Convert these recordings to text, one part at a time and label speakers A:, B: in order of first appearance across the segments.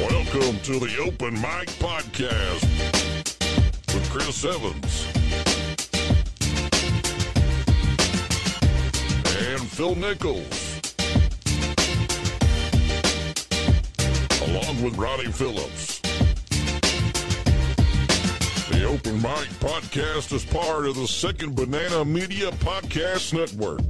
A: Welcome to the Open Mic Podcast with Chris Evans and Phil Nichols, along with Ronnie Phillips. The Open Mic Podcast is part of the Second Banana Media Podcast Network.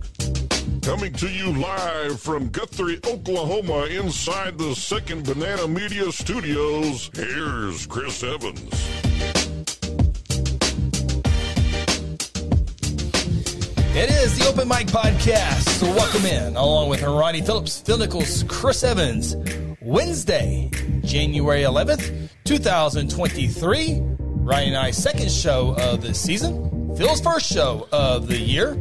A: Coming to you live from Guthrie, Oklahoma, inside the Second Banana Media Studios, here's Chris Evans.
B: It is the Open Mic Podcast. So welcome in, along with Ronnie Phillips, Phil Nichols, Chris Evans. Wednesday, January 11th, 2023. Ronnie and I, second show of the season. Phil's first show of the year.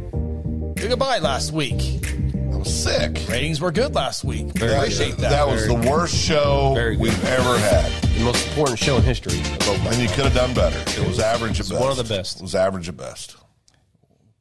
B: Say goodbye last week.
C: I was sick.
B: Ratings were good last week.
C: That-
B: Appreciate that.
C: That was the worst show
D: Very good.
C: we've ever had.
D: the most important show in history.
C: And you could have done better. It was average at best.
D: one of the best.
C: It was average at best.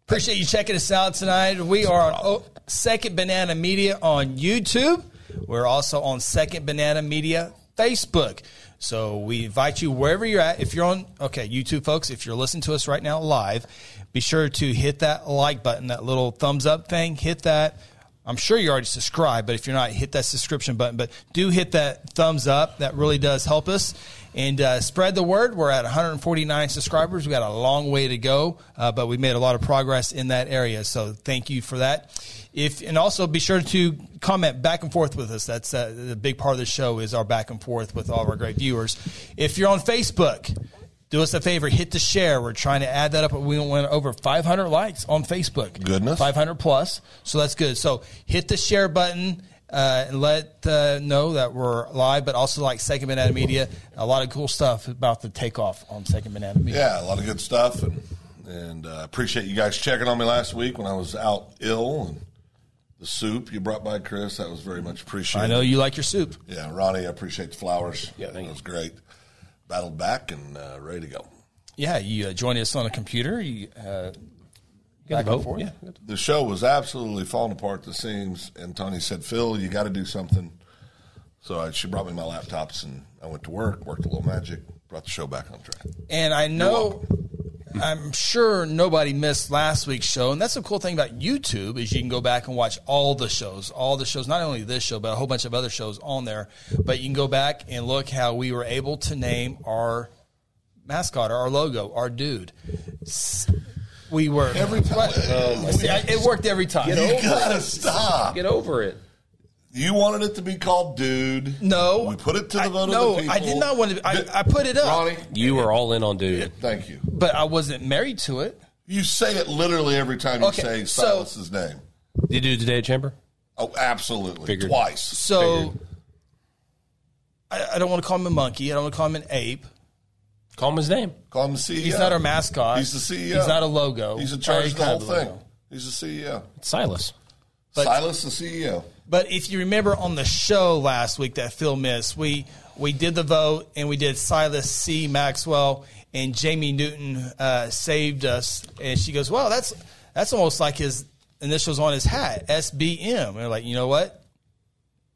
B: Appreciate you checking us out tonight. We are on o- Second Banana Media on YouTube. We're also on Second Banana Media Facebook. So we invite you wherever you're at. If you're on, okay, YouTube folks, if you're listening to us right now live, be sure to hit that like button, that little thumbs up thing. Hit that. I'm sure you already subscribed, but if you're not, hit that subscription button. But do hit that thumbs up. That really does help us. And uh, spread the word. We're at 149 subscribers. we got a long way to go, uh, but we made a lot of progress in that area. So thank you for that. If And also be sure to comment back and forth with us. That's uh, the big part of the show is our back and forth with all of our great viewers. If you're on Facebook, do us a favor, hit the share. We're trying to add that up. We went over 500 likes on Facebook.
C: Goodness.
B: 500 plus. So that's good. So hit the share button uh, and let uh, know that we're live, but also like Second Banana Media. A lot of cool stuff about the takeoff on Second Banana Media.
C: Yeah, a lot of good stuff. And, and uh, appreciate you guys checking on me last week when I was out ill. And the soup you brought by, Chris, that was very much appreciated.
B: I know you like your soup.
C: Yeah, Ronnie, I appreciate the flowers.
D: Yeah, thank
C: It
D: you.
C: was great. Battled back and uh, ready to go.
B: Yeah, you uh, joined us on a computer. You, uh,
D: Back
B: vote.
D: and forth.
B: Yeah.
C: The show was absolutely falling apart at the seams. And Tony said, Phil, you got to do something. So I, she brought me my laptops and I went to work, worked a little magic, brought the show back on track.
B: And I know, I'm sure nobody missed last week's show. And that's the cool thing about YouTube is you can go back and watch all the shows, all the shows, not only this show, but a whole bunch of other shows on there. But you can go back and look how we were able to name our mascot, our logo, our dude. S- We were every time. Um, it worked every time.
C: Oh You gotta stop.
D: Get over it.
C: You wanted it to be called Dude.
B: No,
C: We put it to the
B: I-
C: vote
B: no,
C: of the people.
B: I did not want to. I, I put it up,
C: Ronnie,
D: You are all in on dude.
C: thank you.
B: but I wasn't married to it.
C: You say it literally every time you
B: Okay,
C: say
B: so-
C: Silas's name.
D: Did you do today at Chamber?
C: Oh, absolutely.
D: Figured.
C: Twice.
B: So I, I don't want to call him a monkey. I don't want to call him an ape.
D: Call him his name.
C: Call him the CEO.
B: He's not our mascot.
C: He's the CEO.
B: He's not a logo.
C: He's in
B: Or
C: charge of the
B: kind
C: whole
B: of a
C: thing.
B: logo.
C: He's the E CEO.
D: It's Silas.
B: But-
C: Silas, the E CEO.
B: But if you remember on the show last week that Phil missed, we we did the vote and we did Silas C. Maxwell and Jamie Newton uh, saved us. And she goes, "Well, that's that's almost like his initials on his hat, SBM." And we're like, you know what?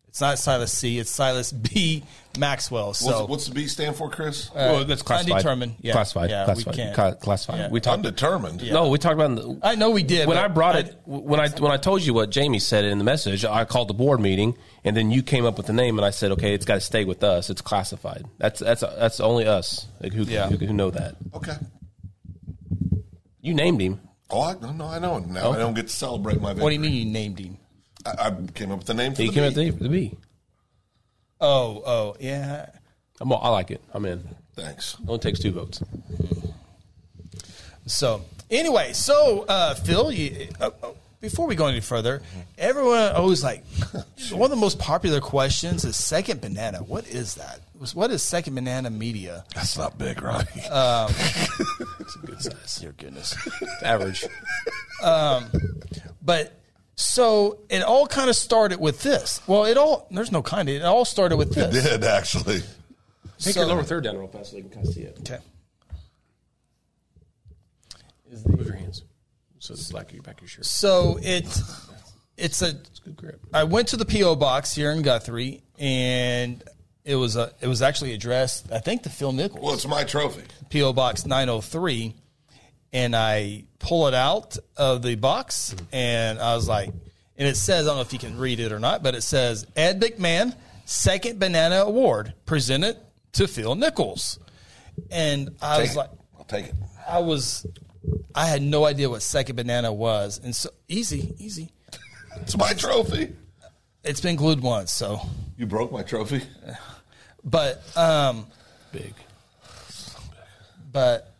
B: It's not Silas C. It's Silas B. Maxwell.
C: What's,
B: So
C: what's the B stand for, Chris?
D: well, that's classified.
B: Uh, undetermined. Yeah.
D: Classified.
B: Yeah, we
D: classified.
B: can't.
D: Cla- classified.
B: Yeah.
D: We talked.
C: Undetermined.
D: No, we talked about. in the-
B: I know we did
D: when
B: but
D: I brought it, when I when I told you what Jamie said in the message, I called the board meeting, and then you came up with the name, and I said, okay, it's got to stay with us. It's classified. That's that's that's only us like, who,
B: Yeah.
D: who who know that.
C: Okay.
D: You named him.
C: Oh, I, no, no, I know. Now I don't get to celebrate my victory.
B: What do you mean you named him?
C: I, I came up with the name for
D: He
C: the
D: came
C: B.
D: up with the, the B.
B: Oh, oh, yeah.
D: I'm all, I like it. I'm in.
C: Thanks.
D: Only takes two votes.
B: So anyway, so uh, Phil, you, uh, uh, before we go any further, everyone always like one of the most popular questions is second banana. What is that? What is second banana media?
C: That's not big, Ronnie.
B: Your goodness.
D: It's average.
B: But so it all kind of started with this. Well, it all there's no kind of it all started with
C: it
B: this.
C: did, actually.
D: Take
B: So-
D: your lower third down real fast so you can kind of see it.
B: Okay.
D: Move your hands. So the black of your back of your shirt.
B: So it it's a
D: Good grip.
B: I went to the PO box here in Guthrie, and It was a. It was actually addressed, I think, to Phil Nichols.
C: Well, it's my trophy.
B: PO Box 903, and I pull it out of the box, and I was like, and it says, I don't know if you can read it or not, but it says Ed McMahon Second Banana Award presented to Phil Nichols, and I
C: Take
B: was
C: it.
B: like,
C: I'll take it.
B: I was, I had no idea what Second Banana was, and so easy, easy.
C: It's my trophy.
B: It's been glued once, so.
C: You broke my trophy.
B: But um,
D: Big.
B: but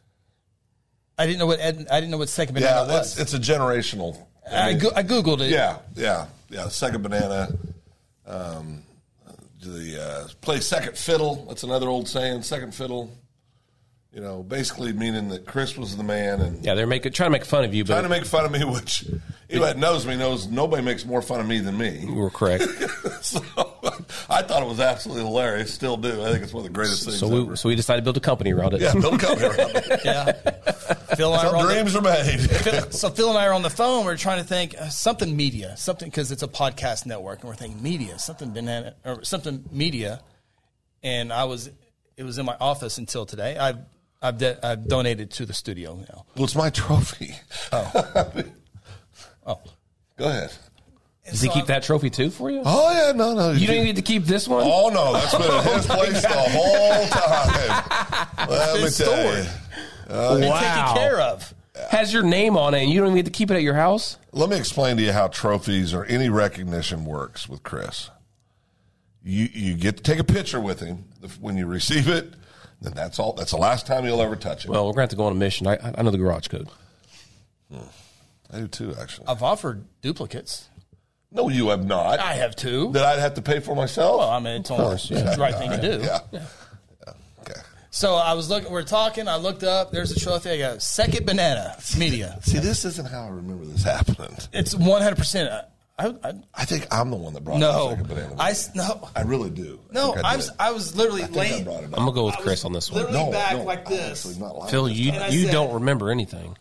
B: I didn't know what Ed, I didn't know what second
C: Yeah,
B: banana
C: it's,
B: was.
C: it's a generational.
B: I,
C: mean,
B: go, I googled it.
C: yeah, yeah, yeah. Second banana. Um, the uh, play second fiddle. That's another old saying. Second fiddle. You know, basically meaning that Chris was the man and
D: Yeah, they're making trying to make fun of you,
C: trying to
D: but
C: make fun of me. Which anybody that knows me knows nobody makes more fun of me than me.
D: you were correct.
C: so I thought it was absolutely hilarious. Still do. I think it's one of the greatest things.
D: so
C: ever.
D: we so we decided to build a company around it.
C: yeah, don't come here.
B: yeah. Phil and I were
C: Some
B: on the-
C: dreams are made.
B: Phil- so Phil and I are on the phone. We're trying to think uh, something media, something because it's a podcast network, and we're thinking media, something banana or something media. And I was, it was in my office until today. I've I've, de- I've donated to the studio now.
C: well, it's my trophy.
B: Oh,
C: Go ahead.
D: Does he keep that trophy too for you?
C: Oh yeah, no, no.
D: You don't need to keep this one.
C: Oh no, that's been in his place the whole time. Let me tell you. Oh,
B: taken care of.
D: Has your name on it, and you don't even get to keep it at your house.
C: Let me explain to you how trophies or any recognition works with Chris. You you get to take a picture with him when you receive it. Then that's all. That's the last time you'll ever touch it.
D: Well, we're gonna have to go on a mission. I, I know the garage code.
C: I do too, actually.
B: I've offered duplicates.
C: no, you have not.
B: I have two.
C: that I'd have to pay for myself.
B: Well, I mean, it's only
C: course,
B: it's the right thing to do.
C: yeah. Yeah. Okay.
B: So I was looking. We're talking. I looked up. There's a trophy. I go second banana media.
C: See, this isn't how I remember this happening.
B: It's 100. percent I, I
C: I think I'm the one that brought up
B: no.
C: second banana.
B: I s- no.
C: I really do. I
B: No,
C: think
B: I, am
C: did.
B: I was literally
C: I think I
B: laying
C: brought it up.
D: I'm gonna go with Chris on this one.
B: literally back like
C: I'm
B: this.
C: actually not lying
D: Phil,
C: this
D: you
C: time.
B: I
D: you
B: said-
D: don't remember anything.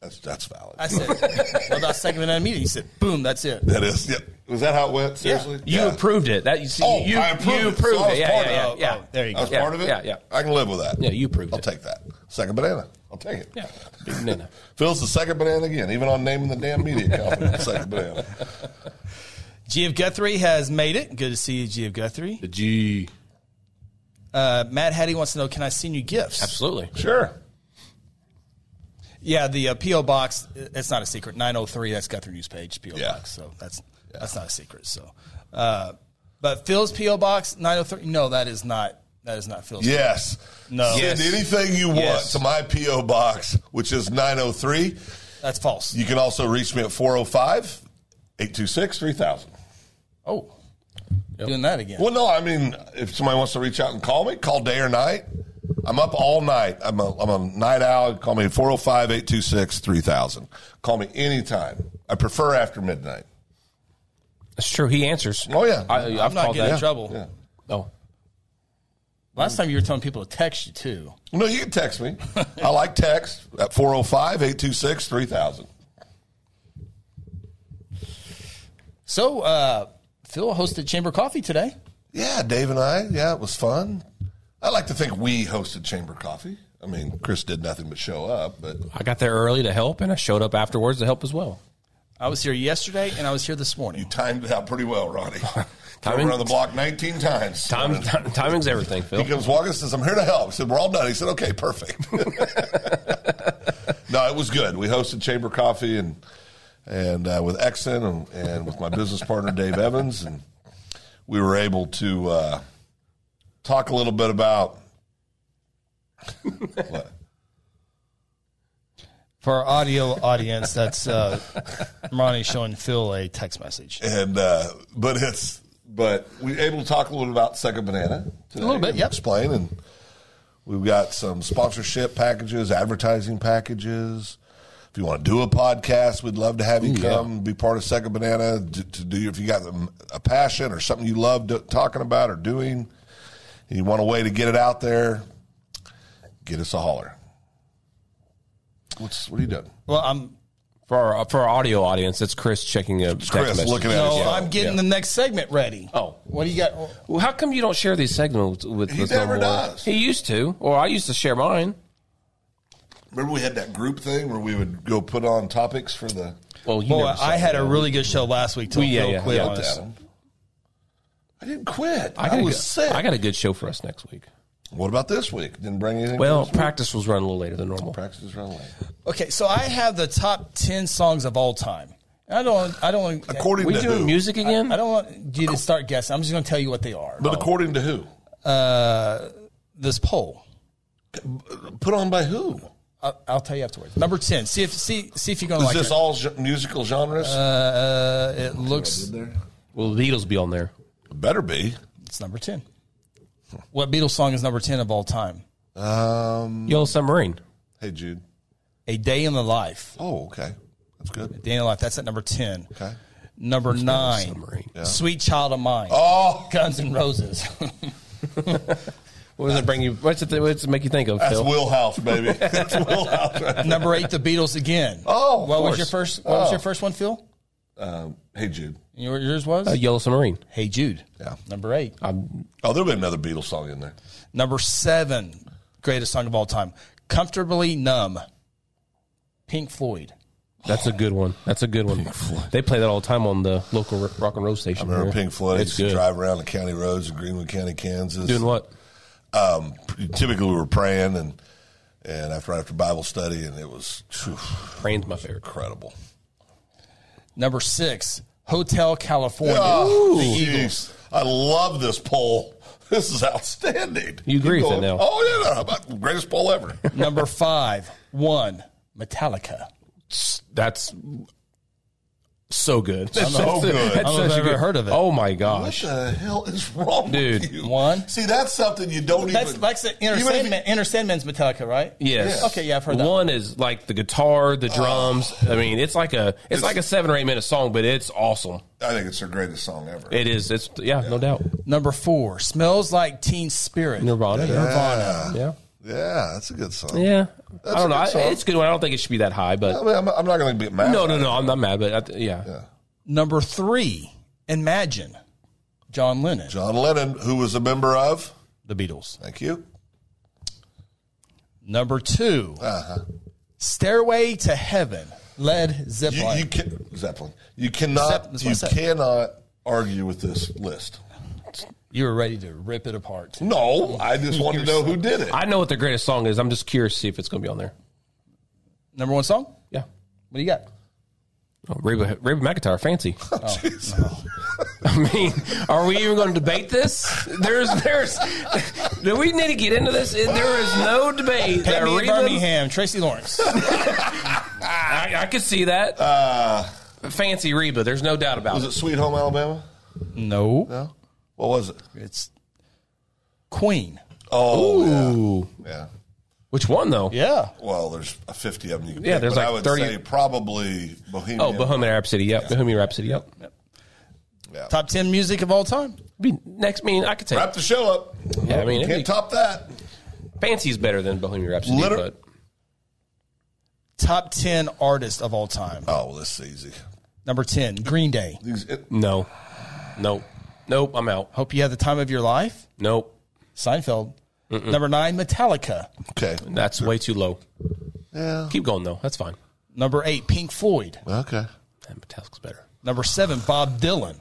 C: that's that's valid.
B: I said, "What about second banana media?" He said, "Boom, that's it."
C: that is. Yep. Was that how it went? Seriously,
D: You
C: Yeah.
D: approved it. That you see,
C: Oh,
D: you,
C: I approved
D: you
C: it, so
D: approved
C: I was
D: it. Yeah,
C: part
D: yeah,
C: of
D: yeah,
B: it.
D: yeah.
B: Oh, oh, there you
C: I
B: go.
C: was
D: Yeah,
C: part of it.
D: yeah, yeah.
C: I can live with that.
D: Yeah, you approved
C: I'll
D: it.
C: take that second banana. I'll take it.
D: Yeah. Big banana.
C: Phil's the second banana again, even on naming the damn media company. second banana.
B: G.F. Guthrie has made it. Good to see you, G.F. Guthrie.
D: The G.
B: Uh, Matt Hattie wants to know, "Can I send you gifts?"
D: Absolutely.
C: Sure.
B: Yeah, the uh, PO box. It's not a secret. 903. That's Guthrie News Page PO
C: Yeah.
B: box. So that's that's not a secret. So, uh, but Phil's PO box 903. No, that is not. That is not Phil's.
C: Yes.
B: No.
C: Send
B: Yes.
C: anything you want
B: Yes.
C: to my PO box, which is 903.
B: That's false.
C: You can also reach me at 405 826 3000.
B: Oh, doing that again.
C: Well, no, I mean, if somebody wants to reach out and call me, call day or night. I'm up all night. I'm a, I'm a night owl. Call me 405 826 3000. Call me anytime. I prefer after midnight.
D: That's true. He answers.
C: Oh, yeah.
D: I, I've
B: I'm not
D: called
B: getting in
D: that.
B: trouble.
C: Yeah.
D: Oh,
B: Last time you were telling people to text you too.
C: No, you can text me. I like text at 405 826 3000.
B: So uh, Phil hosted Chamber Coffee today.
C: Yeah, Dave and I. Yeah, it was fun. I like to think we hosted Chamber Coffee. I mean, Chris did nothing but show up, but
D: I got there early to help, and I showed up afterwards to help as well.
B: I was here yesterday and I was here this
C: you
B: morning.
C: timed it out pretty well, Ronnie. Came
D: Timing-
C: around the block 19 times.
D: Time, time timing's everything, Phil.
C: He comes walking, says, I'm here to help. I said, We're all done. He said, Okay, perfect. no, it was good. We hosted Chamber Coffee and and uh, with Exxon and, and with my business partner, Dave Evans. And we were able to uh, talk a little bit about. what?
B: For our audio audience, that's uh, Ronnie showing Phil a text message.
C: And, uh, but it's, but we were able to talk a little bit about Second Banana today. A
B: little bit, yep.
C: Explain. And We've got some sponsorship packages, advertising packages. If you want to do a podcast, we'd love to have you come be part of Second Banana to, to do. If you got um, a passion or something you love do, talking about or doing, and you want a way to get it out there, get us a holler. What's what are you doing?
B: Well, I'm
D: For our for our audio audience, that's Chris checking a text
C: Chris
D: message.
C: looking at
B: No,
C: us.
B: I'm getting
D: yeah.
B: the next segment ready.
D: Oh.
B: what do you got?
D: Well, how come you don't share these segments with?
C: He
D: with
C: never
D: no more?
C: does.
D: He used to, or I used to share mine.
C: Remember we had that group thing where we would go put on topics for the.
D: Well, you
B: Boy,
D: never
B: I had a really good show last week. Till
D: We- yeah,
B: Phil
D: yeah,
B: quit
D: yeah.
B: on us.
C: Adam. I didn't quit.
D: I
C: I,
D: got a
C: was
D: good-
C: sick.
D: I got a good show for us next week.
C: what about this week? Didn't bring anything. for
D: Well,
C: this week?
D: practice was run a little later than normal.
C: practice is running late.
B: Okay, so I have the top ten songs of all time. I don't. I don't.
C: According
D: We
C: to who?
D: doing music again?
B: I don't want you to start guessing. I'm just going to tell you what they are.
C: But according to who?
B: This poll.
C: Put on by who? Is
B: I'll, I'll tell you afterwards. Number ten. See if see see if you're going to like
C: this
B: it.
C: all ge- musical genres?
B: Uh, it looks.
D: Will the Beatles be on there?
C: Better be.
B: It's number ten. What Beatles song is number ten of all time?
C: Um,
D: Yellow Submarine.
C: hey Jude.
B: A Day in the Life.
C: Oh, okay, that's good.
B: Day in the Life. That's at number ten.
C: Okay.
B: Number nine.
D: Submarine.
B: Sweet Child of Mine.
C: Oh,
B: Guns and Roses.
D: What does it bring you? What's it, what's it make you think of,
C: that's
D: Phil?
C: Will House, baby. that's Will House. Right there.
B: number eight. The Beatles again.
C: Oh, of
B: what was
C: course. Oh.
B: your first? What was your first one, Phil?
C: Um, hey Jude.
B: Your, yours was.
D: Uh, Yellow Submarine.
B: hey Jude.
C: Yeah.
B: Number eight.
C: Oh, there'll be another Beatles song in there.
B: Number seven, greatest song of all time, "Comfortably Numb," Pink Floyd.
D: That's a good one. That's a good one. They play that all the time on the local r- rock and roll station.
C: Remember
D: here.
C: Pink Floyd?
D: It's
C: used to
D: good.
C: drive around the county roads in Greenwood County, Kansas.
D: Doing what?
C: um, typically we were praying and and after after Bible study, and it was phew,
D: Crane's my favorite.
C: incredible.
B: Number six, "Hotel California,"
C: Oh,
B: the
C: jeez.
B: Eagles.
C: I love this poll. This is outstanding.
D: You agree with
C: go-
D: it now?
C: Oh yeah, no, about greatest poll ever.
B: Number five, one, Metallica.
D: That's so good. That's
C: so good. I
B: don't know if
D: That's such a
B: I've ever
D: good.
B: heard of it.
D: Oh my
C: what
D: gosh!
C: the hell is wrong, With
D: Dude,
C: you?
B: one.
C: See, that's something you don't
B: That's
C: even.
B: like the Inner
C: even if
B: Sandman. Inner Sandman's Metallica, right?
D: Yes.
B: Okay, yeah, I've heard that.
D: One is like the guitar, the drums. I mean, it's like a it's, like a seven or eight minute song, but it's awesome.
C: you- I think it's their greatest song ever.
D: It is. It's yeah, no doubt.
B: Number four, "Smells Like Teen Spirit."
D: Nirvana.
C: yeah.
D: Yeah.
C: yeah, that's a good song.
D: Yeah.
C: That's
D: I don't
C: a
D: know.
C: good
D: I,
C: song.
D: it's a good one. I don't think it should be that high,
C: I
D: but
C: mean, I'm, I'm not going to get mad.
D: no,
C: at
D: no,
C: it.
D: no. I'm not mad, but I th- yeah. yeah.
B: Number three, "Imagine," John Lennon,
C: John Lennon, who was a member of,
B: The Beatles.
C: thank you.
B: Number 2 "Stairway to Heaven," Led
C: You,
B: Zeppelin.
C: you can, Zeppelin. You cannot.
B: Zepp- that's what I
C: you
B: said.
C: cannot argue with this list.
B: You were ready to rip it apart.
C: No, I just want to know who did it.
D: I know what their greatest song is. I'm just curious to see if it's going to be on there.
B: Number one song? What
D: Yeah.
B: do you got?
D: Oh, Reba, Reba McIntyre, fancy. I mean, are we even going to debate this? There's, there's, do we need to get into this? There is no debate that
B: Pammy
D: Reba.
B: Birmingham, Tracy Lawrence.
D: I, I could see that.
C: Uh,
D: fancy Reba. There's no doubt about
C: was it
D: it.
C: Sweet Home Alabama?
B: no,
C: No. What was it?
B: it's Queen.
C: Oh, yeah.
D: Ooh.
C: yeah.
D: Which one though?
B: Yeah.
C: Well, there's a fifty of them. You can
D: Yeah,
C: pick,
D: there's
C: but I
D: like
C: would
D: 30
C: say probably Bohemian.
D: Oh, Bohemian Rhapsody. Yep. Bohemian Rhapsody. Yep.
C: Yeah.
B: Top 10 music of all time.
D: Be- Next, I mean, I could take.
C: Wrap the show up.
D: Yeah, I mean, it'd
C: can't
D: be-
C: top that.
D: Fancy's better than Bohemian Rhapsody,
C: Liter-
D: but
B: Top 10 artist of all time.
C: Oh, well, this is easy.
B: Number 10, Green Day.
C: These, it,
D: no, nope, nope. I'm out.
B: Hope you had the time of your life.
D: Nope,
B: Seinfeld. Number 9, Metallica.
C: okay.
D: that's way too low.
C: Yeah.
D: Keep going though. That's fine.
B: Number 8, Pink Floyd.
C: Okay.
D: And Metallica's better.
B: Number 7, Bob Dylan.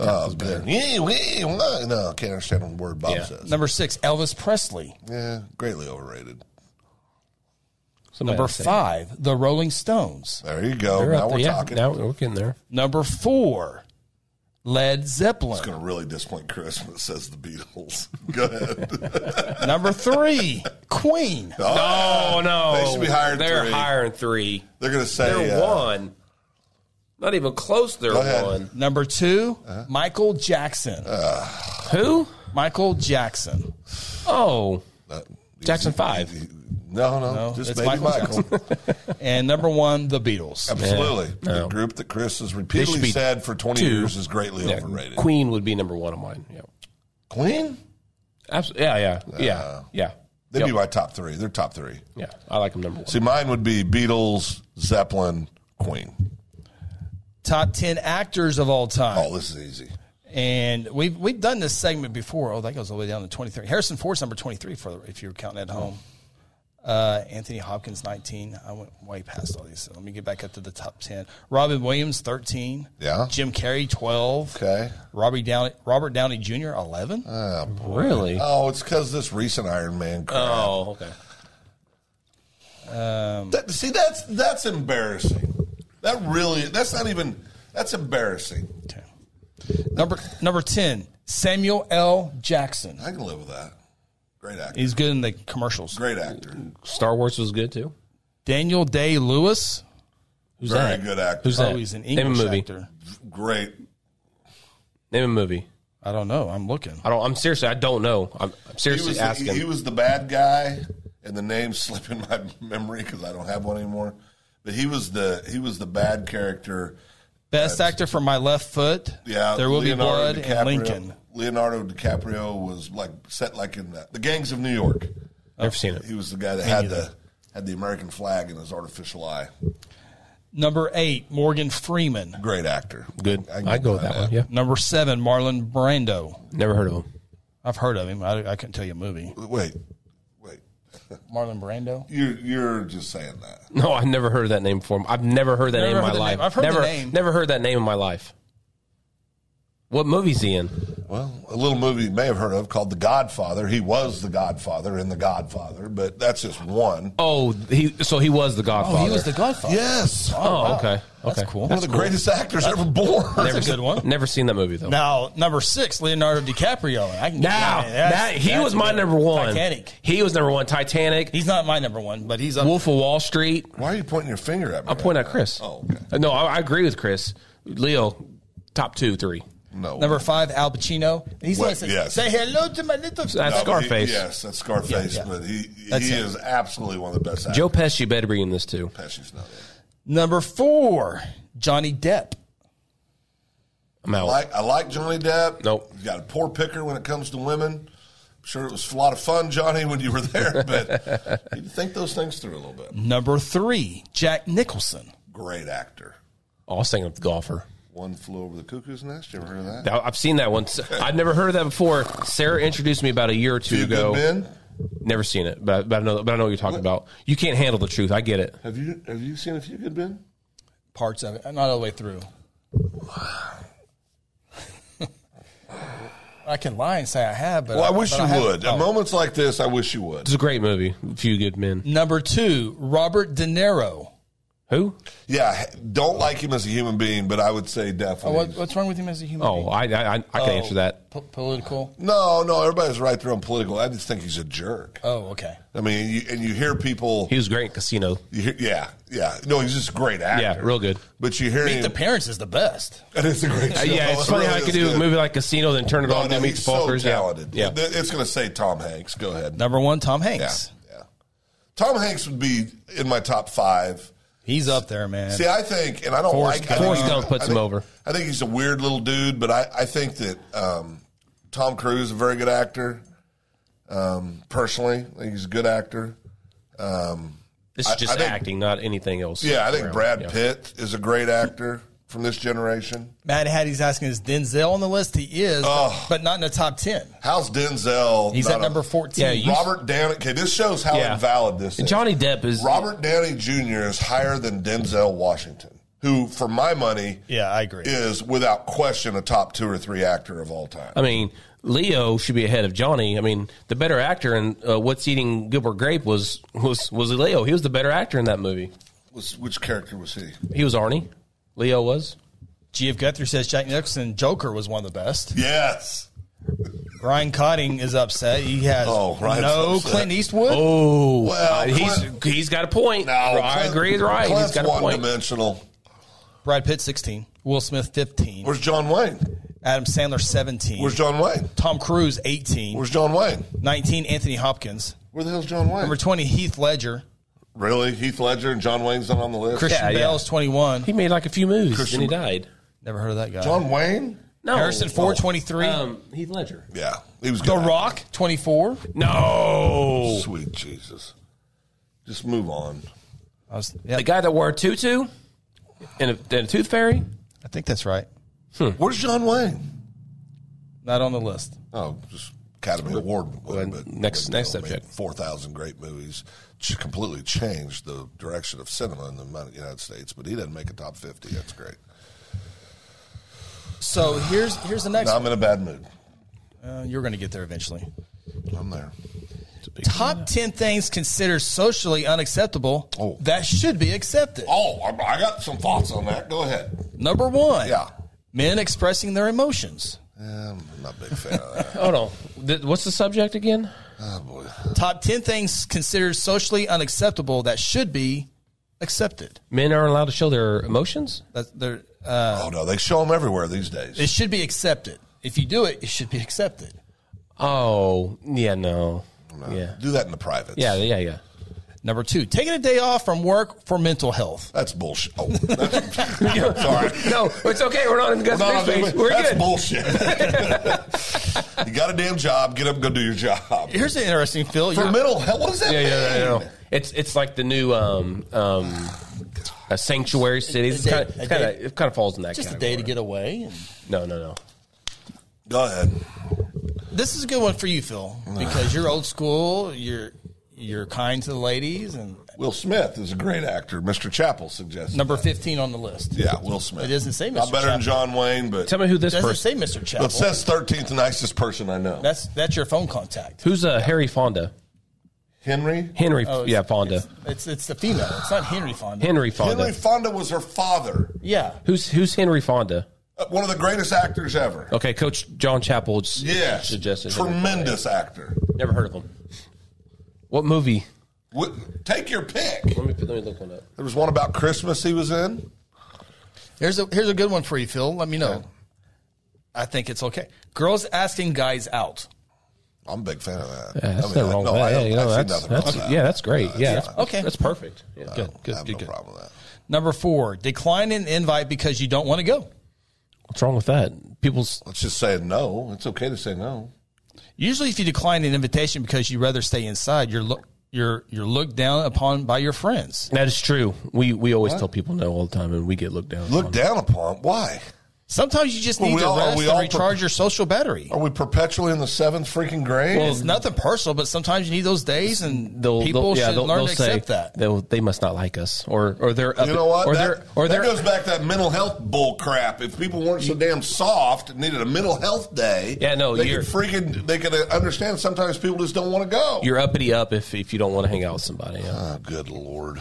C: Oh, man. Yeah, we- no, no, I can't understand a word Bob
D: Yeah.
C: says.
B: Number 6, Elvis Presley.
C: Yeah, greatly overrated.
D: Somebody
B: Number
D: has to say.
B: 5, The Rolling Stones.
C: There you go.
D: They're
C: now
D: out
C: we're
D: there. Yeah,
C: talking.
D: now we're getting there.
B: Number 4, Led Zeppelin.
C: It's going to really disappoint Chris when it says the Beatles. Go ahead.
B: Number three, Queen.
D: Oh no,
C: They should be higher than
D: They're
C: three.
D: higher than three.
C: They're going to
D: They're
C: say uh,
D: one. Not even close. They're
C: Go ahead.
D: one.
B: Number 2
C: Uh-huh.
B: Michael Jackson.
D: Who?
B: Michael Jackson.
D: Oh,
C: uh,
D: Jackson Five.
C: No, no,
B: No,
C: just
B: it's
C: baby
B: Michael
C: Michael.
B: And number one, The Beatles.
C: Absolutely, the group that Chris has
D: They should
C: repeatedly
D: be
C: said for twenty
D: two.
C: years is greatly
D: Yeah,
C: overrated.
D: Queen would be number one on mine. Yeah,
C: Queen?
D: absolutely. Yeah, yeah, yeah, yeah.
C: They'd be
D: Yep.
C: my top three. They're top three.
D: Yeah, I like them number one.
C: See, mine would be Beatles, Zeppelin, queen.
B: Top ten actors of all time.
C: Oh, this is easy.
B: And we've we've done this segment before. Oh, that goes all the way down to twenty three. Harrison Ford's number twenty three for if you're counting at home. Uh, Anthony Hopkins nineteen. I went way past all these. So let me get back up to the top ten. Robin Williams thirteen.
C: Yeah.
B: Jim Carrey twelve.
C: Okay.
B: Robbie Downey Robert Downey Jr. eleven.
D: Really?
C: Oh, it's because this recent Iron Man. Crap.
D: Oh, okay.
C: That- see, that's that's embarrassing. That really, that's not even. That's embarrassing.
B: okay. Number number ten. Samuel L. Jackson.
C: I can live with that. Great actor.
B: He's good in the commercials.
C: Great actor.
D: Star Wars was good too.
B: Daniel Day Lewis.
D: Who's
C: Very
D: that?
C: good actor.
D: Who's that?
B: Oh, he's an
D: Name a
B: English
D: movie.
B: actor.
C: Great.
D: Name a movie.
B: I don't know. I'm looking.
D: I don't. I'm seriously. I don't know. I'm, I'm
C: He
D: seriously
C: was, the,
D: asking.
C: he was the bad guy, and the name's slipping my memory because I don't have one anymore. But he was the he was the bad character.
B: Best actor for my left foot.
C: Yeah,
B: There will
C: Leonardo
B: be blood and Lincoln.
C: Leonardo DiCaprio was like set like in the, the gangs of New York.
D: Never seen it.
C: He was the guy that had the had the American flag in his artificial eye.
B: Number eight, Morgan Freeman.
C: Great actor.
D: Good.
C: I can
D: I'd go with
C: find
D: that one. Yeah.
B: Number seven, Marlon Brando.
D: Never heard of him.
B: I've heard of him. I, I couldn't tell you a movie.
C: Wait, wait.
B: Marlon Brando.
C: You're you're just saying that.
D: No, I've never heard of that name before. I've never heard that
B: Never
D: name in
B: heard
D: my
B: the
D: life.
B: name. I've heard the
D: never,
B: name.
D: Never heard that name in my life. What movie's he in?
C: Well, a little movie you may have heard of called The Godfather. He was the Godfather in The Godfather, but that's just one.
D: Oh, he. So he was the Godfather.
B: Oh, he was the Godfather.
C: Yes.
D: Oh, okay. Okay.
B: That's cool.
C: one of the greatest actors ever born.
B: That's a good one.
D: Never seen that movie though.
B: Now, number six, Leonardo DiCaprio. I can
D: Now,
B: yeah, that's-
D: that, he
B: that's
D: was my
B: good.
D: number one.
B: Titanic.
D: He was number one. Titanic.
B: He's not my number one, but he's up.
D: Wolf of Wall Street.
C: Why are you pointing your finger at me?
D: I'll point out Chris.
C: Oh, okay.
D: Uh, No, I, I agree with Chris. Leo, top two, three.
C: No.
B: Number five, Al Pacino. He's
C: What?
B: like,
C: Yes.
B: say hello to my little.
D: That's
C: No, but he-
D: Scarface.
C: yes, that's Scarface,
B: Yeah, yeah.
C: but he
B: That's
C: he
B: him.
C: is absolutely one of the best actors.
D: Joe Pesci better be in this too.
C: Pesci's not in.
B: Number four, Johnny Depp.
D: I'm out.
C: I like, I like Johnny Depp.
D: Nope.
C: He's got a poor picker when it comes to women. I'm sure it was a lot of fun, Johnny, when you were there, but you think those things through a little bit.
B: Number three, Jack Nicholson.
C: Great actor.
D: Oh, I was thinking of the golfer.
C: One flew over the cuckoo's nest. You ever heard of that?
D: That- I've seen that one. I've never heard of that before. Sarah introduced me about a year or two
C: Few Good
D: ago.
C: Men.
D: Never seen it, but, but I know but I know what you're talking about. You can't handle the truth. I get it.
C: Have you have you seen a few good men?
B: Parts of it, not all the way through. I can lie and say I have, but
C: Well, I wish
B: but
C: you
B: haven't.
C: would. At moments like this, I wish you would.
D: It's a great movie. Few Good Men.
B: Number two, Robert De Niro.
D: Who?
C: Yeah, don't like him as a human being, but I would say definitely.
B: Uh, What, what's wrong with him as a human?
D: Oh, I I, I, I can answer that.
B: po- political.
C: no, no, everybody's right there on political. I just think he's a jerk.
B: Oh, okay.
C: I mean, you, and you hear people.
D: He was great in Casino.
C: You hear, yeah, yeah. No, he's just a great actor.
D: Yeah, real good.
C: But you hear
B: Meet
C: him.
B: the Parents is the best.
C: It is a great.
D: Uh,
C: show.
D: yeah, it's
C: It
D: funny how I
C: really
D: could
C: is
D: do a
C: oh, good.
D: movie like Casino, then turn it
C: No,
D: on,
C: no,
D: then meet
C: he's
D: the
C: so
D: Falkers.
C: talented.
D: Yeah. yeah.
C: It- it's going to say Tom Hanks. Go ahead.
B: Number one, Tom
C: Yeah,
B: Hanks.
C: yeah. Tom Hanks would be in my top five.
B: He's up there, man.
C: See, I think, and I don't
B: Forrest
C: like. I think
D: Forrest
C: he's-
D: Gump puts
C: I think-
D: him over.
C: I think he's a weird little dude, but I, I think that um, Tom Cruise is a very good actor. Um, personally, I think he's a good actor.
D: This is just
C: I think-
D: acting, not anything else.
C: Yeah, I think
D: Around,
C: Brad
D: yeah.
C: Pitt is a great actor from this generation.
B: Matt Hattie's asking, is Denzel on the list? He is, but not in the top 10.
C: How's Denzel?
B: He's
C: Oh. not
B: at
C: a-
B: number 14.
D: Yeah, you-
C: Robert Downey. Okay, this shows how
D: Yeah.
C: invalid this is.
D: Johnny Depp is
C: Robert Downey Jr. is higher than Denzel Washington, who, for my money,
B: yeah, I agree.
C: is without question a top two or three actor of all time.
D: I mean, Leo should be ahead of Johnny. I mean, the better actor in uh, What's Eating Gilbert Grape was was was Leo. He was the better actor in that movie.
C: Was- which character was he?
D: He was Arnie. Leo was.
B: G.F. Guthrie says Jack Nicholson Joker was one of the best.
C: Yes.
B: Ryan Cotting is upset. He has
C: Oh, Ryan's
B: no
C: upset.
B: Clint Eastwood.
D: Oh,
C: Well,
D: he's
C: Clint-
D: he's got a point.
C: No,
D: I
C: Clint-
D: agree. He's right.
C: Clint's
D: he's got a
C: one
D: point.
C: dimensional.
B: Brad Pitt, 16. Will Smith, 15.
C: Where's John Wayne?
B: Adam Sandler, 17.
C: Where's John Wayne?
B: Tom Cruise, 18.
C: Where's John Wayne?
B: 19, Anthony Hopkins.
C: Where the hell's John Wayne?
B: Number 20, Heath Ledger.
C: really? Heath Ledger and John Wayne's not on the list.
B: Christian
D: Yeah, yeah.
B: Bale's 21.
D: He made like a few movies, and he died.
B: Never heard of that guy.
C: John Wayne?
D: No,
B: Harrison Ford, 23.
D: Um, Heath Ledger.
C: Yeah, he was
B: the
C: good.
B: Rock, 24.
D: No,
C: Sweet Jesus. Just move on.
B: I was, yeah,
D: the guy that wore a tutu. and a, and a tooth fairy.
B: I think that's right.
C: Where's John Wayne?
B: Not on the list.
C: Oh, just Academy Award. winner, but
D: next- next subject.
C: Four thousand great movies. Ch- completely changed the direction of cinema in the mon- United States, but he didn't make a top fifty. That's great.
B: So here's here's the next.
C: Now I'm in a bad mood.
B: one. Uh, you're going to get there eventually.
C: I'm there.
B: Top ten things considered socially unacceptable
C: Oh.
B: that should be accepted.
C: Oh, I, I got some thoughts on that. Go ahead.
B: Number one,
C: Yeah.
B: men expressing their emotions.
C: Eh, I'm not a big fan of that.
D: Hold on. Th- what's the subject again?
C: Oh boy.
B: Top ten things considered socially unacceptable that should be accepted.
D: Men aren't allowed to show their emotions.
B: That they're, uh,
C: Oh no, they show them everywhere these days.
B: it should be accepted. If you do it, it should be accepted.
D: Oh, yeah, no. Yeah.
C: Do that in the privates.
D: Yeah, yeah, yeah.
B: Number two, taking a day off from work for mental health.
C: That's bullshit. Oh, that's, sorry.
D: No, it's okay. We're not in the
C: No,
D: no,
C: no,
D: space. We're
C: that's
D: good.
C: bullshit. you got a damn job. Get up and go do your job.
B: Here's an interesting Phil.
C: For
B: You're-
C: mental health, what does that
D: yeah,
C: mean?
D: yeah, yeah, yeah. It's it's like the new um um a sanctuary cities. It's
B: A day-
D: kind of
B: a
D: it's kind of
B: day-
D: it kind of falls in that
B: just a
D: category.
B: day to get away. And
D: No, no, no.
C: Go ahead.
B: this is a good one for you, Phil, because you're old school. You're you're kind to the ladies, and
C: Will Smith is a great actor. Mr. Chappell suggested.
B: number fifteen on the list.
C: yeah, Will Smith.
B: It doesn't say
C: Not
B: Mr.
C: better than John Wayne, but
D: Tell me who this
B: Doesn't
D: person.
B: say Mr. Chapel.
C: it says 13th nicest person I know.
B: that's that's your phone contact.
D: Who's uh, Harry Fonda?
C: Henry.
D: Henry, yeah, Fonda.
B: Oh, It's it's the female. It's not Henry Fonda.
D: Henry Fonda.
C: Henry Fonda was her father.
B: Yeah,
D: who's who's Henry Fonda?
C: Uh, One of the greatest actors ever.
D: Okay, Coach John Chappell s-
C: Yes.
D: Oh, suggested. Henry Fonda.
C: Tremendous actor.
D: Never heard of him. What movie?
C: Wh- Take your pick.
D: Let me let me look one up.
C: There was one about Christmas he was in.
B: here's a here's a good one for you, Phil. Let me know. I think it's okay. Girls asking guys out.
C: I'm a big fan of that.
D: Yeah,
C: I
D: that's
C: mean,
D: the
C: I-
D: wrong
C: no,
D: way.
C: I
D: Yeah,
C: don't-
D: you know,
C: I see
D: that's,
C: nothing wrong
D: that's-
C: with that.
D: yeah, that's great. yeah, that's,
B: fine. Okay.
D: That's perfect. Yeah, good,
C: I
D: good,
C: have
D: good,
C: no
D: good.
C: problem with that.
B: Number four, decline an invite because you don't want to go.
D: What's wrong with that? People's
C: Let's just say no. It's okay to say no.
B: Usually, if you decline an invitation because you'd rather stay inside, you're look you're you're looked down upon by your friends.
D: that is true. We we always tell people no all the time, and we get looked down.
C: Look down upon. Why?
B: Sometimes you just
C: Well,
B: need
C: we
B: to
C: all- are
B: rest
C: we
B: and
C: all
B: recharge
C: pre-
B: your social battery.
C: Are we perpetually in the seventh freaking grade?
B: It's nothing personal, but sometimes you need those days, and
D: They'll-
B: people
D: they'll- yeah,
B: should
D: they'll-
B: learn
D: they'll
B: to
D: say
B: accept that.
D: they'll- they must not like us, or or they're up,
C: you know what?
D: or
C: that,
D: they're or
C: that
D: they're
C: goes back to that mental health bull crap. If people weren't so damn soft and needed a mental health day,
D: Yeah, no,
C: they
D: you're-
C: could freaking they could uh, understand. Sometimes people just don't want to go.
D: you're uppity up if if you don't want to hang out with somebody. Yeah.
C: oh, good lord.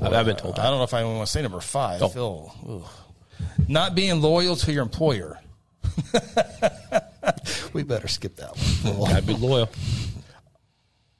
D: I've, I've been told
B: I
D: that.
B: don't know if I want to say number five.
D: Oh.
B: Phil, ugh. not being loyal to your employer. we better skip that one.
D: I'd be loyal.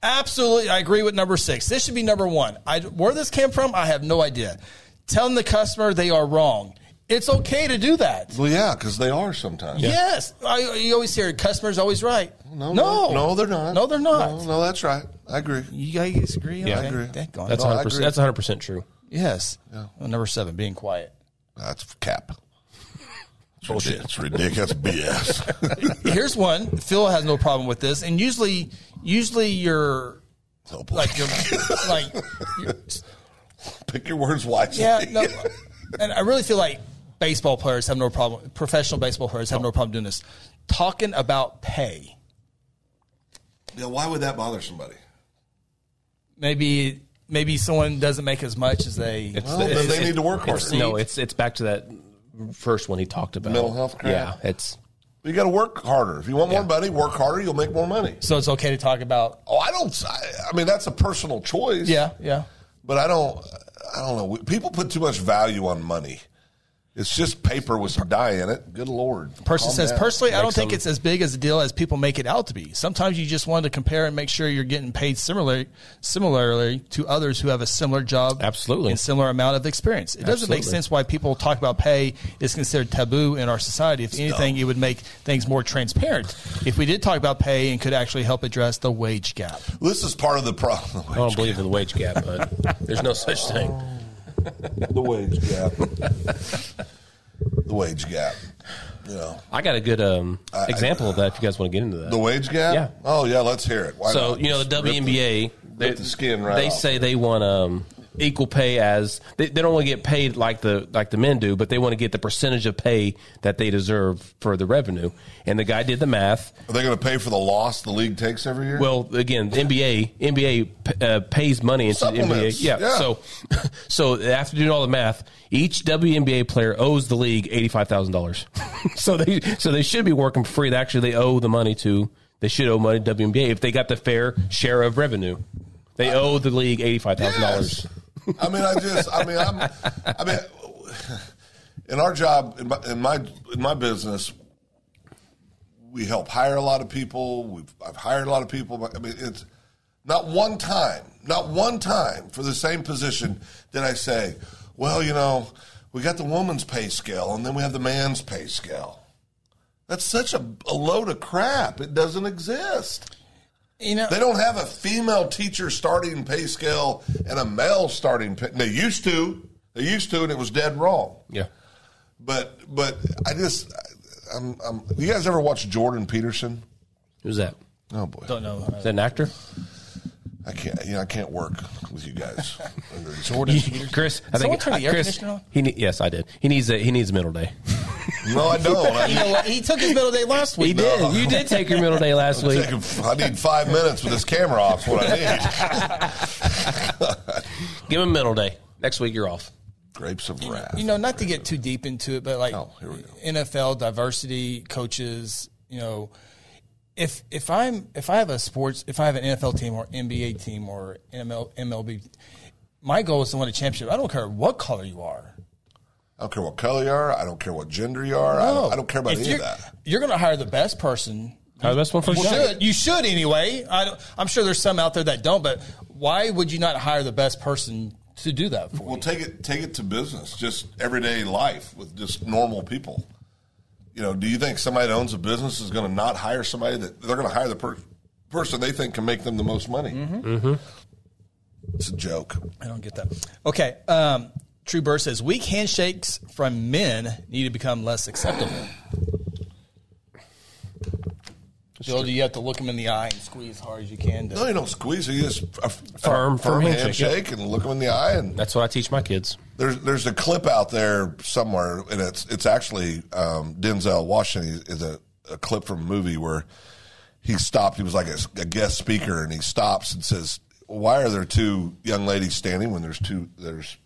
B: Absolutely, I agree with number six. This should be number one. I, where this came from, I have no idea. Telling the customer they are wrong. It's okay to do that.
C: Well, yeah, because they are sometimes.
B: Yes, I, you always hear customers always right.
C: No,
B: no,
C: no, no, they're not.
B: No, they're not.
C: No, no, that's right. I agree.
B: You guys disagree?
D: Yeah, I
B: Okay,
C: agree.
B: thank God.
D: That's
C: No, I
D: 100%,
C: agree.
D: that's 100 percent true.
B: yes. Well, number seven, being quiet.
C: That's cap. Bullshit. It's ridiculous. BS.
B: Here's one. Phil has no problem with this, and usually, usually you're
C: So,
B: like you're like you're,
C: pick your words wisely.
B: yeah no, and I really feel like baseball players have no problem. Professional baseball players have no problem doing this. Talking about pay,
C: Yeah, why would that bother somebody?
B: maybe maybe someone doesn't make as much as they.
D: It's,
C: Well, then they need to work
D: it's-
C: harder.
D: No, it's it's back to that first one he talked about.
C: Mental health crap.
D: Yeah, it's
C: You got to work harder. If you want more money, work harder. You'll make more money.
B: so it's okay to talk about.
C: Oh, I don't. I, I mean, that's a personal choice.
B: Yeah, yeah.
C: but I don't. I don't know. We- People put too much value on money. It's just paper with some dye in it. Good lord.
B: Person
C: Calm
B: says,
C: down.
B: personally, I don't think it's as big as a deal as people make it out to be. Sometimes you just want to compare and make sure you're getting paid similarly, similarly to others who have a similar job,
D: Absolutely.
B: and similar amount of experience. It doesn't make
D: Absolutely.
B: sense why people talk about pay is considered taboo in our society. If anything, it would make things more transparent if we did talk about pay and could actually help address the wage gap.
C: This is part of the problem.
D: I don't believe in the wage gap, but there's no such thing.
C: the wage gap. the wage gap. You know,
D: I got a good um, example of that if you guys want to get into that.
C: the wage gap.
D: Yeah.
C: Oh yeah, let's hear it. Why
D: so
C: not?
D: you know the
C: Rip
D: WNBA, they,
C: the skin right
D: they
C: off.
D: say they want um, equal pay as they, they don't want to get paid like the like the men do, but they want to get the percentage of pay that they deserve for the revenue. And the guy did the math.
C: Are they going to pay for the loss the league takes every year?
D: Well, again, the NBA NBA p- uh, pays money into the
C: Supplements,
D: NBA. Yeah,
C: yeah.
D: So, so after doing all the math, each WNBA player owes the league eighty five thousand dollars. so they so they should be working for free. Actually, they owe the money to they should owe money to WNBA if they got the fair share of revenue. They owe the league eighty five thousand dollars.
C: Yes. I mean, I just, I mean, I'm, I mean, in our job, in my, in my, in my business, we help hire a lot of people. We've, I've hired a lot of people. But, I mean, it's not one time, not one time for the same position did I say, well, you know, we got the woman's pay scale and then we have the man's pay scale. That's such a, a load of crap. It doesn't exist.
B: You know,
C: They don't have a female teacher starting pay scale and a male starting pay. They used to. They used to, and it was dead wrong.
D: Yeah.
C: But but I just I'm, I'm you guys ever watch Jordan Peterson?
D: Who's that?
C: Oh boy,
B: don't know.
D: Is that an actor?
C: I can't. You know, I can't work with you guys.
B: Jordan
D: Chris, I
B: Someone
D: think
B: turn the air
D: Chris,
B: conditioner on?
D: He ne- yes, I did. He needs a he needs a middle day.
C: no, I don't. I
B: You know
C: need,
B: what? He took his middle day last week.
C: No.
D: You did take your middle day last week.
C: I need five minutes with this camera off. What I need.
D: Give him middle day. Next week you're off.
C: Grapes of wrath.
B: You know, not to get too deep into it, but like
C: Oh, here we go.
B: NFL diversity coaches, you know, if if I'm if I have a sports if I have an NFL team or NBA team or ML, MLB, my goal is to win a championship. I don't care what color you are.
C: I don't care what color you are. I don't care what gender you are. I, don't, I don't care about
B: If
C: any
B: you're,
C: of that.
B: You're going to hire the best person.
D: Hire the best one for
B: you
D: the job.
B: should. You should anyway. I don't, I'm sure there's some out there that don't, but why would you not hire the best person to do that for?
C: Well, take it take it to business, just everyday life with just normal people. You know, do you think somebody that owns a business is going to not hire somebody that they're going to hire the per- person they think can make them the most money? Mm-hmm. It's a joke.
B: I don't get that. Okay. Um, True Bird says weak handshakes from men need to become less acceptable. Bill, do you have to look him in the eye and squeeze as hard as you can? To,
C: No, you don't squeeze. You just a, f- a
D: Firm- firm handshake,
C: handshake, and look them in the eye. And
D: That's what I teach my kids.
C: there's there's a clip out there somewhere, and it's it's actually um, Denzel Washington is a, a clip from a movie where he stopped. He was like a, a guest speaker, and he stops and says, "Why are there two young ladies standing when there's two there's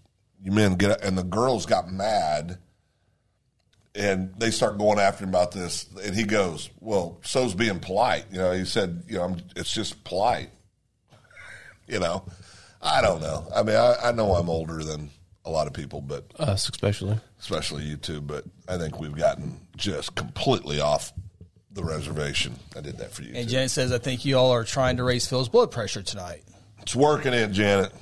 C: you men get up?" And the girls got mad, and they start going after him about this. And he goes, "Well, so's being polite." You know, he said, "You know, I'm, it's just polite." You know, I don't know. I mean, I, I know I'm older than a lot of people, but
D: Us especially.
C: especially you two, but I think we've gotten just completely off the reservation. I did that for you.
B: and
C: too.
B: Janet says, I think you all are trying to raise Phil's blood pressure tonight.
C: It's working, Aunt Janet.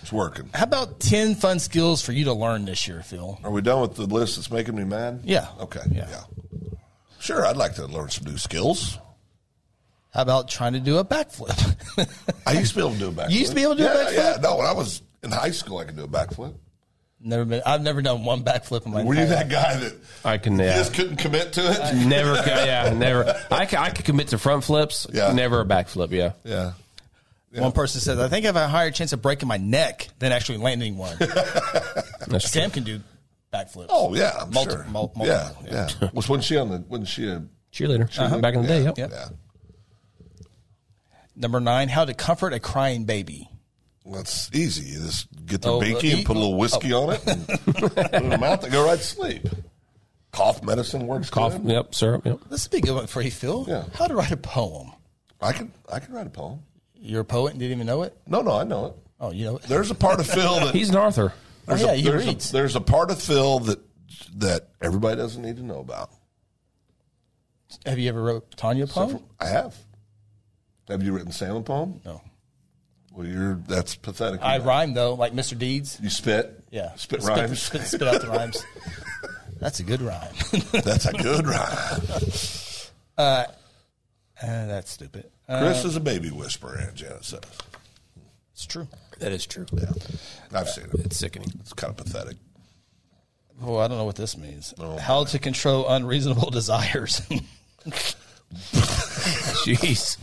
C: It's working.
B: How about 10 fun skills for you to learn this year, Phil?
C: Are we done with the list that's making me mad?
B: Yeah.
C: Okay.
B: Yeah.
C: Yeah. Sure, I'd like to learn some new skills.
B: How about trying to do a backflip?
C: I used to be able to do a backflip.
B: You used to be able to do a
C: Yeah,
B: backflip?
C: Yeah, no, when I was in high school, I could do a backflip.
B: never been. I've never done one backflip in my
C: Were you
B: entire
C: that guy that
D: I can
C: you
D: yeah. Uh,
C: just couldn't commit to it?
D: never. Yeah, never. I can, I could commit to front flips.
C: Yeah.
D: Never a backflip. Yeah.
C: yeah.
B: One person says, I think I have a higher chance of breaking my neck than actually landing one.
D: That's true.
B: Sam can do backflips.
C: Oh yeah, I'm
B: Multi-
C: sure.
B: mul- multiple,
C: yeah, yeah. Was wasn't she on the? Wasn't she a?
D: Cheerleader. Back in the day. Yep.
B: Yep.
C: Yeah.
B: Number nine, how to comfort a crying baby.
C: Well, it's easy. You just get the
B: Oh,
C: binky
B: e-
C: and put a little whiskey on it, and put it in the mouth, and go right to sleep. Cough medicine works.
D: Cough.
C: Good.
D: Yep. Syrup. Yep.
B: This would be a good one for you, Phil.
C: Yeah.
B: How to write a poem.
C: I can I can write a poem.
B: You're a poet and didn't even know it?
C: No, no, I know it.
B: Oh, you know it? Oh,
C: There's a part of Phil that
D: He's an author.
C: there's,
B: yeah,
C: a,
B: he
C: there's,
B: reads.
C: A, there's a part of Phil that that everybody doesn't need to know about.
B: Have you ever wrote Tanya a poem?
C: I have. Have you written Sam a poem?
B: no.
C: Well, you're that's pathetic.
B: I rhyme, though, like Mr. Deeds.
C: you spit.
B: Yeah.
C: spit rhymes.
B: Spit, spit out the rhymes. That's a good rhyme. uh,
C: That's a good rhyme.
B: that's stupid. Uh,
C: Chris is a baby whisperer, Aunt Janet says.
B: it's true.
D: That is true.
C: Yeah, I've seen it.
D: It's sickening.
C: It's kind of pathetic.
B: Oh, I don't know what this means.
C: Oh,
B: how to control unreasonable desires.
D: Jeez.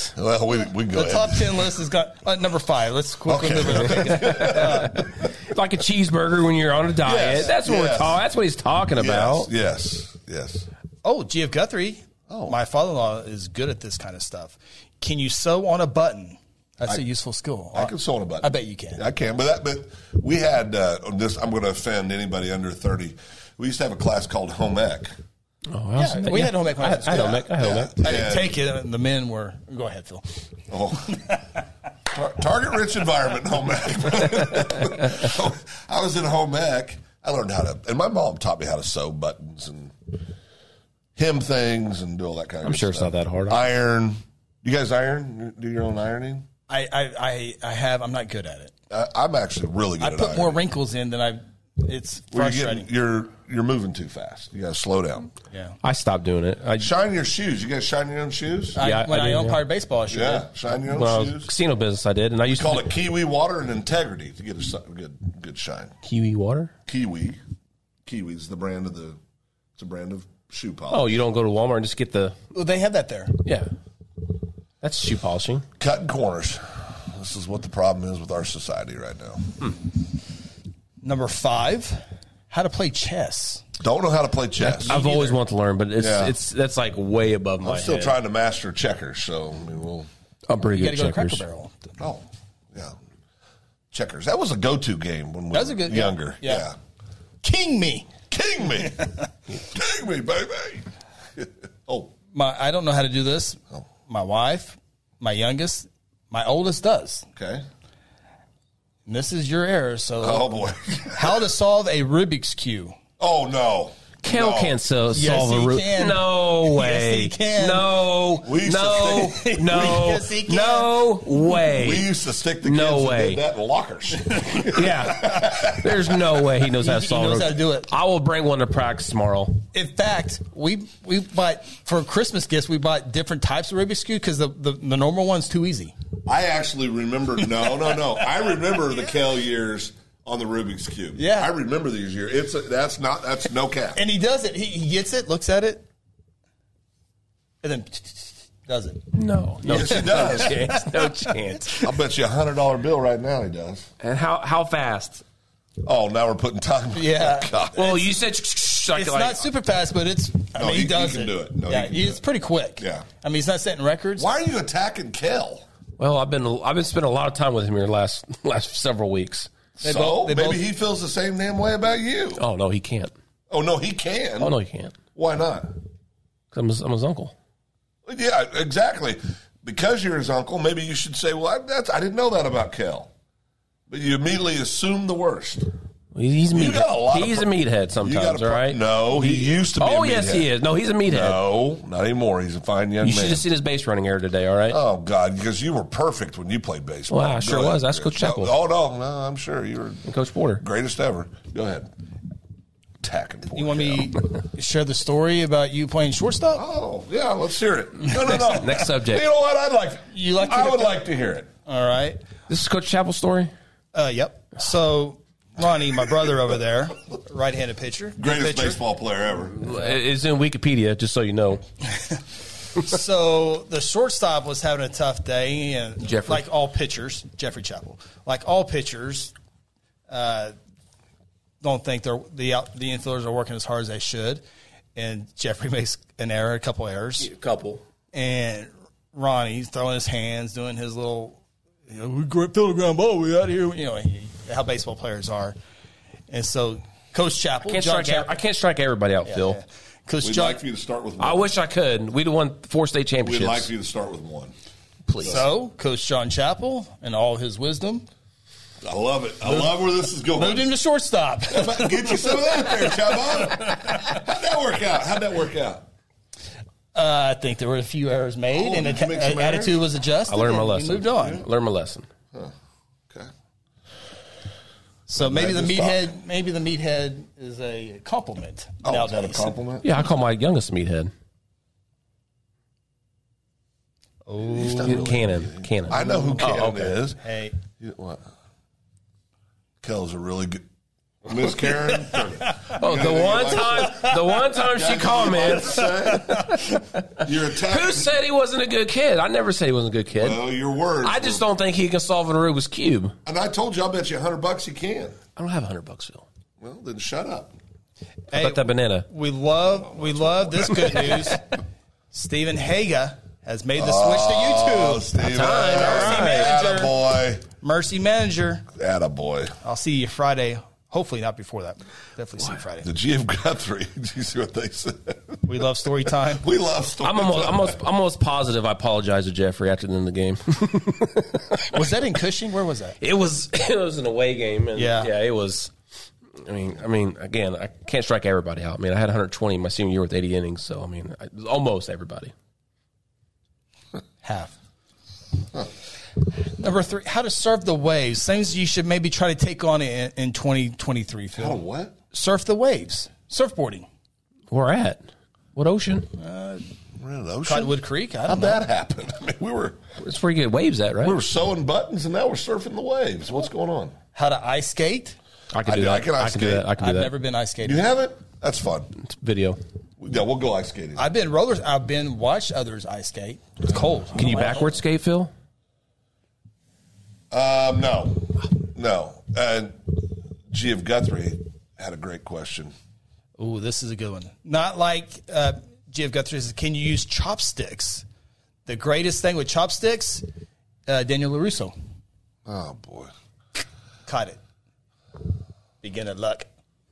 C: Well, we, we can go
B: The
C: ahead.
B: top ten list has got uh, number five. Let's quickly
C: Okay.
B: move it.
D: like a cheeseburger when you're on a diet.
C: Yes,
D: that's what we're
C: yes.
D: talking. That's what he's talking about.
C: Yes, yes, yes.
B: Oh, G.F. Guthrie.
C: Oh.
B: My father in law is good at this kind of stuff. Can you sew on a button? That's a useful skill.
C: I can sew on a button.
B: I bet you can.
C: I can, but that, but we had uh, this. I'm going to offend anybody under thirty. We used to have a class called home ec.
D: Oh, I was-
B: Yeah, we had home ec when I
D: I,
B: was
D: I
B: in
D: had home ec. I had home ec.
B: I didn't
C: And-
B: take it. and The men were. Go ahead, Phil.
C: Oh. Tar- Target rich environment, home ec. So, I was in home ec. I learned how to, and my mom taught me how to sew buttons and hem things and do all that kind of.
D: I'm
C: good
D: sure it's
C: stuff.
D: not that hard.
C: Iron. You guys iron? Do your own ironing?
B: I, I, I, I have. I'm not good at it.
C: I, I'm actually really good
B: I
C: at
B: put
C: ironing.
B: more wrinkles in than I. It's
C: Well, you're,
B: frustrating.
C: getting- you're you're moving too fast. You got to slow down.
B: yeah.
D: I stopped doing it. I,
C: Shine your shoes. You guys shine your own shoes.
D: Yeah,
B: I, when
D: I
B: I,
D: do,
B: umpired
D: yeah.
B: baseball, I sure
C: yeah,
B: did.
C: shine your own
D: well,
C: shoes.
D: casino business I did, and I used
C: Call
D: to
C: it kiwi water and integrity to get a si- good good shine.
D: Kiwi water.
C: Kiwi, kiwi's the brand of the. It's a brand of shoe polish.
D: Oh, you don't go to Walmart and just get the
B: Well, they have that there.
D: yeah. That's shoe polishing.
C: cutting corners. This is what the problem is with our society right now.
B: Number five, how to play chess.
C: Don't know how to play chess. I'm
D: I've always wanted to learn, but it's
C: Yeah.
D: it's that's like way above my.
C: still
D: head.
C: trying to master checkers, so I mean, we'll.
D: I'm pretty
B: You got to
D: good
B: go to
D: at
B: Cracker
D: checkers.
B: Barrel.
C: Oh, yeah. Checkers. That was a go-to game when we
B: That was
C: were
B: a good- yeah.
C: younger.
B: Yeah.
C: yeah.
B: King me.
C: King me. King me, baby. oh,
B: My, I don't know how to do this. My wife, my youngest, my oldest does.
C: okay.
B: And this is your error. So,
C: Oh, boy.
B: how to solve a Rubik's cube?
C: Oh, no.
D: Kel
C: No.
D: can't so,
B: Yes,
D: solve
B: he
D: a root.
B: can.
D: No
B: Yes,
D: way.
B: he can.
D: No.
C: We used to
D: no.
C: think-
D: no.
B: Yes, he can.
D: No way.
C: We used to stick the kids
D: No
C: that
D: way.
C: did that in lockers.
D: yeah. There's no way he knows how to
B: He- he
D: solve a
B: knows
D: root.
B: how to do it.
D: I will bring one to practice tomorrow.
B: In fact, we we bought for Christmas gifts. We bought different types of Rubik's cube because the, the the normal one's too easy.
C: I actually remember. No, no, no. I remember the Kale years on the Rubik's Cube.
B: Yeah.
C: I remember these years. It's a, that's not that's no cap.
B: And he does it. He, he gets it, looks at it, and then does it.
D: No. No,
C: Yes, he does.
D: no chance. No chance.
C: I'll bet you a hundred dollar bill right now he does.
D: And how how fast?
C: Oh, now we're putting time.
B: Yeah.
C: God.
D: Well, you said sh- sh- sh- like,
B: It's
D: like-
B: not super fast, but it's. I
C: No,
B: mean,
C: he-
B: he,
C: he
B: does
C: can
B: it.
C: do it. No, he
B: yeah,
C: can
B: he-
C: do
B: it's
C: it.
B: pretty quick.
C: Yeah.
B: I mean, he's not setting records.
C: Why are you attacking Kale?
D: Well, I've been I've been spending a lot of time with him here the last last several weeks.
C: so
B: both- they
C: maybe
B: both-
C: he feels the same damn way about you.
D: Oh no, he can't.
C: Oh no, he can.
D: Oh no, he can't.
C: Why not?
D: 'Cause I'm his, I'm his uncle.
C: Yeah, exactly. Because you're his uncle, maybe you should say, "Well, I, that's I didn't know that about Kel," but you immediately assume the worst.
D: He's, he's
C: You
D: meat.
C: got a lot of
D: He's
C: pro-
D: a meathead
C: You
D: sometimes,
C: gotta
D: all
C: pro-
D: right?
C: No, he used to be.
D: Oh
C: a
D: yes,
C: meathead.
D: he is. No, he's a meathead.
C: No, not anymore. He's a fine young
D: you
C: man.
D: should have seen his base running error today. All right.
C: oh God, because you were perfect when you played baseball.
D: Well, I sure
C: Go ahead.
D: was. That's Coach Chappell.
C: Oh no, no, I'm sure you were
D: Coach Porter.
C: greatest ever. Go ahead, attacking.
B: You want me to share the story about you playing shortstop?
C: Oh yeah, let's hear it. No, no, no.
D: next subject.
C: You know what? I'd like.
B: You like to-
C: I would like to hear it.
B: All right.
D: This is Coach Chapel's story.
B: Uh, yep. So, Ronnie, my brother over there, right-handed pitcher, good
C: Greatest
B: pitcher.
C: baseball player ever.
D: It's in Wikipedia, just so you know.
B: So the shortstop was having a tough day, and
D: Jeffrey.
B: like all pitchers, Jeffrey Chapel, like all pitchers, uh, don't think they're the out, the infielders are working as hard as they should, and Jeffrey makes an error, a couple errors,
D: couple.
B: and Ronnie's throwing his hands, doing his little, you know, we grip field ground ball, we out here, you know, he- how baseball players are, and so Coach Chapel,
D: Can't
B: John
D: strike. ev-
B: Chapel,
D: I can't strike everybody out, Phil.
B: yeah. Coach
C: We'd
B: John,
C: like for you to start with. One.
D: I wish I could. We'd have won four state
C: We'd
D: championships.
C: like for you to start with one.
D: Please.
B: so Coach John Chapel, and all his wisdom.
C: I love it. I love where this is
B: Moved
C: going.
B: him to shortstop. Uh,
C: Get you some of that there, Chabon. How'd that work out? How'd that work out?
B: Uh, I think there were a few errors made,
C: Oh,
B: and
C: did you make
B: the
C: some
B: attitude
C: errors?
B: was adjusted.
D: I learned my
B: and we
D: lesson.
B: Moved on.
D: Learned my lesson.
C: Okay.
B: So maybe the
C: Glad to stop.
B: meathead, maybe the meathead is a compliment
C: Oh, is that a
B: nowadays.
C: compliment?
D: Yeah, I call my youngest meathead.
C: He's not really-
D: Cannon. Cannon. Oh,
C: I know who Kel
D: okay.
C: is.
B: Hey,
C: You- What? Kel's a really good. Miss Karen.
D: Oh, the one time, the one time she comments,
C: You're attacking.
D: who said he wasn't a good kid? I never said he wasn't a good kid.
C: Well, your words.
D: I just
C: were-
D: don't think he can solve a Rubik's cube.
C: And I told you, I'll bet you a hundred bucks you can.
D: I don't have a hundred bucks, Phil.
C: Well, then shut up.
D: How
B: Hey,
D: about that banana?
B: we love we love this good news. Stephen Haga has made the switch
C: Oh,
B: to YouTube.
C: Steven.
B: Mercy manager.
C: Attaboy.
B: Mercy manager.
C: Attaboy.
B: I'll see you Friday. Hopefully not before that. Definitely see you Friday.
C: The GM Guthrie. Did you see what they said?
B: We love story time.
C: We love stories.
D: I'm almost, I'm almost, I'm almost positive. I apologized to Jeffrey after the end of the game.
B: Was that in Cushing? Where was that?
D: it was, it was an away game, and
B: Yeah.
D: yeah, it was. I mean, I mean, again, I can't strike everybody out. I mean, I had 120 my senior year with 80 innings, so I mean, I, almost everybody.
B: Half. Number three, how to surf the waves. Things you should maybe try to take on in, in 2023,
C: Oh,
B: Phil.
C: what?
B: Surf the waves. Surfboarding.
D: We're at what ocean?
C: We're in an ocean.
B: Cottonwood Creek. I
C: How'd
B: don't know.
C: that happen? I mean, we were
D: It's where you get waves at, right?
C: we were sewing buttons, and now we're surfing the waves. What's going on?
B: How to ice skate.
D: I can
C: I
D: do
C: do-
D: that.
C: I can ice
D: do
C: skate.
D: that. I can do
B: I've
D: that.
B: never been ice skating.
C: You have it? That's fun.
D: It's video.
C: Yeah, we'll go ice skating.
B: I've been rollers. I've been watched others ice skate. It's cold.
D: Can you backward skate, Phil?
C: Um, no, no. And G of Guthrie had a great question.
B: Ooh, this is a good one. Not like uh, Jeff Guthrie says, can you use chopsticks? The greatest thing with chopsticks, uh, Daniel LaRusso
C: Oh boy,
B: caught it. Beginner luck.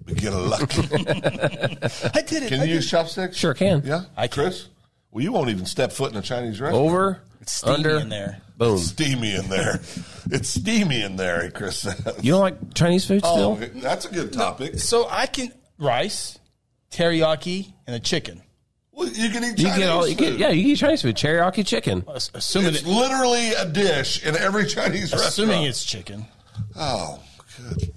C: beginner luck.
B: I did it. I
C: Can
B: did
C: you use chopsticks?
D: Sure can.
C: Yeah,
B: I can.
C: Chris. Well, you won't even step foot in a Chinese restaurant.
D: Over,
B: It's steamy
D: under,
B: in there.
D: boom.
C: Steamy in there. It's steamy in there, Chris says.
D: You don't like Chinese food
C: Oh,
D: still?
C: that's a good topic.
B: it. So I can rice, teriyaki, and a chicken.
C: Well, you can eat Chinese
D: You get all. You
C: food.
D: get, yeah, you get Chinese food. Teriyaki chicken.
B: Ass- Assuming
C: It's
B: it,
C: literally a dish in every Chinese
B: assuming
C: restaurant.
B: it's chicken.
C: oh, good.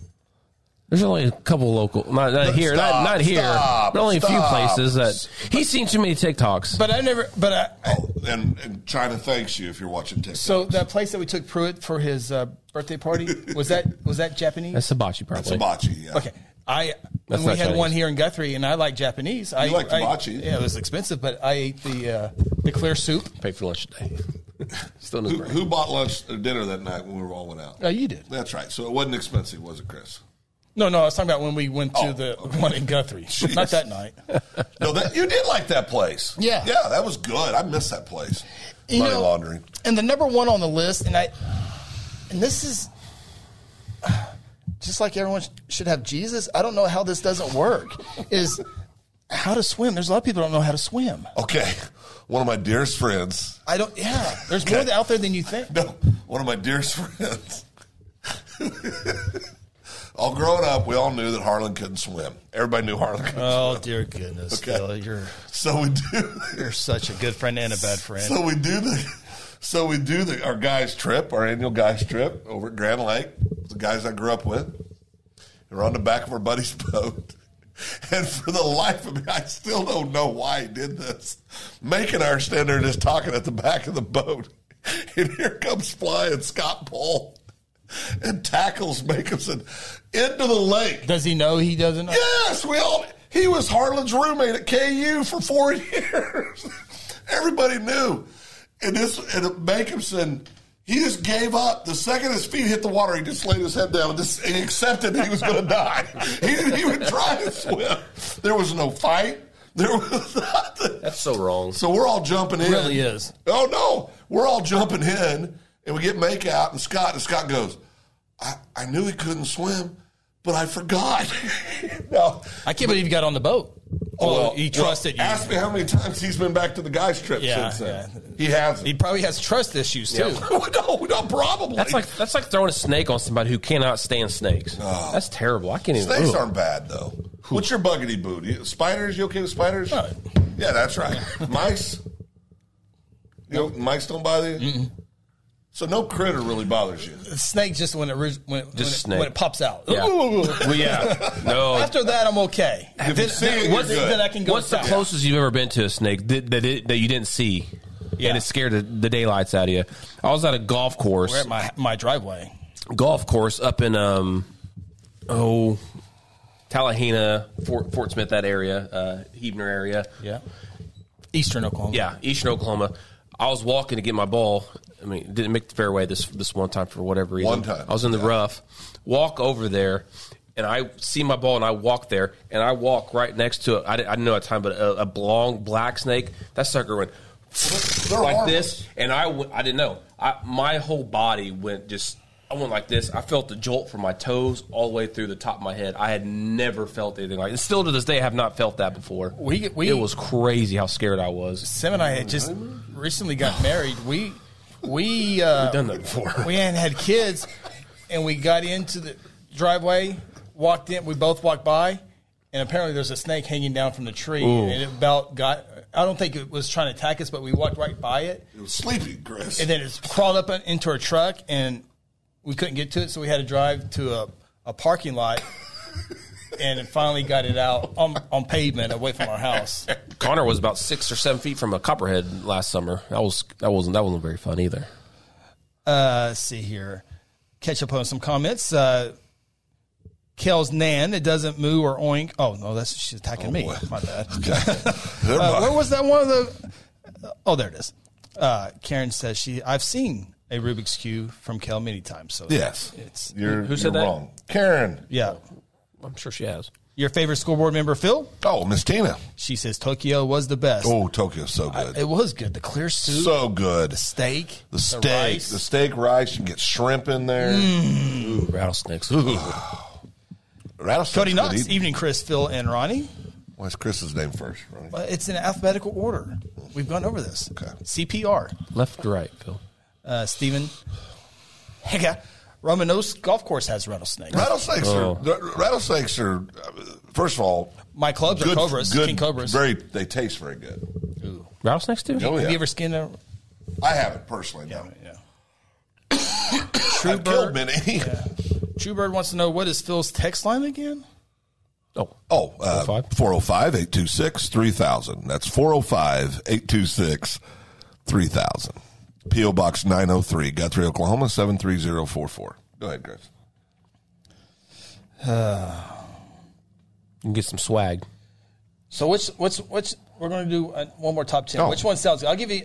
D: There's only a couple local, not, not here,
C: stop,
D: not not here,
C: stop,
D: but only a few
C: stop.
D: places that he's seen too many TikToks.
B: But I never. But I,
C: Oh, and, and China thanks you if you're watching TikTok.
B: So that place that we took Pruitt for his uh, birthday party was that was that Japanese?
D: that's hibachi, probably.
C: Hibachi, yeah.
B: Okay, I when
D: That's
B: we
D: not
B: had one
D: Chinese.
B: here in Guthrie, and I like Japanese. I
C: You like
B: I-
C: hibachi.
B: yeah, it was expensive, but I ate the uh, the clear soup.
D: Paid for lunch today. still in his
C: Who,
D: brain.
C: who bought lunch or dinner that night when we were all went out?
B: Oh, you did?
C: That's right. So it wasn't expensive, was it, Chris?
B: No, no, I was talking about when we went to
C: Oh,
B: the one in Guthrie. Not that night.
C: No, that you did like that place.
B: Yeah.
C: yeah, that was good. I miss that place.
B: You
C: Money
B: know-
C: laundering.
B: And the number one on the list, and I, and this is just like everyone sh- should have Jesus. I don't know how this doesn't work. Is how to swim. There's a lot of people who don't know how to swim.
C: Okay, one of my dearest friends
B: I don't. Yeah, there's more out there than you think.
C: No, one of my dearest friends. all growing up, we all knew that Harlan couldn't swim. Everybody knew Harlan couldn't
B: Oh dear goodness,
C: Okay.
B: Phil, you're
C: So we do
B: you're such a good friend and a bad friend.
C: so we do the so we do the our guys trip, our annual guys trip over at Grand Lake, the guys I grew up with. And we're on the back of our buddy's boat. And for the life of me, I still don't know why he did this. Making our stand there and just talking at the back of the boat. And here comes flying Scott Paul and tackles Makeson into the lake.
B: Does he know he doesn't? Know?
C: Yes, we all. He was Harlan's roommate at KU for four years. Everybody knew, and this and Bankimson, he just gave up. The second his feet hit the water, he just laid his head down and, just, and accepted that he was going to die. He didn't even try to swim. There was no fight. There was nothing.
D: That's so wrong.
C: So we're all jumping in.
B: Really is.
C: Oh no, we're all jumping in, and we get make out, and Scott and Scott goes, I, I knew he couldn't swim, but I forgot. no.
B: I can't believe you got on the boat. Oh, he trusted
C: well, Ask
B: you.
C: me how many times he's been back to the guys' trip
B: Yeah,
C: since then. He hasn't.
B: He probably has trust issues too.
C: no, no, probably.
D: That's like that's like throwing a snake on somebody who cannot stand snakes. That's terrible. I can't even.
C: snakes
D: ugh.
C: aren't bad though. What's your buggity boot? You- Spiders? You okay with spiders?
B: No.
C: Yeah, that's right. mice. You know, mice don't bother you. So no critter really bothers you.
B: The snake just when it ri- when it,
D: Just
B: when, it,
D: snake.
B: when it pops out.
D: Yeah.
B: Ooh.
D: Well, yeah. No.
B: After that, I'm okay. Then,
C: you see it,
B: then,
C: you're
B: what's-
C: good.
B: then I can go.
D: What's the
B: south.
D: closest you've ever been to a snake that that, it, that you didn't see,
B: Yeah.
D: and it scared the, the daylights out of you? I was at a golf course,
B: We're at my my driveway.
D: golf course up in um, oh, Tallahena, Fort, Fort Smith, that area, uh, Hebner area.
B: Yeah. Eastern Oklahoma.
D: Yeah, Eastern Oklahoma. I was walking to get my ball. I mean, didn't make the fairway this this one time for whatever reason.
C: One time.
D: I was in the rough. Walk over there, and I see my ball, and I walk there, and I walk right next to it. I didn't, I didn't know at the time, but a, a long black snake. That sucker went like this, and I went, I didn't know. I my whole body went just. I went like this. I felt the jolt from my toes all the way through the top of my head. I had never felt anything like. And still to this day, I have not felt that before.
B: We- we-
D: it was crazy how scared I was.
B: Sam and I had just recently got married. We we uh,
D: done that before.
B: we hadn't had kids, and we got into the driveway, walked in. We both walked by, and apparently there's a snake hanging down from the tree, and it about got. I don't think it was trying to attack us, but we walked right by it,
C: It was sleepy, Chris.
B: and then it's crawled up in- into our truck, and we couldn't get to it, so we had to drive to a, a parking lot. And finally got it out on, on pavement away from our house.
D: Connor was about six or seven feet from a copperhead last summer. That was that wasn't that wasn't very fun either.
B: let's see here. Catch up on some comments. Uh, Kels Nan, it doesn't moo or oink. Oh no, that's she's attacking me. My bad.
C: Never
B: Uh,
C: mind.
B: where was that one of the? Oh, there it is. Uh, Karen says she. I've seen a Rubik's cube from Kel many times. So
C: yes.
B: it's
C: You're,
D: Who said
C: you're
D: that?
C: wrong. Karen.
B: yeah.
D: I'm sure she has.
B: Your favorite school board member, Phil?
C: Oh, Miss Tina.
B: She says Tokyo was the best.
C: Oh, Tokyo's so good.
B: It was good. The clear soup,
C: so good.
B: steak,
C: The steak,
B: rice. Mm.
C: the, steak rice. You can get shrimp in there.
D: Ooh, rattlesnakes.
C: Rattlesnake's
B: Cody
C: good
B: Knox,
C: eating.
B: evening, Chris, Phil, and Ronnie.
C: What's Chris's name first? Ronnie?
B: Uh, It's in alphabetical order. We've gone over this.
C: Okay.
B: CPR.
D: Left to right, Phil.
B: uh, Stephen Hega. Romanos Golf Course has rattlesnakes.
C: Rattlesnakes are they're- rattlesnakes are. uh, First of all,
B: My clubs are
C: good,
B: cobras,
C: good,
B: king cobras.
C: Very, they taste very good.
D: Rattlesnakes too.
C: Oh,
B: Have
C: yeah.
B: you ever skinned a?
C: I haven't personally.
B: Yeah,
C: no.
B: yeah.
C: I've killed many.
B: Truebird wants to know what is Phil's text line again.
D: Oh,
C: Oh, uh,
D: 405?
C: 405 826 3000. That's 405 826 3000. P.O. Box 903, Guthrie, Oklahoma 73044. Go ahead, Chris.
D: you can get some swag.
B: So which what's what's we're going to do uh, one more top ten.
C: Oh.
B: Which one sounds good? I'll give you.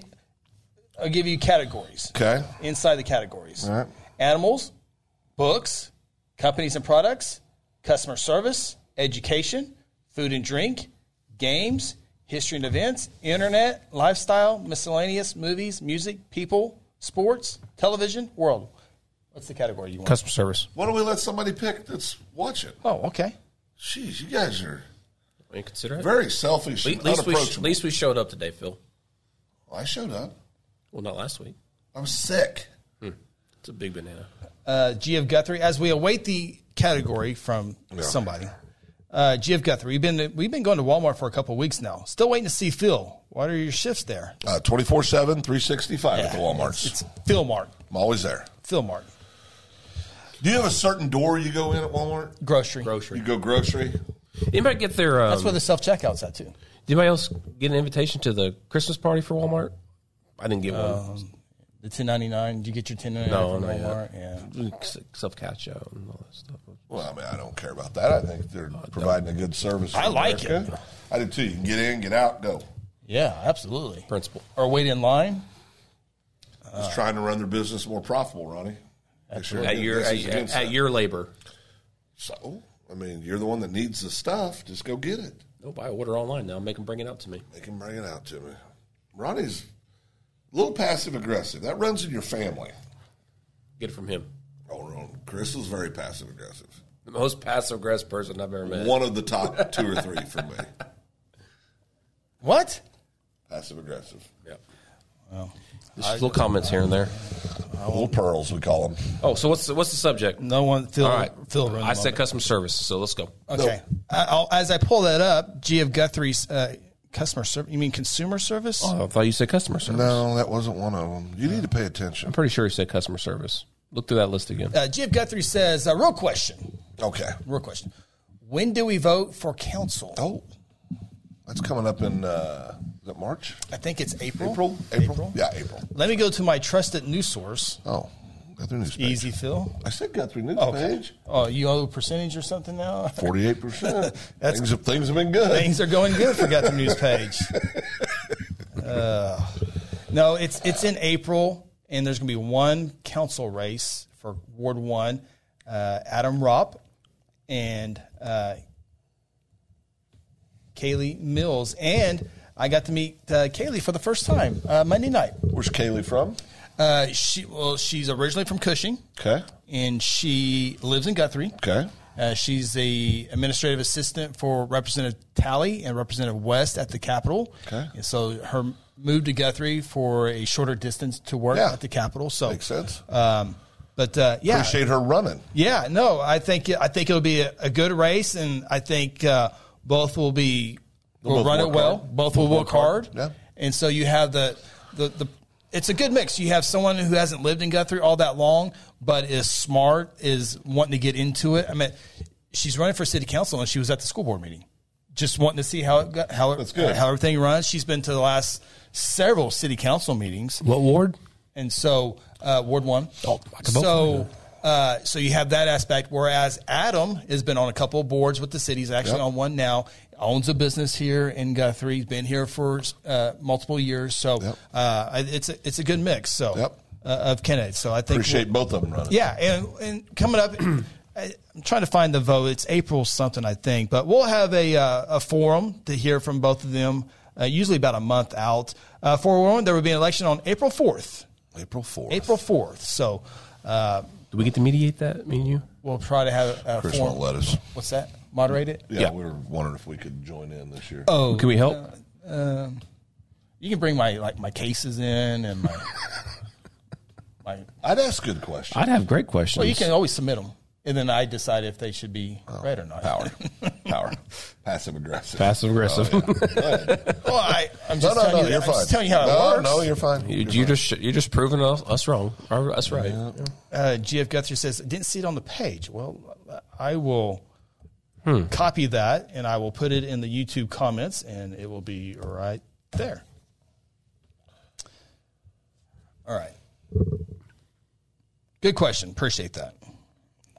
B: I'll give you categories.
C: Okay.
B: Inside the categories.
C: All right.
B: Animals, books, companies and products, customer service, education, food and drink, games, history and events, internet, lifestyle, miscellaneous, movies, music, people, sports, television, world. What's the category you want?
D: Customer service.
C: Why don't we let somebody pick that's watching?
B: oh, okay.
C: Jeez, you guys are
D: You consider it.
C: very selfish, and
D: At least, we,
C: unapproachable.
D: at least we showed up today, Phil.
C: I showed up.
D: Well, not last week.
C: I'm sick.
D: It's a big banana.
B: uh, G of Guthrie as we await the category from somebody. Uh, G of Guthrie, we've been we've been going to Walmart for a couple of weeks now. Still waiting to see Phil. What are your shifts there?
C: 24 7, 365 at the Walmarts.
B: It's Phil Mart.
C: I'm always there.
B: Phil Mart.
C: Do you have a certain door you go in at Walmart?
B: Grocery.
C: You
D: Grocery.
C: go grocery?
D: Anybody get their? Um,
B: That's where the self checkout's at too.
D: did anybody else get an invitation to the Christmas party for Walmart? I didn't get one.
B: The ten ninety nine. Did you get your ten ninety nine
D: No,
B: from
D: not yet.
B: Walmart? Yeah.
D: Um, Self catch out and all that stuff.
C: Well, I mean, I don't care about that. I think they're
D: Oh,
C: providing a good service. for
B: I like it.
C: America. I do too. You can get in, get out, go.
B: Yeah, absolutely.
D: Principal.
B: Or wait in line.
C: Just trying to run their business more profitable, Ronnie. They sure
D: Uh. At
C: did.
D: your
C: This
D: at,
C: is against
D: at
C: that.
D: your labor.
C: So, I mean, you're the one that needs the stuff. Just go get it.
D: Nope, I order online now. Make them bring it out to me.
C: They can bring it out to me. Ronnie's a little passive aggressive. That runs in your family.
D: Get it from him.
C: Oh, no. Chris is very passive aggressive.
D: The most passive aggressive person I've ever met.
C: One of the top two or three for me.
B: What?
C: Passive aggressive.
D: Yep. Just little comments here and there.
C: Little pearls, we call them.
D: Oh, so what's the, what's the subject?
B: No one. Phil.
D: All right,
B: Phil. ruined
D: I
B: the
D: said customer service, so let's go.
B: Okay. I- I'll, as I pull that up, G of Guthrie's uh, customer service. You mean consumer service?
D: Oh, I thought you said customer service.
C: No, that wasn't one of them. You need to pay attention.
D: I'm pretty sure you said customer service. Look through that list again.
B: Uh, G of Guthrie says, uh, real question.
C: Okay.
B: Real question. When do we vote for council?
C: Oh, that's coming up in uh, is it March?
B: I think it's April.
C: April? April? Yeah, April.
B: Let me go to my trusted news source.
C: Oh, Guthrie News page.
B: Easy, Phil.
C: I said Guthrie News page.
B: Oh, you owe percentage or something now?
C: Forty-eight percent.
B: That's-
C: Things have things have been good.
B: Things are going good for Guthrie News page. Uh, no, it's it's in April, and there's going to be one council race for Ward One. Uh, Adam Ropp and uh, Kaylee Mills, and I got to meet uh, Kaylee for the first time uh, Monday night.
C: Where's Kaylee from?
B: Uh, she well, she's originally from Cushing,
C: Okay.
B: and she lives in Guthrie.
C: Okay.
B: Uh, she's the administrative assistant for Representative Talley and Representative West at the Capitol.
C: Okay.
B: And so her move to Guthrie for a shorter distance to work
C: Yeah.
B: at the Capitol. So
C: Makes sense.
B: Um, but uh, yeah,
C: Appreciate her running.
B: yeah, no, I think I think it'll be a, a good race, and I think uh, both will be will
C: both
B: run it
C: work
B: well.
C: hard.
B: Both will work hard.
C: Yeah.
B: And so you have the, the the it's a good mix. You have someone who hasn't lived in Guthrie all that long, but is smart, is wanting to get into it. I mean, she's running for city council, and she was at the school board meeting, just wanting to see how it got, how
C: That's good.
B: how everything runs. She's been to the last several city council meetings
D: What ward?
B: and so uh, Ward One.
D: Oh, I can vote for
B: so. Uh, so you have that aspect, whereas Adam has been on a couple of boards with the city. He's actually
C: Yep.
B: on one now. Owns a business here in Guthrie. He's been here for uh, multiple years, so
C: Yep.
B: uh, I- it's a, it's a good mix. So
C: Yep.
B: uh, of candidates. So I think
C: Appreciate both of them running.
B: yeah, and, and coming up, I- I'm trying to find the vote. It's April something, I think, but we'll have a uh, a forum to hear from both of them. Uh, usually about a month out. Uh, for one, there will be an election on April 4th.
C: April fourth.
B: April 4th. So uh,
D: Do we get to mediate that? Me and you?
B: we'll try to have a
C: Chris
B: forum.
C: won't let us.
B: What's that? Moderate it?
C: Yeah,
D: Yeah.
C: we were wondering if we could join in this year.
B: Oh,
D: Can we help?
B: um, you can bring my like my cases in and my my.
C: I'd ask good questions.
D: I'd have great questions.
B: Well, you can always submit them, and then I decide if they should be
C: Oh.
B: read or not.
C: power, power, passive aggressive.
D: Passive aggressive.
B: Oh,
C: Go ahead.
B: Well, I, I'm
C: No,
B: just
C: no,
B: telling
C: no.
B: you.
C: You're
B: I'm
C: fine.
B: just telling you how
C: no,
B: it works.
C: No, you're fine.
D: you, you just you're just proving us, us wrong or us right.
B: uh, GF Guthrie says, didn't see it on the page. Well, uh, I will
D: Hmm.
B: copy that and I will put it in the YouTube comments and it will be right there. All right. Good question. Appreciate that.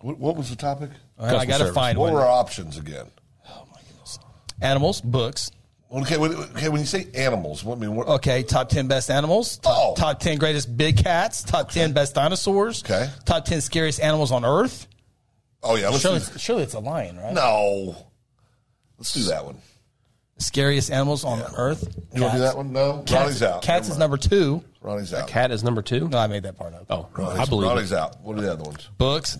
C: What, what was the topic?
B: All right, I
D: Customer
B: got to
D: service.
B: find one.
C: What
B: Oh,
C: were our options again?
B: Animals, books.
C: Okay, when, okay. When you say animals, what I mean?
D: Oh,
C: What,
B: Okay, top 10 best animals. Top,
C: Oh.
B: top 10 greatest big cats. Top 10 best dinosaurs.
C: Okay.
B: Top 10 scariest animals on earth.
C: oh yeah, let's
B: Surely,
C: do,
B: it's- surely it's a lion, right?
C: no. Let's do that one.
B: Scariest animals on earth.
C: You want to do
B: Cats.
C: that one? No,
B: Cats-
C: Ronnie's out.
B: Cats
C: Never
B: is
C: mind.
B: number two.
C: Ronnie's out.
D: Cat is number two.
B: No, I made that part up.
D: Oh,
C: Ronnie's,
D: I believe it.
C: Ronnie's out. What are the other ones?
B: Books.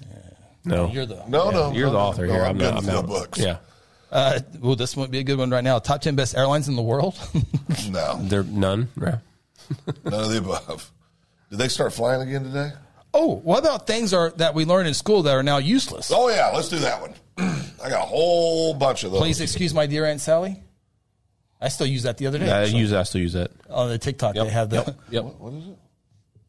D: No,
B: You're the.
C: No, no.
D: You're
C: no,
D: the
C: no,
D: author
C: no,
D: here.
C: I'm,
D: I'm,
C: good
D: not.
C: with
D: I'm
C: no
D: out.
C: books.
D: Yeah,
B: Uh, well, this might be a good one right now. Top 10 best airlines in the world.
C: No,
D: there none. Right.
C: none of the above. Did they start flying again today?
B: oh, what about things are that we learned in school that are now useless?
C: Oh yeah, let's do that one. I got a whole bunch of those.
B: Please excuse my dear Aunt Sally. I still use that the other day.
D: I
B: actually.
D: use. I still use that.
B: on the TikTok, they have the.
D: Yep.
C: What is it?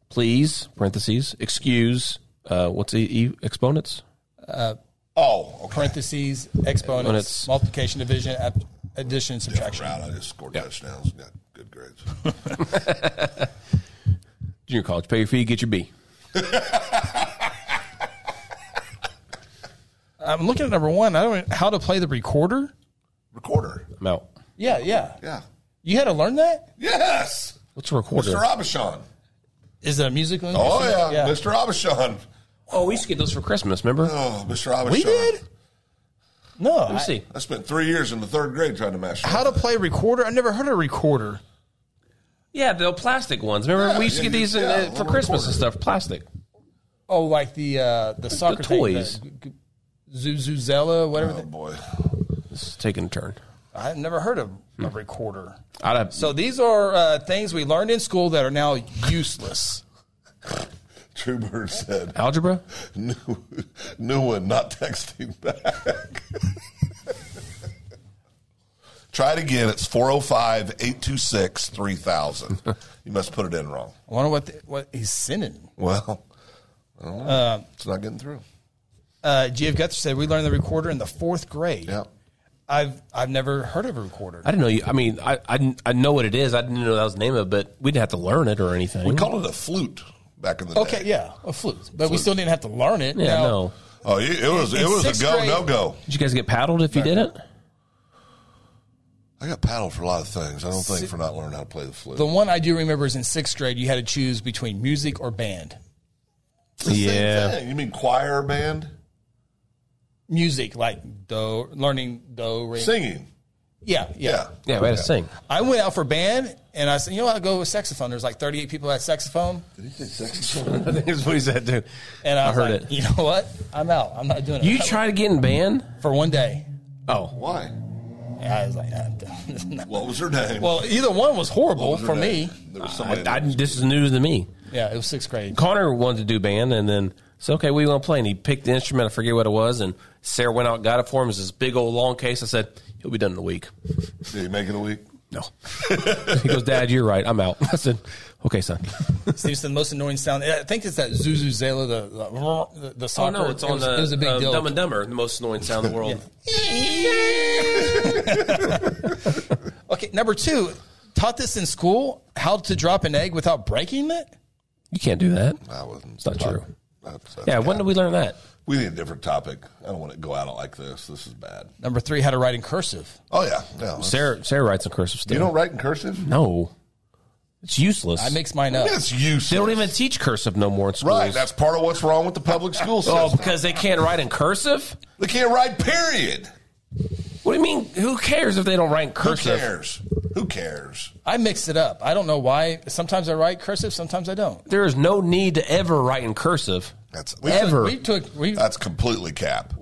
D: Please parentheses excuse. Uh, what's e, e exponents?
C: Oh, okay.
B: Parentheses,
D: When
B: exponents,
D: it's-
B: multiplication, division, ab- addition, subtraction.
C: Route. I just scored touchdowns. Got good grades.
D: Junior college. Pay your fee. Get your B.
B: I'm looking at number one. I don't know how to play the recorder.
C: Recorder.
D: I'm out.
B: Yeah, yeah.
C: Yeah.
B: You had to learn that?
C: Yes.
D: What's a recorder?
C: Mr. Abishon.
B: Is it a musical?
C: Oh yeah.
B: instrument?
C: Mr. Abishon.
D: Oh, we used to get those for Christmas. Remember?
C: Oh, Mr. Abishon.
B: We did? No.
D: Let me
B: I-
D: see.
C: I spent three years in the third grade trying to master.
B: How to play recorder? I never heard of recorder.
D: Yeah, the plastic ones. Remember,
C: Yeah,
D: we used to
C: yeah,
D: get these
C: yeah,
D: in,
C: a
D: uh,
C: little
D: for Christmas
C: recorder.
D: and stuff. Plastic.
B: Oh, like the uh, the soccer thing,
D: toys.
B: the g- g- Zuzuzela, whatever.
C: Oh
B: the-
C: boy.
D: This is taking a turn.
B: I've never heard of
D: Hmm.
B: a recorder.
D: I'd have,
B: So these are uh, things we learned in school that are now useless.
C: True Bird said,
D: algebra.
C: "New, new one, not texting back." Try it again. It's 405-826-3000. You must put it in wrong.
B: I wonder what the, what he's sending.
C: Well, I don't know. it's not getting through.
B: Uh, G.F. Guthrie said we learned the recorder in the fourth grade.
C: Yeah.
B: I've I've never heard of a recorder.
D: I didn't know you. I mean, I, I, didn't- I know what it is. I didn't know that was the name of it, but we didn't have to learn it or anything.
C: We called it a flute back in the
B: Okay,
C: day.
B: yeah, a flute, but we still didn't have to learn it.
D: Yeah,
B: Now,
D: no.
C: Oh, it, it was
B: In-
C: it
B: in
C: was
B: sixth
C: a go
B: grade-
C: no go.
D: Did you guys get paddled if you didn't?
C: I got paddled for a lot of things. I don't think for not learning how to play the flute.
B: The one I do remember is in sixth grade. You had to choose between music or band.
C: It's the same
D: Yeah.
C: thing. You mean choir band?
B: Music, like do, learning do, re.
C: Singing.
B: Yeah, yeah,
C: Yeah.
D: Yeah, we had to sing.
B: I went out for band, and I said, you know, what? I'll go with saxophone. There's like 38 people at saxophone,
D: I think that's what he said too.
B: and I,
D: I
B: was
D: heard
B: like,
D: it.
B: You know what? I'm out. I'm not doing it
D: You try to get in band?
B: for one day.
D: Oh,
C: Why?
B: And I was like, "Nah, I'm done." No.
C: What was her name?
B: well, either one was horrible
C: What was her
B: for
C: name?
B: me.
C: There was
D: I,
C: somebody.
D: I, this is news to me.
B: Yeah, it was sixth grade.
D: Connor wanted to do band, and then said, "Okay, we want to play." And he picked the instrument. I forget what it was. And Sarah went out, got it for him. It was this big old long case. I said, "He'll be done in a week."
C: Did he make it a week?
D: No. he goes, "Dad, you're right. I'm out." I said, "Okay, son."
B: It's the most annoying sound. I think it's that Zuzu Zela, the the, the, the
D: Oh
B: soccer.
D: no, it's
B: It
D: on
B: was-
D: the
B: It was a big
D: uh,
B: deal.
D: Dumb and Dumber, the most annoying sound in the world.
B: Okay, number two, taught this in school how to drop an egg without breaking it.
D: You can't do that.
B: Oh,
C: I wasn't. It's
D: not true.
C: That's, that's
D: Yeah,
C: yeah,
D: when did we learn that?
C: we need a different topic. I don't want to go out like this. This is bad.
B: Number three, how to write in cursive.
C: Oh yeah, yeah.
D: Sarah Sarah writes in cursive still.
C: you don't write in cursive.
D: no, it's useless.
B: I mix mine up.
C: That's useless.
D: they don't even teach cursive no more in schools.
C: Right, that's part of what's wrong with the public school system.
D: oh, because they can't write in cursive.
C: they can't write. Period.
D: What do you mean? Who cares if they don't write in
C: Who
D: cursive?
C: cares? Who cares?
B: I mix it up. I don't know why. Sometimes I write cursive, sometimes I don't.
D: There is no need to ever write in cursive.
C: That's
D: Ever.
B: We took we
C: That's completely cap.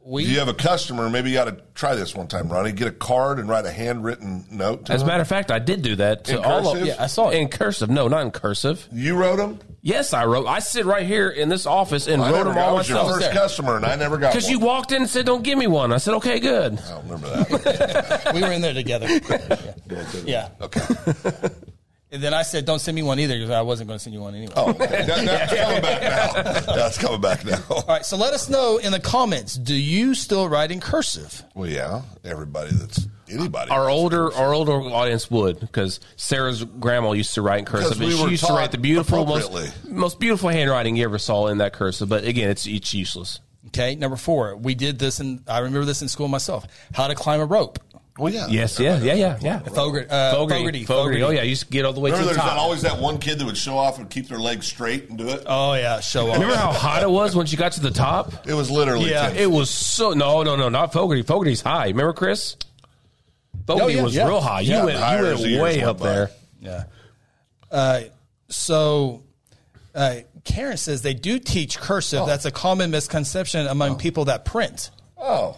B: we
C: If you have a customer, maybe you ought to try this one time, Ronnie. Get a card and write a handwritten note. To
D: As a
C: them.
D: matter of fact, I did do that to
C: Uh-huh. In
D: all of
C: cursive?
D: yeah,
B: I saw it.
D: in cursive. No, not in cursive.
C: you wrote them.
D: Yes, I wrote. I sit right here in this office and
C: I
D: wrote
C: never
D: them
C: got. I
D: all
C: was your
D: myself.
C: first
B: there.
C: customer, and I never got
D: Because
C: one.
D: you walked in and said, "Don't give me one." I said, "Okay, good."
C: I don't remember that.
B: we were in there together. yeah. Yeah.
C: Okay.
B: And then I said, "Don't send me one either," because I wasn't going to send you one anyway.
C: Oh, okay. That- that's coming back now. That's coming back now.
B: All right. So let us know in the comments. Do you still write in cursive?
C: Well, yeah. Everybody that's anybody.
D: Our older, our older audience would because Sarah's grandma used to write in
C: Because
D: cursive,
C: we
D: and she
C: were
D: used to write
C: taught
D: the beautiful, most,
C: appropriately.
D: most beautiful handwriting you ever saw in that cursive. But again, it's it's useless.
B: Okay. Number four. We did this, and I remember this in school myself. How to climb a rope.
C: Well, yeah.
D: Yes, yeah, yeah, yeah, yeah.
B: Fogarty. Uh,
D: Fogarty,
B: Fogarty.
D: Fogarty, Oh yeah, you used to get all the way
C: Remember,
D: to
C: there's
D: the
C: that,
D: top.
C: always that one kid that would show off and keep their legs straight and do it.
D: Uh,
B: Oh yeah. Show off.
D: Remember how hot it was once you got to the top?
C: It was literally.
B: Yeah,
C: ten
D: It was so no, no, no, not Fogarty. Fogarty's high. Remember Chris? Fogarty
B: Oh, yeah,
D: was
B: yeah.
D: real high. You
C: Yeah, higher
D: went,
C: as
D: you
C: the years
D: went way
C: went
D: up
C: by.
D: there.
B: Yeah. Uh, so, uh, Karen says they do teach cursive. That's a common misconception among people that print.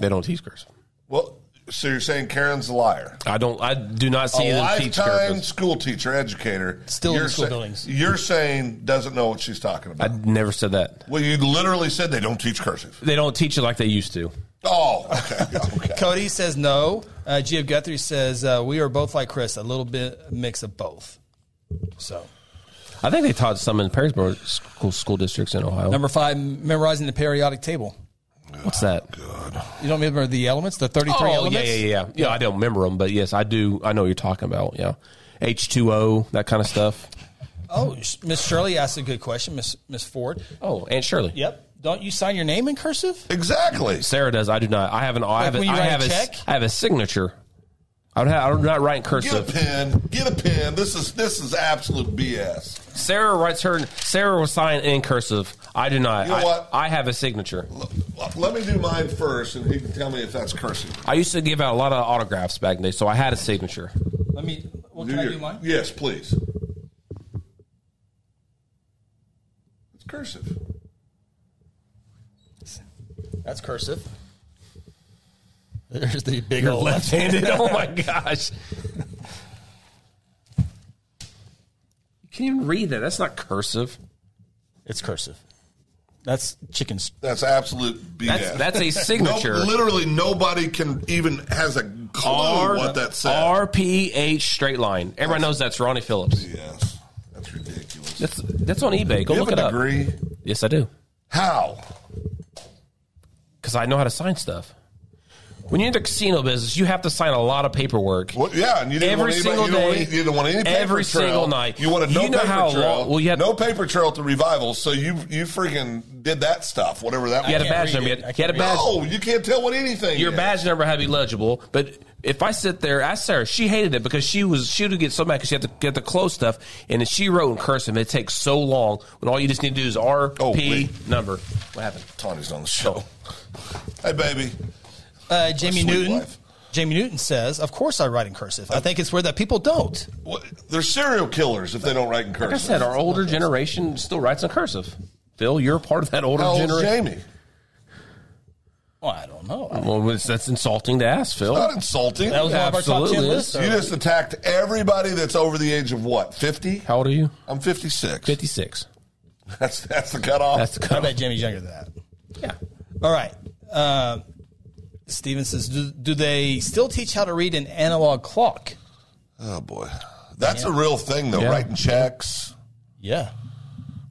D: They don't teach cursive.
C: Oh, Well, so you're saying Karen's a liar?
D: I don't. I do not see
C: a
D: them teach
C: lifetime
D: cursive.
C: school teacher, educator,
B: Still in
C: you're
B: school buildings.
C: You're saying doesn't know what she's talking
D: I
C: about.
D: never said that.
C: well, you literally said they don't teach cursive.
D: They don't teach it like they used to.
C: Oh, okay, okay.
B: Cody says no. Uh, Gio Guthrie says uh, we are both like Chris, a little bit mix of both. So,
D: I think they taught some in Perrysburg school, school districts in Ohio.
B: number five, memorizing the periodic table.
D: What's that?
C: Oh,
B: You don't remember the elements, the 33
D: Oh,
B: elements?
D: yeah, yeah, yeah, yeah. Yeah, I don't remember them, but yes, I do. I know what you're talking about. Yeah, H two O, that kind of stuff.
B: Oh, Sh- Miss Shirley asked a good question, Miss Miss Ford.
D: Oh, Aunt Shirley.
B: Yep. Don't you sign your name in cursive?
C: exactly.
D: Sarah does. I do not. I have an. I have.
B: when
D: A,
B: you
D: I
B: write a
D: have a, s-
B: check?
D: I have a signature. I don't have. I do not write in
C: Get a
D: cursive.
C: pen. Get a pen. This is this is absolute BS.
D: Sarah writes her. Sarah will sign in cursive. I do not.
C: You know
D: I,
C: what?
D: I have a signature.
C: Look, Let me do mine first, and he can tell me if that's cursive.
D: I used to give out a lot of autographs back in the day, so I had a signature.
B: Let me. What can I
C: your-
B: do mine?
C: Yes, please. It's cursive.
B: That's cursive. There's the big
D: You're
B: old
D: left-handed. oh my gosh. You can't even read that. That's not cursive.
B: It's cursive. That's chickens.
C: That's absolute BS.
D: That's that's a
C: No-
D: signature.
C: literally nobody can even has a clue
D: R
C: what that says.
D: R P H straight line. Everyone knows that's Ronnie Phillips.
C: yes, that's ridiculous.
D: That's that's on eBay. Go
C: you
D: look
C: have
D: it
C: a
D: up.
C: degree?
D: Yes, I do.
C: How?
D: Because I know how to sign stuff. When you're in the casino business, you have to sign a lot of paperwork.
C: Well, yeah, and you didn't
D: every
C: want anybody,
D: single
C: you don't
D: day,
C: want, any- you didn't want any paper
D: every
C: trail.
D: single night.
C: You wanted no
D: You know
C: paper
D: how
C: trail.
D: long- well, you had-
C: no paper trail to revival. So you you freaking did that stuff, whatever that
D: You had
C: was.
D: a
B: can't read
D: badge number. You
B: it.
D: had,
B: I
D: you
B: can't
D: had a
B: read
D: badge.
C: no, you can't tell what anything.
D: Your
C: is.
D: badge number had to be legible. But if I sit there, I Sarah, she hated it because she was she would get so mad because she had to get the close stuff, and then she wrote in cursive. It takes so long when all you just need to do is RP
C: Oh, wait.
D: number. What happened?
C: Tawny's on the show. Hey, baby.
B: Uh, Jamie
C: sweet
B: Newton.
C: wife.
B: Jamie Newton says, "Of course, I write in cursive. I think it's weird that people don't."
C: What, they're serial killers if they don't write in cursive.
D: Like I said, our older generation still writes in cursive. Phil, you're part of that older
C: How old is
D: generation.
C: Jamie?
B: Well, I don't know.
D: Well, it's- that's insulting to ask, Phil.
C: Not insulting.
B: that was one of our top ten
D: Absolutely.
B: lists.
C: you just attacked everybody that's over the age of what? Fifty?
D: How old are you?
C: I'm fifty six.
D: 56.
C: That's that's the cutoff.
D: That's the
B: I
D: cutoff.
B: bet Jamie's younger than that.
D: Yeah.
B: All right. Uh, Steven says, do, do they still teach how to read an analog clock?
C: oh boy, that's a real thing though.
D: Yeah.
C: Writing checks,
B: Yeah.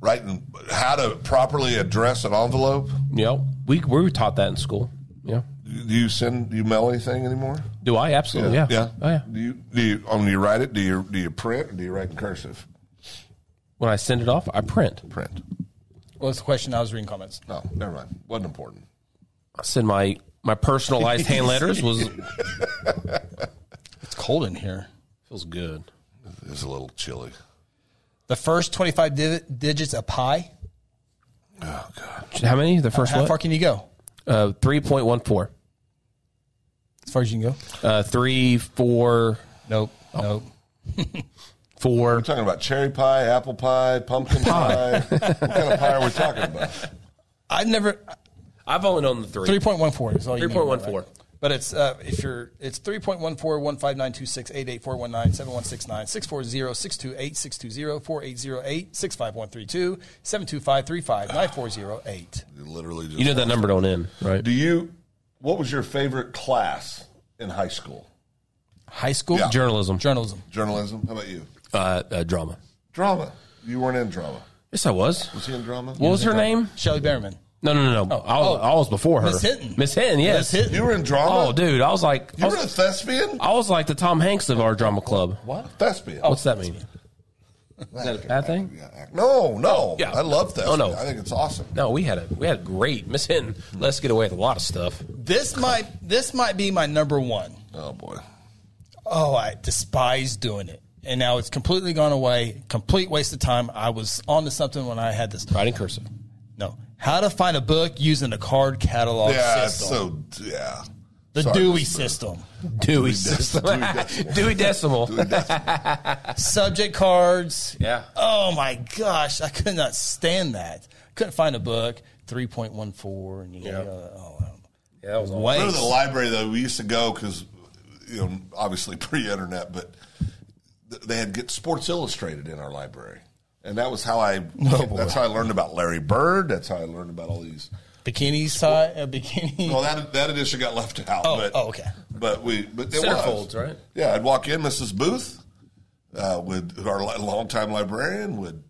C: writing how to properly address an envelope.
D: Yep. We, we were taught that in school. Yeah.
C: Do you send? Do you mail anything anymore?
D: Do I? Absolutely. Yeah.
C: Yeah.
D: Oh, yeah.
C: Do you do you, um, do you write it? Do you do you print? Or do you write in cursive?
D: When I send it off, I print.
C: Print.
B: What was the question? I was reading comments.
C: No, never mind. wasn't important.
D: I send my, my personalized hand letters was
B: It's cold in here.
D: feels good.
C: It's a little chilly.
B: The first 25 div- digits of pi,
D: How many? The first
B: how
D: one?
B: far can you go?
D: Uh, 3.14.
B: As far as you can go? Oh.
D: Uh, 3, 4,
B: Nope. Nope.
D: 4.
C: We're talking about cherry pie, apple pie, pumpkin pie. what kind of pie are we talking about?
B: I've never,
D: I've only known the 3.
B: 3.14 is all you need to know,
D: 3.14.
B: right? But it's uh, if you're it's three point one four one five nine two six eight eight four one nine seven one six nine six four zero six two eight six two zero four eight zero eight six five one three two seven two five three five nine four zero eight.
C: You literally just.
D: You know that number don't end, right?
C: Do you? What was your favorite class in high school?
B: High school
C: Yeah.
D: Journalism.
B: journalism.
C: Journalism. How about you?
D: Uh, uh, drama.
C: Drama. You weren't in drama.
D: Yes, I was.
C: Was he in drama?
D: What was her name?
B: Shelly Behrman.
D: No, no, no, no. I, was,
B: oh.
D: I was before her.
B: Miss Hinton.
D: Miss Hinton,
B: Miss
D: yes.
B: Hinton.
C: You were in drama.
D: Oh, dude, I was like, I
C: You were a
D: was,
C: thespian.
D: I was like the Tom Hanks of our drama club.
C: What? Thespian.
D: What's that mean? Oh, Is that a bad thing?
C: Yeah, act- No, no.
D: Yeah.
C: I love thespian.
D: Oh, no.
C: I think it's awesome.
D: No, we had a we had a great Miss Hinton. Let's get away with a lot of stuff.
B: This might this might be my number one.
C: Oh boy.
B: Oh, I despise doing it. And now it's completely gone away. Complete waste of time. I was onto something when I had this.
D: Writing cursive.
B: No. How to find a book using a card
D: Oh,
B: catalog
C: Yeah. it's
B: system.
C: So yeah.
B: the
C: Sorry,
B: Dewey
C: Mr.
B: system.
D: Dewey system.
C: Dewey decimal.
D: Dewey decimal.
B: Subject cards.
D: Yeah.
B: Oh my gosh, I could not stand that. Couldn't find a book. Three point one four and you
D: Yeah.
B: know, oh, um,
D: Yeah, that was all.
B: waste.
C: Remember the library though? We used to go because, you know, obviously pre-internet, but th- they had get Sports Illustrated in our library, and that was how I.
B: Oh,
C: that's how I learned about Larry Bird. That's how I learned about all these.
B: bikini side, uh, bikini.
C: Well, that that edition got left out.
B: Oh,
C: but,
B: oh, okay.
C: But we but it
D: Centerfolds,
C: was.
D: right?
C: Yeah, I'd walk in, Mrs. Booth, uh, would who our li- longtime librarian would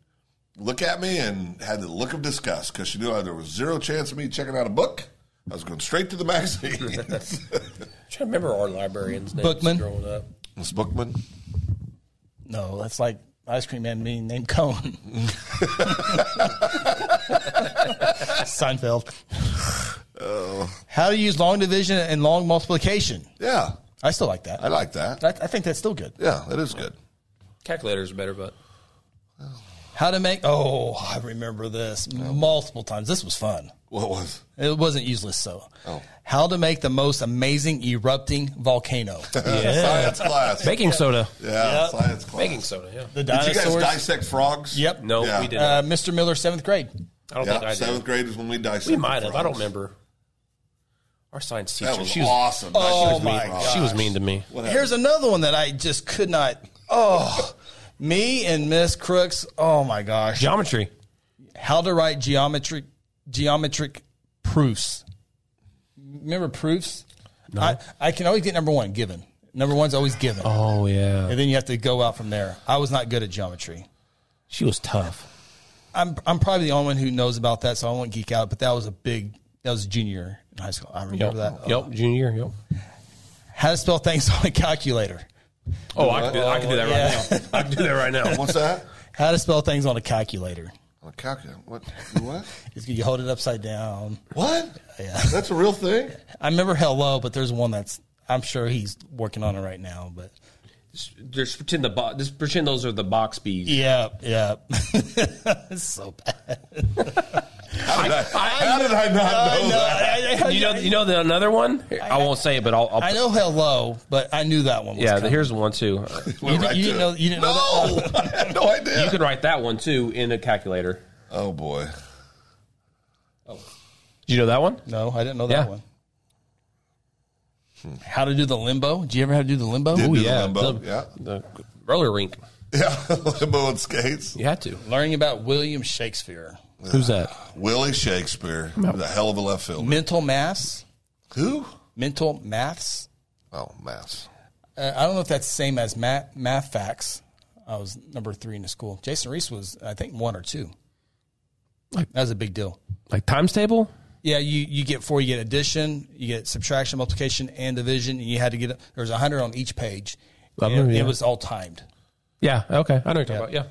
C: look at me and had the look of disgust because she knew there was zero chance of me checking out a book. I was going straight to the magazines.
D: I'm trying to remember our librarian's name
B: Bookman.
D: growing up.
C: Miss Bookman.
B: No, that's like ice cream man being named Cone. Seinfeld.
C: Oh.
B: How to use long division and long multiplication.
C: Yeah,
B: I still like that.
C: I
B: I,
C: like that.
B: I think that's still good.
C: Yeah, that is good.
D: Calculator's better, but
B: How to make? Oh, I remember this multiple times. This was fun.
C: What was?
B: It wasn't useless. So,
C: Oh.
B: how to make the most amazing erupting volcano?
C: Science class.
D: baking soda.
C: yeah, science class.
D: Baking soda. Yeah.
B: The
C: Did you guys
B: dinosaurs.
C: dissect frogs?
B: Yep.
D: No,
C: Yeah.
D: we didn't.
B: Uh, Mr. Miller, seventh grade.
D: I don't think
C: Yeah,
D: I did.
C: seventh grade is when we dissected.
D: We might have. I don't
C: frogs.
D: remember. Our science teacher.
C: That was,
D: she was
C: awesome.
B: Oh,
C: Dissecting
B: my
C: frogs.
D: She was mean to me.
B: Here's another one that I just could not. Oh, me and Miss Crooks. Oh my gosh.
D: Geometry.
B: How to write geometric geometric proofs. Remember proofs? I, I can always get number one given. Number one's always given.
D: Oh yeah.
B: And then you have to go out from there. I was not good at geometry.
D: She was tough.
B: I'm I'm probably the only one who knows about that, so I won't geek out. But that was a big that was junior in high school. I
D: Yep.
B: remember that.
D: Yep. Junior year. Yep.
B: How to spell things on a calculator.
D: Oh, I can do, I can do that right
B: Yeah.
D: now. I can do that right now.
C: What's that?
B: How to spell things on a calculator.
C: On a calculator. What? What?
B: It's, you hold it upside down.
C: What?
B: Yeah.
C: That's a real thing.
B: I remember hello, but there's one that's I'm sure he's working on it right now. But
D: Just pretend the bo- just pretend those are the box bees.
B: yeah, yeah, it's so bad.
C: How did I, how did I not know, that?
B: I, I-
D: You know, you know the another one. Here, I won't say it, but I'll. I'll
B: I know hello, but I knew that one. Was
D: yeah,
B: coming.
D: here's one too. Uh,
B: you,
C: Right
B: didn't- you
C: to
B: didn't
C: it.
B: know you didn't know that.
C: No, I had no idea.
D: You could write that one too in a calculator.
C: oh boy.
D: Did you know that one?
B: No, I didn't know
D: Yeah.
B: that one. How to do the limbo? Do you ever have to do the limbo?
C: Did
B: Ooh,
C: do
B: Oh, yeah.
D: yeah,
C: the limbo.
D: the-
C: yeah,
D: The roller rink.
C: yeah, limbo and skates.
D: You had to.
B: Learning about William Shakespeare,
D: Who's that?
C: Willie Shakespeare, the hell of a left fielder.
B: mental maths,
C: Who?
B: mental maths.
C: Oh, mass.
B: Uh, I don't know if that's the same as math, math facts. I was number three in the school. Jason Reese was, I think, one or two. That was a big deal.
D: Like times table?
B: Yeah, you, you get four. You get addition, you get subtraction, multiplication, and division. And you had to get there was a hundred on each page.
D: I
B: And
D: remember
B: It
D: that.
B: was all timed.
D: Yeah. Okay. I know what you're talking about.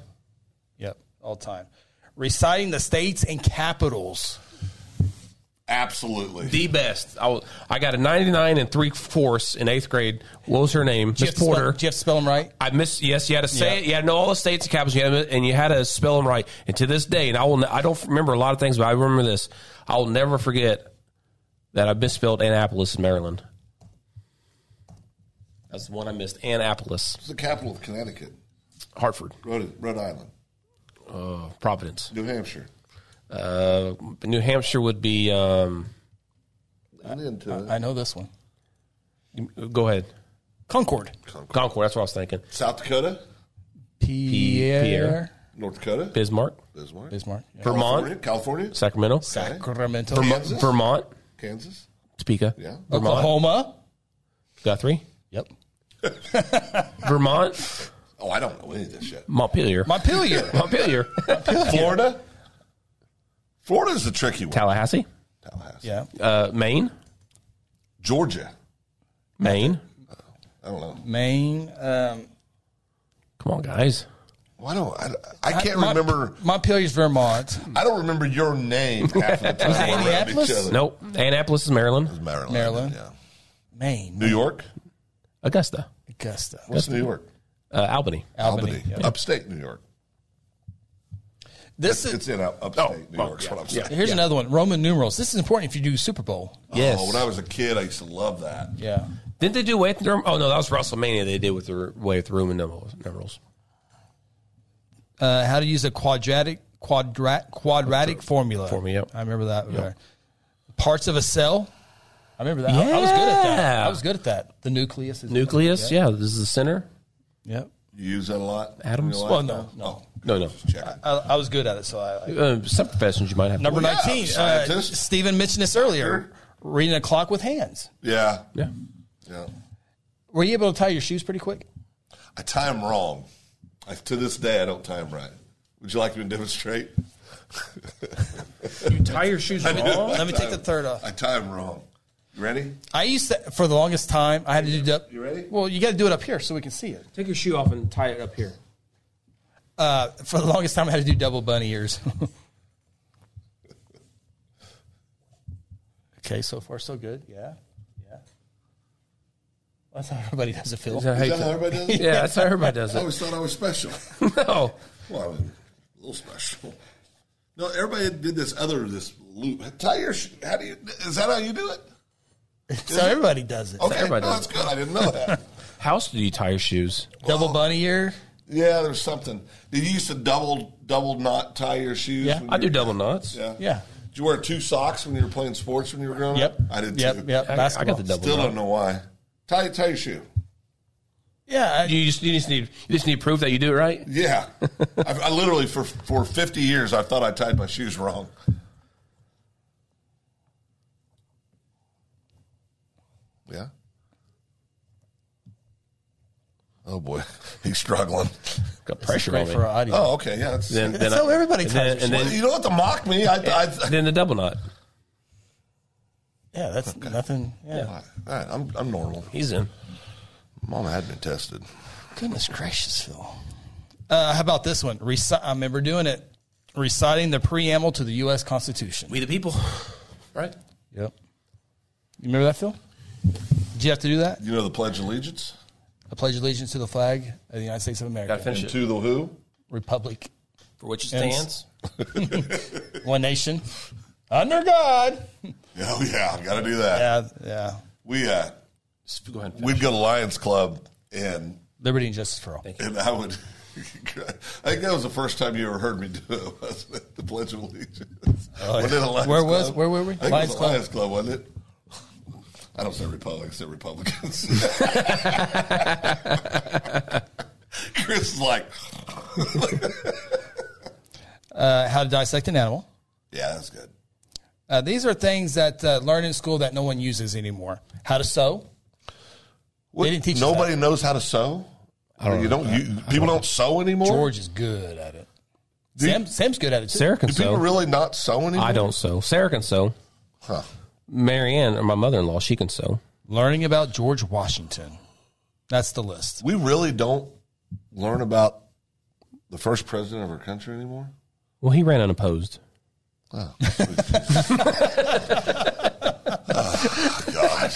D: Yeah.
B: Yep, all time. Reciting the states and capitals.
C: Absolutely.
D: The best. I, was- I got a 99 and three fourths in eighth grade. What was her name?
B: Do you
D: Miss
B: have to spell-
D: Porter.
B: do you have to spell them right?
D: I miss. Yes, you had to say
B: Yeah.
D: it. You had to know all the states and capitals, you had to, and you had to spell them right. And to this day, and I will. n- I don't remember a lot of things, but I remember this. I will never forget that I misspelled Annapolis, Maryland. That's the one I missed. Annapolis,
C: It's the capital of Connecticut,
D: Hartford, uh,
C: Rhode, Rhode Island,
D: Providence.
C: New Hampshire.
D: Uh, New Hampshire would be. Um,
C: And into it.
B: I know this one.
D: go ahead,
B: Concord.
D: Concord. That's what I was thinking.
C: South Dakota,
B: Pierre.
D: Pierre.
C: North Dakota,
D: Bismarck,
C: Bismarck,
B: Bismarck. Yeah.
C: California,
D: Vermont,
C: California,
D: Sacramento,
B: Sacramento.
C: Kansas,
D: Vermont,
C: Kansas.
D: Topeka,
C: Yeah.
B: Oklahoma.
D: Guthrie,
B: Yep.
D: Vermont,
C: Oh, I don't know any of this shit.
D: Montpelier,
B: Montpelier.
D: Montpelier,
C: Florida. Florida's the tricky one.
D: Tallahassee.
C: Tallahassee.
B: yeah.
D: uh, Maine,
C: Georgia.
D: Maine.
C: I don't know.
B: Maine. Um,
D: Come on, guys.
C: Why don't I? I can't
B: Mont-
C: remember.
B: Montpelier's Vermont.
C: I don't remember your name half the time.
B: Was it
C: we're around
B: Indianapolis?
C: each other.
D: Nope. Annapolis is Maryland.
C: Maryland.
B: Maryland.
C: Yeah.
B: Maine.
C: New York.
D: Augusta,
B: Augusta.
C: What's New York?
D: uh, Albany.
B: Albany.
C: Albany. Upstate New York.
B: This is
C: It's in up- upstate New York. Is what I'm saying.
B: here's another one. Roman numerals. This is important if you do Super Bowl.
D: Yes.
C: Oh, when I was a kid, I used to love that.
B: Yeah.
D: Didn't they do way through? Oh no, that was WrestleMania. They did with the way with room and numerals. numerals.
B: Uh, how to use a quadratic quadrat quadratic formula.
D: Formula, yep.
B: I remember that. Parts of a cell. I remember that. I, I was good at that.
D: Yeah.
B: I was good at that. The nucleus is
D: Nucleus. Yeah. This is the center.
B: Yep.
C: You use that a lot. in
D: Adams?
C: your life
B: Well,
C: now?
B: no, no.
D: No, no.
B: I, I was good at it, so I,
D: Uh, some professions you might have.
B: Number
C: Well, yeah,
B: 19, uh,
C: scientist.
B: Stephen mentioned this earlier reading a clock with hands.
C: Yeah.
D: Yeah.
C: Yeah.
B: Were you able to tie your shoes pretty quick?
C: I tie them wrong. I, to this day, I don't tie them right. Would you like me to demonstrate?
D: You tie your shoes wrong.
B: Let me take the third off.
C: I tie them wrong. You ready?
B: I used to, for the longest time, I had to do that.
C: You ready?
B: Well, you got to do it up here so we can see it.
D: Take your shoe off and tie it up here.
B: For the longest time, I had to do double bunny ears. okay, so far, so good. Yeah. Yeah. That's how everybody does it, Phil.
C: Is
D: Is
C: that how everybody does it?
D: yeah, that's how everybody does
C: I
D: it.
C: always thought I was special.
D: No.
C: Well, I was a little special. No, everybody did this other this loop. Tie your. sh- How do you? Is that how you do it?
B: That's how everybody does it.
C: Okay,
D: everybody
C: no,
D: does
C: that's good. I didn't know that.
D: How else do you tie your shoes?
B: Double bunny ear.
C: yeah, there's something. Did you used to double double knot tie your shoes?
B: Yeah,
C: when
D: I
C: you
D: do
C: were-
D: double knots.
C: Yeah.
B: Yeah.
C: Did you wear two socks when you were playing sports when you were growing
B: Yep.
C: up? I did.
B: Yep.
C: too.
B: Yep.
D: I, I
B: basketball.
D: got the double.
C: Still
D: knot.
C: don't know why. Tie tie your shoe.
B: Yeah. I-
D: You just, you just need you just need proof that you do it right.
C: Yeah, I, I literally for for 50 years I thought I tied my shoes wrong. Yeah. Oh boy, he's struggling.
D: Got pressure on
B: great
D: me.
B: for our audience.
C: Oh, okay, yeah. It's,
D: Then, then
B: That's how
D: I-
B: everybody
D: and
B: ties
D: then, and
C: Well,
D: then,
C: you don't have to mock me. I, I,
D: then the double knot.
B: Yeah, that's nothing. Yeah.
C: All right, all right, I'm, I'm normal.
D: He's in.
C: Mama had been tested.
B: Goodness gracious, Phil. Uh, how about this one? Reci- I remember doing it, reciting the preamble to the U.S. Constitution.
D: We the people, right?
B: Yep. You remember that, Phil? Did you have to do that?
C: You know the Pledge of Allegiance?
B: I pledge allegiance to the flag of the United States of
D: Got to
B: America,
D: finish
C: And
D: it.
C: to the who?
B: republic,
D: For which it
B: Ends.
D: stands.
B: one nation, under God.
C: Oh, yeah, got to do that.
B: Yeah, yeah.
C: We, uh,
D: Just Go ahead. And finish.
C: we'd go to Lions Club and
B: Liberty and justice for all.
C: And I would, I think that was the first time you ever heard me do it, wasn't it? The Pledge of Allegiance.
B: Oh, yeah.
C: Wasn't it a Lions
B: Where was-
C: Club?
B: where were we?
C: I think
B: Lions
C: it was a
B: Club?
C: Lions Club, wasn't it? I don't say Republic, I say Republicans. Chris is like,
B: Uh, how to dissect an animal.
C: yeah, that's good.
B: Uh, these are things that uh, learn in school that no one uses anymore. How to sew. They didn't teach us
C: Nobody knows how to sew. I don't you don't. You, people don't sew anymore.
B: George is good at it. Sam, Sam's good at it too.
D: Sarah can
C: Do people
D: sew.
C: really not sew anymore?
D: I don't sew. Sarah can sew.
C: Huh.
D: Marianne, or my mother-in-law, she can sew.
B: Learning about George Washington. That's the list.
C: We really don't learn about the first president of our country anymore.
D: Well, he ran unopposed.
C: Oh, God.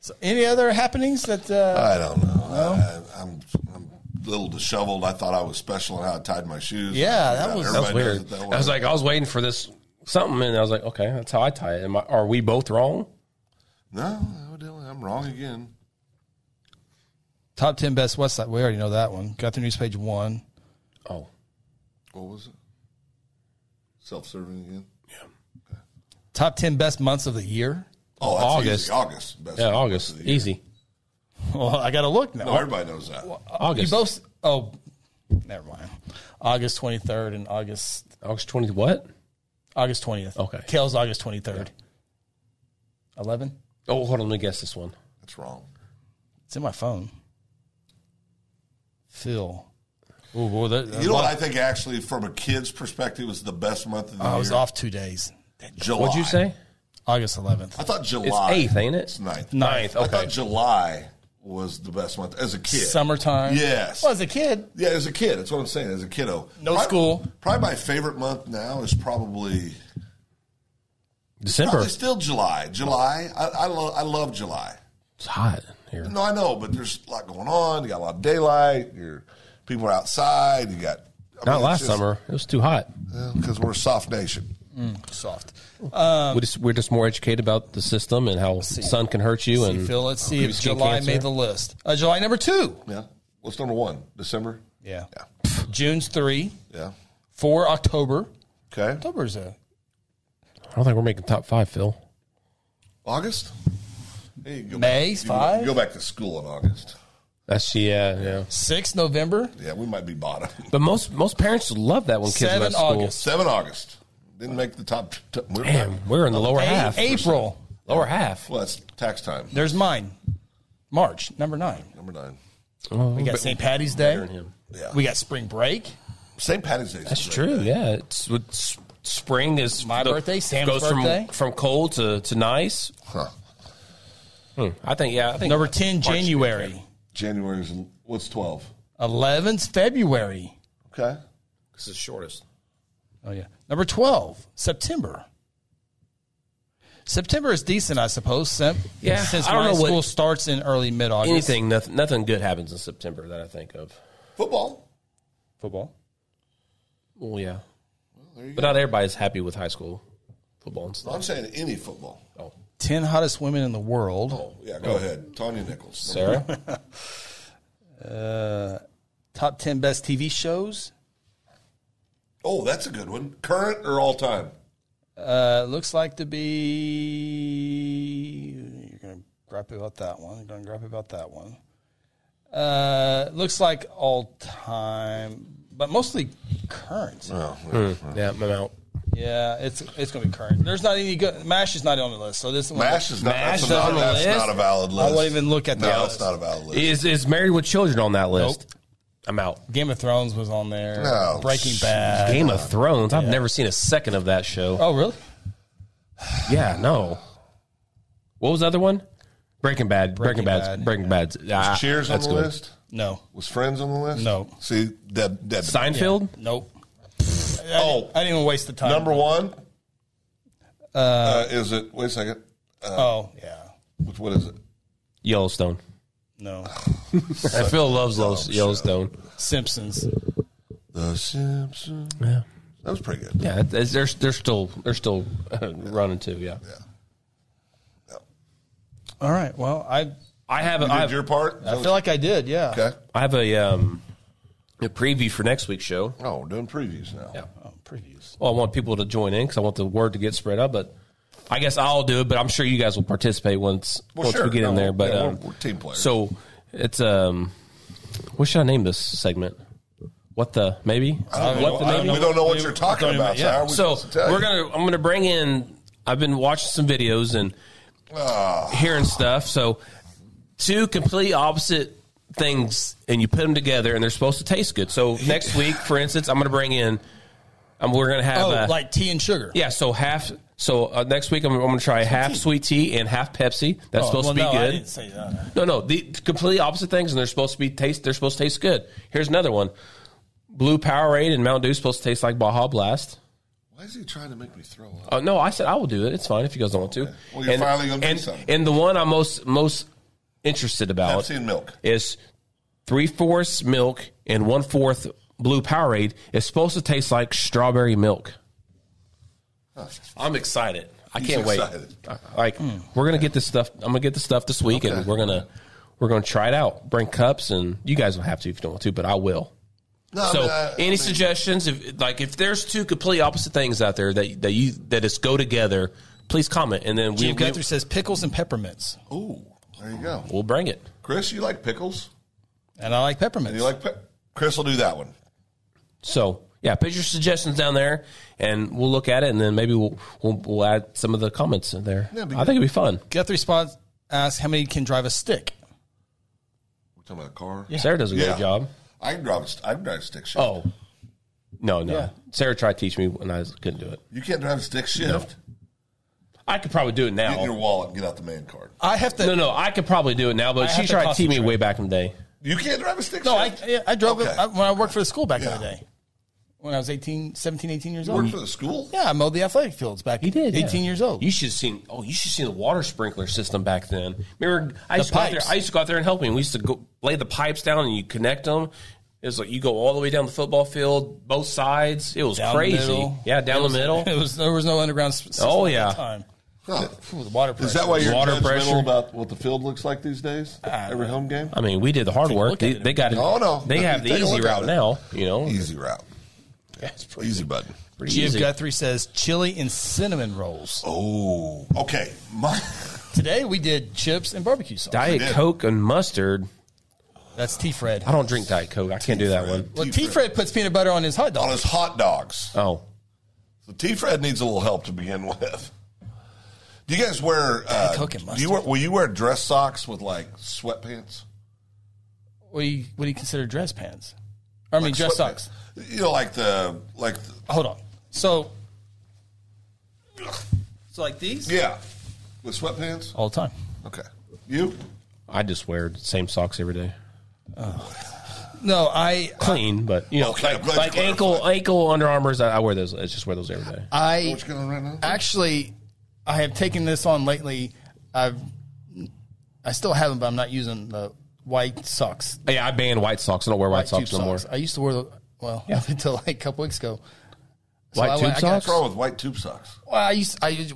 B: So any other happenings that? Uh,
C: I don't know. I, I'm, I'm a little disheveled. I thought I was special in how I tied my shoes.
B: Yeah, that was-
D: That was
C: Everybody does
D: weird.
C: it that
D: I was
C: way.
D: like, I was waiting for this something, and I was like, okay, that's how I tie it. Am I, are we both wrong?
C: no, evidently I'm wrong again.
B: top ten best website. We already know that one. Got the news page one.
D: Oh,
C: What was it? Self-serving again?
B: Top ten best months of the year.
C: Oh, that's
D: August.
C: easy. August. Best
D: yeah,
C: month
D: August,
C: of the year.
D: easy.
B: Well, I got to look now.
C: No, everybody knows that.
D: August,
B: You both. Oh, never mind. August twenty third and August
D: August twenty. What?
B: August twentieth.
D: Okay.
B: Kale's August twenty third. Eleven.
D: Oh, hold on, let me guess this one.
C: That's wrong.
D: uh,
B: It's in my phone. Phil. Oh boy, that,
C: You know what I think actually, from a kid's perspective, is the best month of the year?
B: I was off two days.
C: July.
D: What'd you say?
B: August eleventh.
C: I thought July.
D: It's eighth, ain't
C: It's
D: it?
C: ninth.
B: Ninth.
C: I thought July was the best month as a kid.
B: Summertime.
C: Yes.
B: Well, as a kid,
C: Yeah, as a kid. That's what I'm saying. As a kiddo.
B: No
C: Prob-
B: school.
C: Probably my favorite month now is probably,
D: December.
C: probably still July. July. I, I, lo- I love July.
D: It's hot here.
C: No, I know, but there's a lot going on. You got a lot of daylight. You're, people are outside. You got. I
D: Not last summer. It was too hot.
C: Because we're a soft nation.
B: soft.
D: we just, we're just more educated about the system and how sun can hurt you.
B: See,
D: And
B: Phil, let's see if
D: skin
B: July
D: cancer.
B: made the list. Uh, July number two.
C: Yeah. What's number one? December?
B: Yeah.
C: Yeah.
B: June's three.
C: Yeah.
B: Four October.
C: Okay.
B: October's a
D: I don't think we're making top five, Phil.
C: August? Hey, you go
B: May,
C: you go-
B: five?
C: you go back to school in August.
D: That's yeah, yeah.
B: six November.
C: Yeah, we might be bottom.
D: But most most parents love that when kids are
B: Seven
D: at school.
B: August.
C: Seven August. Didn't make the top. t- we're back.
D: Damn, we're in the lower
B: Eight-
D: half.
B: April.
D: Lower half.
C: Well, that's tax time.
B: There's mine. March number nine.
C: Number nine.
B: We got St. Patty's Day.
C: Yeah.
B: We got spring break.
C: St. Patty's Day.
D: That's true. Yeah, it's, it's spring is
B: My birthday, Sam's
D: goes
B: birthday.
D: from from cold to to nice.
C: Huh.
D: Hmm, I think yeah. I think
B: Number ten, January.
C: January's what's twelve?
B: Eleven's February.
C: Okay.
D: this is shortest.
B: Oh yeah. Number twelve, September. September is decent, I suppose. Sim-
D: Yeah,
B: since
D: I don't
B: my
D: know what-
B: school starts in early mid August.
D: Anything, nothing, nothing good happens in September that I think of.
C: Football.
B: football.
D: Well, yeah, but not everybody's happy with high school football and stuff.
C: I'm saying any football.
D: Oh,
B: Ten hottest women in the world.
C: Oh, yeah. Go ahead, Tanya Nichols.
D: Sarah,
B: Top ten best TV shows.
C: Oh, that's a good one. Current or all time?
B: Uh, looks like to be. You're gonna gripe about that one. You're gonna gripe about that one. Uh, looks like all time, but mostly current.
C: Oh,
D: yeah, I'm out.
B: Yeah, it's it's gonna be current. There's not any good. Mash is not on the list, so this one.
C: Mash is not.
D: Mash
C: that's
D: is
C: not,
D: on the
C: that's
D: list?
C: not a valid list.
B: I won't even look at the
C: No,
B: list.
C: it's not a valid list.
D: Is is Married with Children on that list? I'm out.
B: Game of Thrones was on there.
C: No.
B: Breaking Bad.
D: Game of Thrones. I've never seen a second of that show.
B: Oh, really?
D: Yeah, no. What was the other one? Breaking Bad.
B: Breaking
D: Breaking, Bad's
B: Bad,
D: Breaking Bad's. Ah,
C: Cheers on
D: that's
C: the
D: good.
C: list?
B: No.
C: Was Friends on the list?
B: No.
C: See, that, that
D: Seinfeld.
B: Nope.
C: Oh,
B: I didn't even waste the time.
C: number one? Uh, is it, wait a second.
B: oh, yeah.
C: What what is it?
D: Yellowstone.
B: No.
D: I Phil loves Yellow- Yellowstone.
B: Simpsons.
C: The Simpsons.
D: Yeah.
C: That was pretty good.
D: Yeah, it's- they're they're still they're still uh, running too. Yeah,
B: All right. Well, I
D: I have a,
C: You
D: I
C: did
D: have,
C: your part?
B: I feel like I did. Yeah.
C: okay.
D: I have a um a preview for next week's show.
C: Oh, we're doing previews now.
D: Yeah.
B: Oh, previews.
D: Well, I want people to join in because I want the word to get spread out. But I guess I'll do it. But I'm sure you guys will participate once
C: Well,
D: once
C: sure.
D: we get in
C: No,
D: there. But
C: yeah, we're-
D: um,
C: we're team players.
D: So it's um, what should I name this segment? What the maybe?
C: I don't know.
D: what the
C: I-
D: maybe?
C: we don't know what you're talking
B: don't even-
C: about. so
B: yeah.
C: how are we
D: so
C: supposed to tell
D: we're
C: you?
D: gonna I'm gonna bring in. I've been watching some videos and
C: Ah,
D: hearing stuff. So two complete opposite things, and you put them together, and they're supposed to taste good. So next week, for instance, I'm going to bring in. Um, we're going to have
B: Oh,
D: uh,
B: like tea and sugar.
D: yeah. So half. So uh, next week, I'm, I'm going to try half sweet tea and half Pepsi. That's
B: Oh,
D: supposed
B: well,
D: to be
B: no, I
D: good.
B: didn't say that.
D: No, no, the completely opposite things, and they're supposed to be taste. They're supposed to taste good. Here's another one: Blue Powerade and Mountain Dew is supposed to taste like Baja Blast.
C: why is he trying to make me throw up?
D: Uh, no, I said I will do it. It's fine if you guys don't want to.
C: Well, you're finally gonna do
D: and,
C: something.
D: And the one I'm most most interested about
C: Pepsi and milk.
D: is three fourths milk and one fourth blue Powerade. It's supposed to taste like strawberry milk. I'm excited. I
C: He's
D: can't
C: excited.
D: wait. I- Like we're gonna get this stuff. I'm gonna get this stuff this week, and we're gonna we're gonna try it out. Bring cups, and you guys don't have to if you don't want to, but I will.
C: No, uh, I
D: so,
C: mean, I- I
D: any
C: mean,
D: suggestions? If like if there's two complete opposite things out there that that you that is go together, please comment, and then we,
B: Jim Guthrie
D: we
B: says pickles and peppermints,
C: Ooh, there you go.
D: we'll bring it.
C: Chris, you like pickles?
B: and I like peppermints.
C: You like pe- Chris will do that one.
D: So yeah, put your suggestions down there, and we'll look at it, and then maybe we'll we'll, we'll add some of the comments in there. I
C: That'd be
D: think it'd be fun.
B: Guthrie spots asks how many can drive a stick.
C: We're talking about a car.
D: Sarah does a
C: Yeah.
D: great job.
C: I can drive. a st- I can drive a stick shift.
D: Oh no, no.
B: Yeah.
D: Sarah tried to teach me, and I couldn't do it.
C: you can't drive a stick shift.
D: I could probably do it
C: Get in your
D: now.
C: wallet and get out the man card.
B: I have to.
D: No, no, I could probably do it now, but
B: I
D: she
B: have to
D: tried to teach me
B: concentrate.
D: way back in the day.
C: You can't drive a stick
B: No, I,
C: shift.
B: yeah, I drove
C: Okay.
B: it I, when I worked for the school back in the
C: Yeah.
B: day when I was 18, 17, 18 years
C: You
B: old.
C: worked for the school.
B: Yeah, I mowed the athletic fields back. He
D: did, yeah.
B: 18 years old.
D: You should have seen. Oh, you should have seen the water sprinkler system back then. Remember, I
B: The
D: used to go out there.
B: pipes.
D: I used to go out there and help him. We used to go lay the pipes down and you connect them. It was like you go all the way down the football field, both sides. It was
B: Down the
D: crazy.
B: middle.
D: yeah, down the middle.
B: It was there was no underground. s- System
D: Oh,
B: at
D: yeah.
B: that time.
C: Huh. Hmm.
B: Ooh, the water pressure.
C: Is that why you're
D: Water
C: judgmental
D: pressure.
C: about what the field looks like these days? Every home game.
D: I mean, we did the hard work.
B: look
D: They,
B: at it.
D: they got it.
C: Oh, no.
D: They have the
C: Take a
D: easy
C: look at
D: route
C: it.
D: now. You know,
C: Easy route. Easy button.
D: pretty
B: Jim
D: easy.
B: Guthrie says chili and cinnamon rolls.
C: Oh, okay. My,
B: Today we did chips and barbecue sauce.
D: Diet
C: did.
D: Coke and mustard.
B: That's T Fred.
D: I don't drink Diet Coke. I can't do that one.
B: Well, T Fred puts peanut butter on his hot
C: on
B: dog.
C: his hot dogs.
D: Oh,
C: So T. Fred needs a little help to begin with. Do you guys wear? Uh,
B: Coke and
C: do you wear? Will you wear dress socks with like sweatpants?
B: What do you, what do you consider dress pants? Or, I mean, dress
C: Sweatpants.
B: socks.
C: You know, like the like. The,
B: Hold on. So, so like these
C: yeah, with sweatpants.
B: all the time.
C: Okay, you.
D: I just wear the same socks every day.
B: No, I
D: Clean, but you know,
C: Okay, I'm
D: like,
C: glad you
D: like
C: clarified.
D: ankle, ankle, Under Armour's. I, I wear those. I just wear those every day.
B: I
C: What you going right now?
B: actually I have taken this on lately. I've I still haven't, but I'm not using the white socks.
D: Yeah, I ban white socks. I don't wear white,
B: tube
D: socks no more.
B: I used to wear the well until like a couple weeks ago. So
D: White
B: I
D: tube
B: went- I got-
D: socks?
C: What's wrong with white tube socks?
B: Well, I used I used,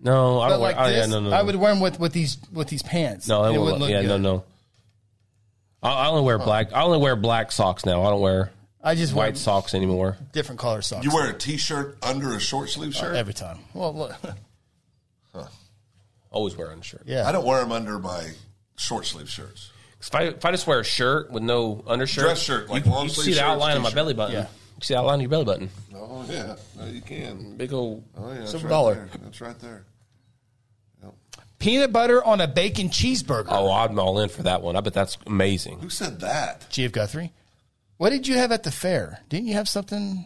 D: No, I
B: but
D: don't
B: like
D: wear. oh,
B: this.
D: yeah, no, no, no.
B: I would wear them with, with these with these pants.
D: No, that
B: and
D: won't look, yeah, no, no. I, I only
B: Oh.
D: wear black. I only wear black socks now. I don't wear
B: I just wear
D: white socks anymore.
B: different color socks
C: You wear a t-shirt under a short sleeve shirt.
B: every time. Well, look,
D: Always wear undershirt.
B: yeah,
C: I don't wear them under my short sleeve shirts.
D: 'Cause If I if I just wear a shirt with no undershirt,
C: Dress shirt, like
D: you,
C: long
D: you
C: sleeve
D: see the
C: shirts,
D: outline of my
C: t-shirt.
D: belly button.
B: Yeah.
D: You see the outline of your belly button.
C: Oh yeah, no, you can.
D: Big old.
C: Oh yeah, that's
B: Silver
C: right
B: dollar.
C: There. That's right there.
B: peanut butter on a bacon cheeseburger.
D: Oh, I'm all in for that one. I bet that's amazing.
C: Who said that?
B: G of Guthrie. What did you have at the fair? Didn't you have something?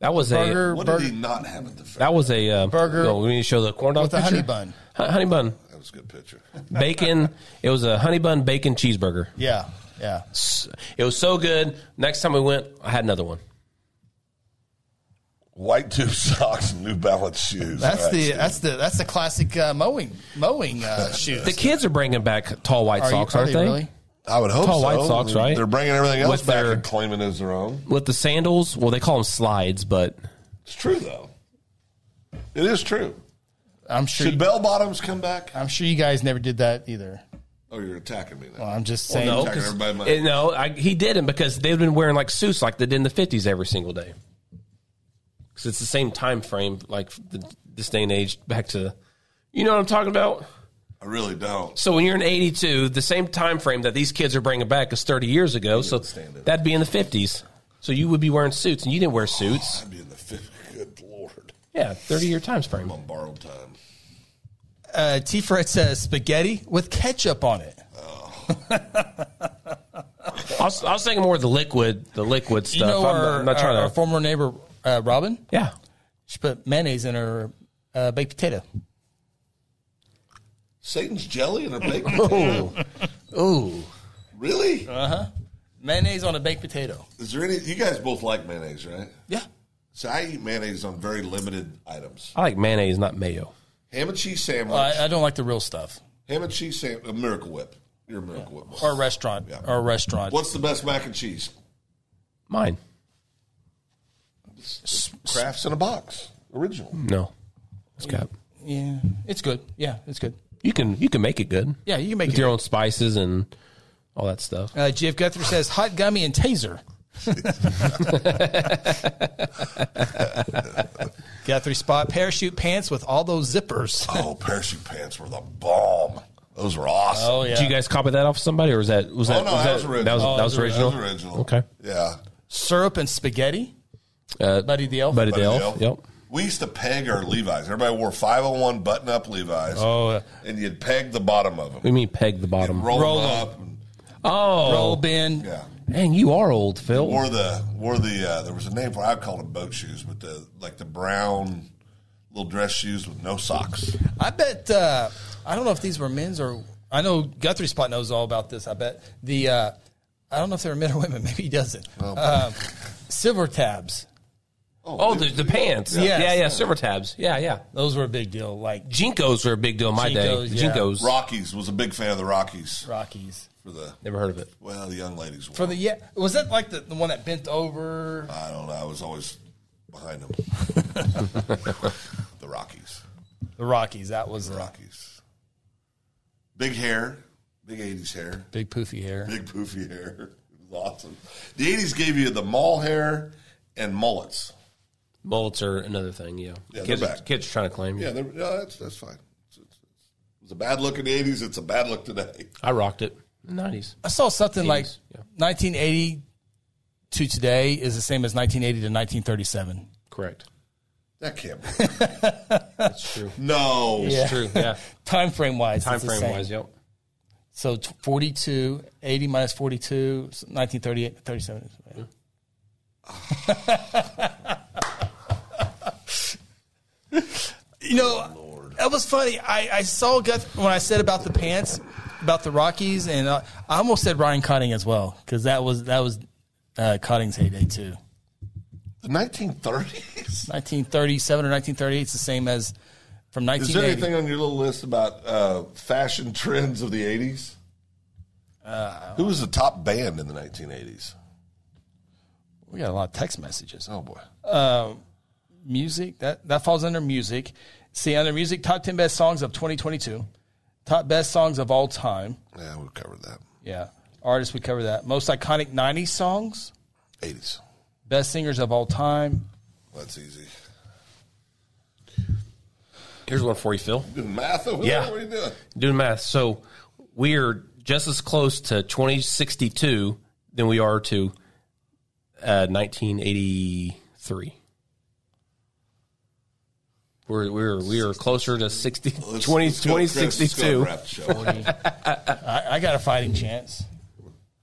D: That was a
B: Burger,
C: What
B: burger
C: did he not have at the fair?
D: that was a uh,
B: Burger
D: oh, we need to show the corn dog
B: with a honey
D: picture?
B: bun.
D: Hu- honey bun,
C: That was a good picture.
D: bacon. it was a honey bun bacon cheeseburger.
B: Yeah, yeah.
D: It was so good. Next time we went, I had another one.
C: White tube socks and New Balance shoes.
B: That's
C: All right,
B: the
C: Steve.
B: that's the that's the classic uh, mowing mowing uh, shoes.
D: The kids are bringing back tall white
B: Are you-
D: socks,
B: are
D: aren't
B: they
D: they?
B: really?
C: I would hope
D: Tall
C: so.
D: White socks, right?
C: They're bringing everything else
D: With
C: back
D: their-
C: and claiming as their own.
D: With the sandals. Well, they call them slides, but
C: It's true though. It is true.
B: I'm sure.
C: Should
B: You,
C: bell bottoms come back?
B: I'm sure you guys never did that either.
C: Oh, you're attacking me now.
B: I'm just saying.
D: no,
C: Talking
D: 'cause-
C: everybody might-
D: eh, no, I, he didn't because they've been wearing like suits like they did in the fifties every single day. Because it's the same time frame, like the, this day and age, back to, you know what I'm talking about.
C: I really don't.
D: So when you're in '82, the same time frame that these kids are bringing back is 30 years ago. So that'd be in the '50s. So you would be wearing suits, and you didn't wear suits.
C: I'd be in the fifth. Good lord,
D: Yeah, 30 year time frame.
C: I'm on borrowed time.
B: Uh, T. Fred says spaghetti with ketchup on it.
D: I was, I was thinking more of the liquid, the liquid stuff.
B: You know,
D: I'm,
B: our,
D: not, I'm not trying
B: our,
D: to.
B: our former neighbor uh, Robin,
D: yeah,
B: she put mayonnaise in her uh, baked potato.
C: Satan's jelly and a baked potato.
D: ooh,
C: really?
B: Mayonnaise on a baked potato.
C: Is there any? You guys both like mayonnaise, right?
B: Yeah.
C: So I eat mayonnaise on very limited items.
D: I like mayonnaise, not mayo.
C: Ham and cheese sandwich.
B: Well, I, I don't like the real stuff.
C: ham and cheese sandwich. A Miracle Whip. You're a Miracle Whip. boy.
B: Or a restaurant. Or a restaurant.
C: What's the best mac and cheese?
D: Mine,
C: Crafts in a box. Original.
D: no, it's got.
B: Yeah, it's good. Yeah, it's good.
D: You can you can make it good.
B: Yeah, you can make
D: with
B: it.
D: your own spices and all that stuff.
B: Uh, Jeff Guthrie says hot gummy and taser. Guthrie spot parachute pants with all those zippers.
C: Oh, parachute pants were the bomb. Those were awesome.
D: Did you guys copy that off somebody, or was that was that
C: Oh, no,
D: was
C: that was
D: That
C: original.
D: was,
C: Oh,
D: Oh, that was original.
C: That was original.
D: Okay,
C: Yeah.
B: syrup and spaghetti.
D: uh,
B: Buddy the elf.
D: Buddy the
C: Buddy
D: Elf.
C: Dale.
D: Yep.
C: We used to peg our Levi's. Everybody wore 501 button up Levi's.
B: Oh, uh,
C: And you'd peg the bottom of them.
D: We mean peg the bottom.
C: Roll,
B: Roll
C: them
B: 'em.
C: up. And,
D: Oh,
B: roll bin.
C: yeah.
D: dang, you are old, Phil.
C: Wore the, wore the, uh, there was a name for it. I called them boat shoes, but the, like the brown little dress shoes with no socks.
B: I bet. Uh, I don't know if these were men's or. I know Guthrie Spot knows all about this. I bet the. Uh, I don't know if they were men or women. Maybe he doesn't. Um, silver tabs.
D: oh, the, the pants.
B: Yes.
D: Yeah, yeah, silver tabs. Yeah, yeah.
B: Those were a big deal. Like
D: Jinkos were a big deal in my
B: Jinkos,
D: day.
B: yeah.
D: Jinkos.
C: Rockies was a big fan of the Rockies
B: Rockies.
C: for the,
D: Never heard of it.
C: well, the young ladies.
B: For
C: Wore.
B: the yeah, was that like the, the one that bent over?
C: I don't know. I was always behind them. the Rockies.
B: The Rockies. That was uh,
C: Rockies. Big hair, big eighties hair,
B: big poofy hair.
C: big poofy hair. It was awesome. The eighties gave you the mall hair and mullets.
D: Bullets are another thing. Yeah,
C: Yeah,
D: kids,
C: they're back.
D: kids are trying to claim.
C: Yeah,
D: Yeah,
C: they're- no, that's that's fine. It's, it's, it was a bad look in the eighties. It's a bad look today.
D: I rocked it. Nineties.
B: I saw something like
D: 80s, yeah.
B: 1980 to today is the same as 1980 to 1937.
D: Correct.
C: That can't be.
D: That's true.
C: No,
D: It's true. Yeah.
B: Time frame wise,
D: Time frame wise. Yep.
B: So t- 42, 80 minus 42, so 1938, 37. is- yeah. you know, that was funny. I, I saw Guth when I said about the pants, about the Rockies, and uh, I almost said Ryan Cotting as well because that was that was uh, Cotting's heyday too.
C: the nineteen thirties.
B: 1937 or 1938 is the same as from
C: Is there
B: 1980.
C: anything on your little list about uh, fashion trends of the eighties?
D: Uh,
C: Who was the top band in the nineteen eighties?
B: we got a lot of text messages.
C: Oh boy,
B: music that that falls under music. See under music, top ten best songs of 2022, top best songs of all time.
C: yeah, we covered that.
B: Yeah, artists we cover that. Most iconic 90s songs,
C: Eighties.
B: best singers of all time.
C: That's easy.
D: Here's one for you, Phil.
C: Doing math over
D: Yeah.
C: there? What are you doing?
D: Doing math. So we are just as close to 2062 than we are to uh, 1983. We're, we're, we are closer to 60, 20,
C: Let's go, Chris. Let's go
D: 2062.
C: wrap the show.
B: I, I got a fighting chance.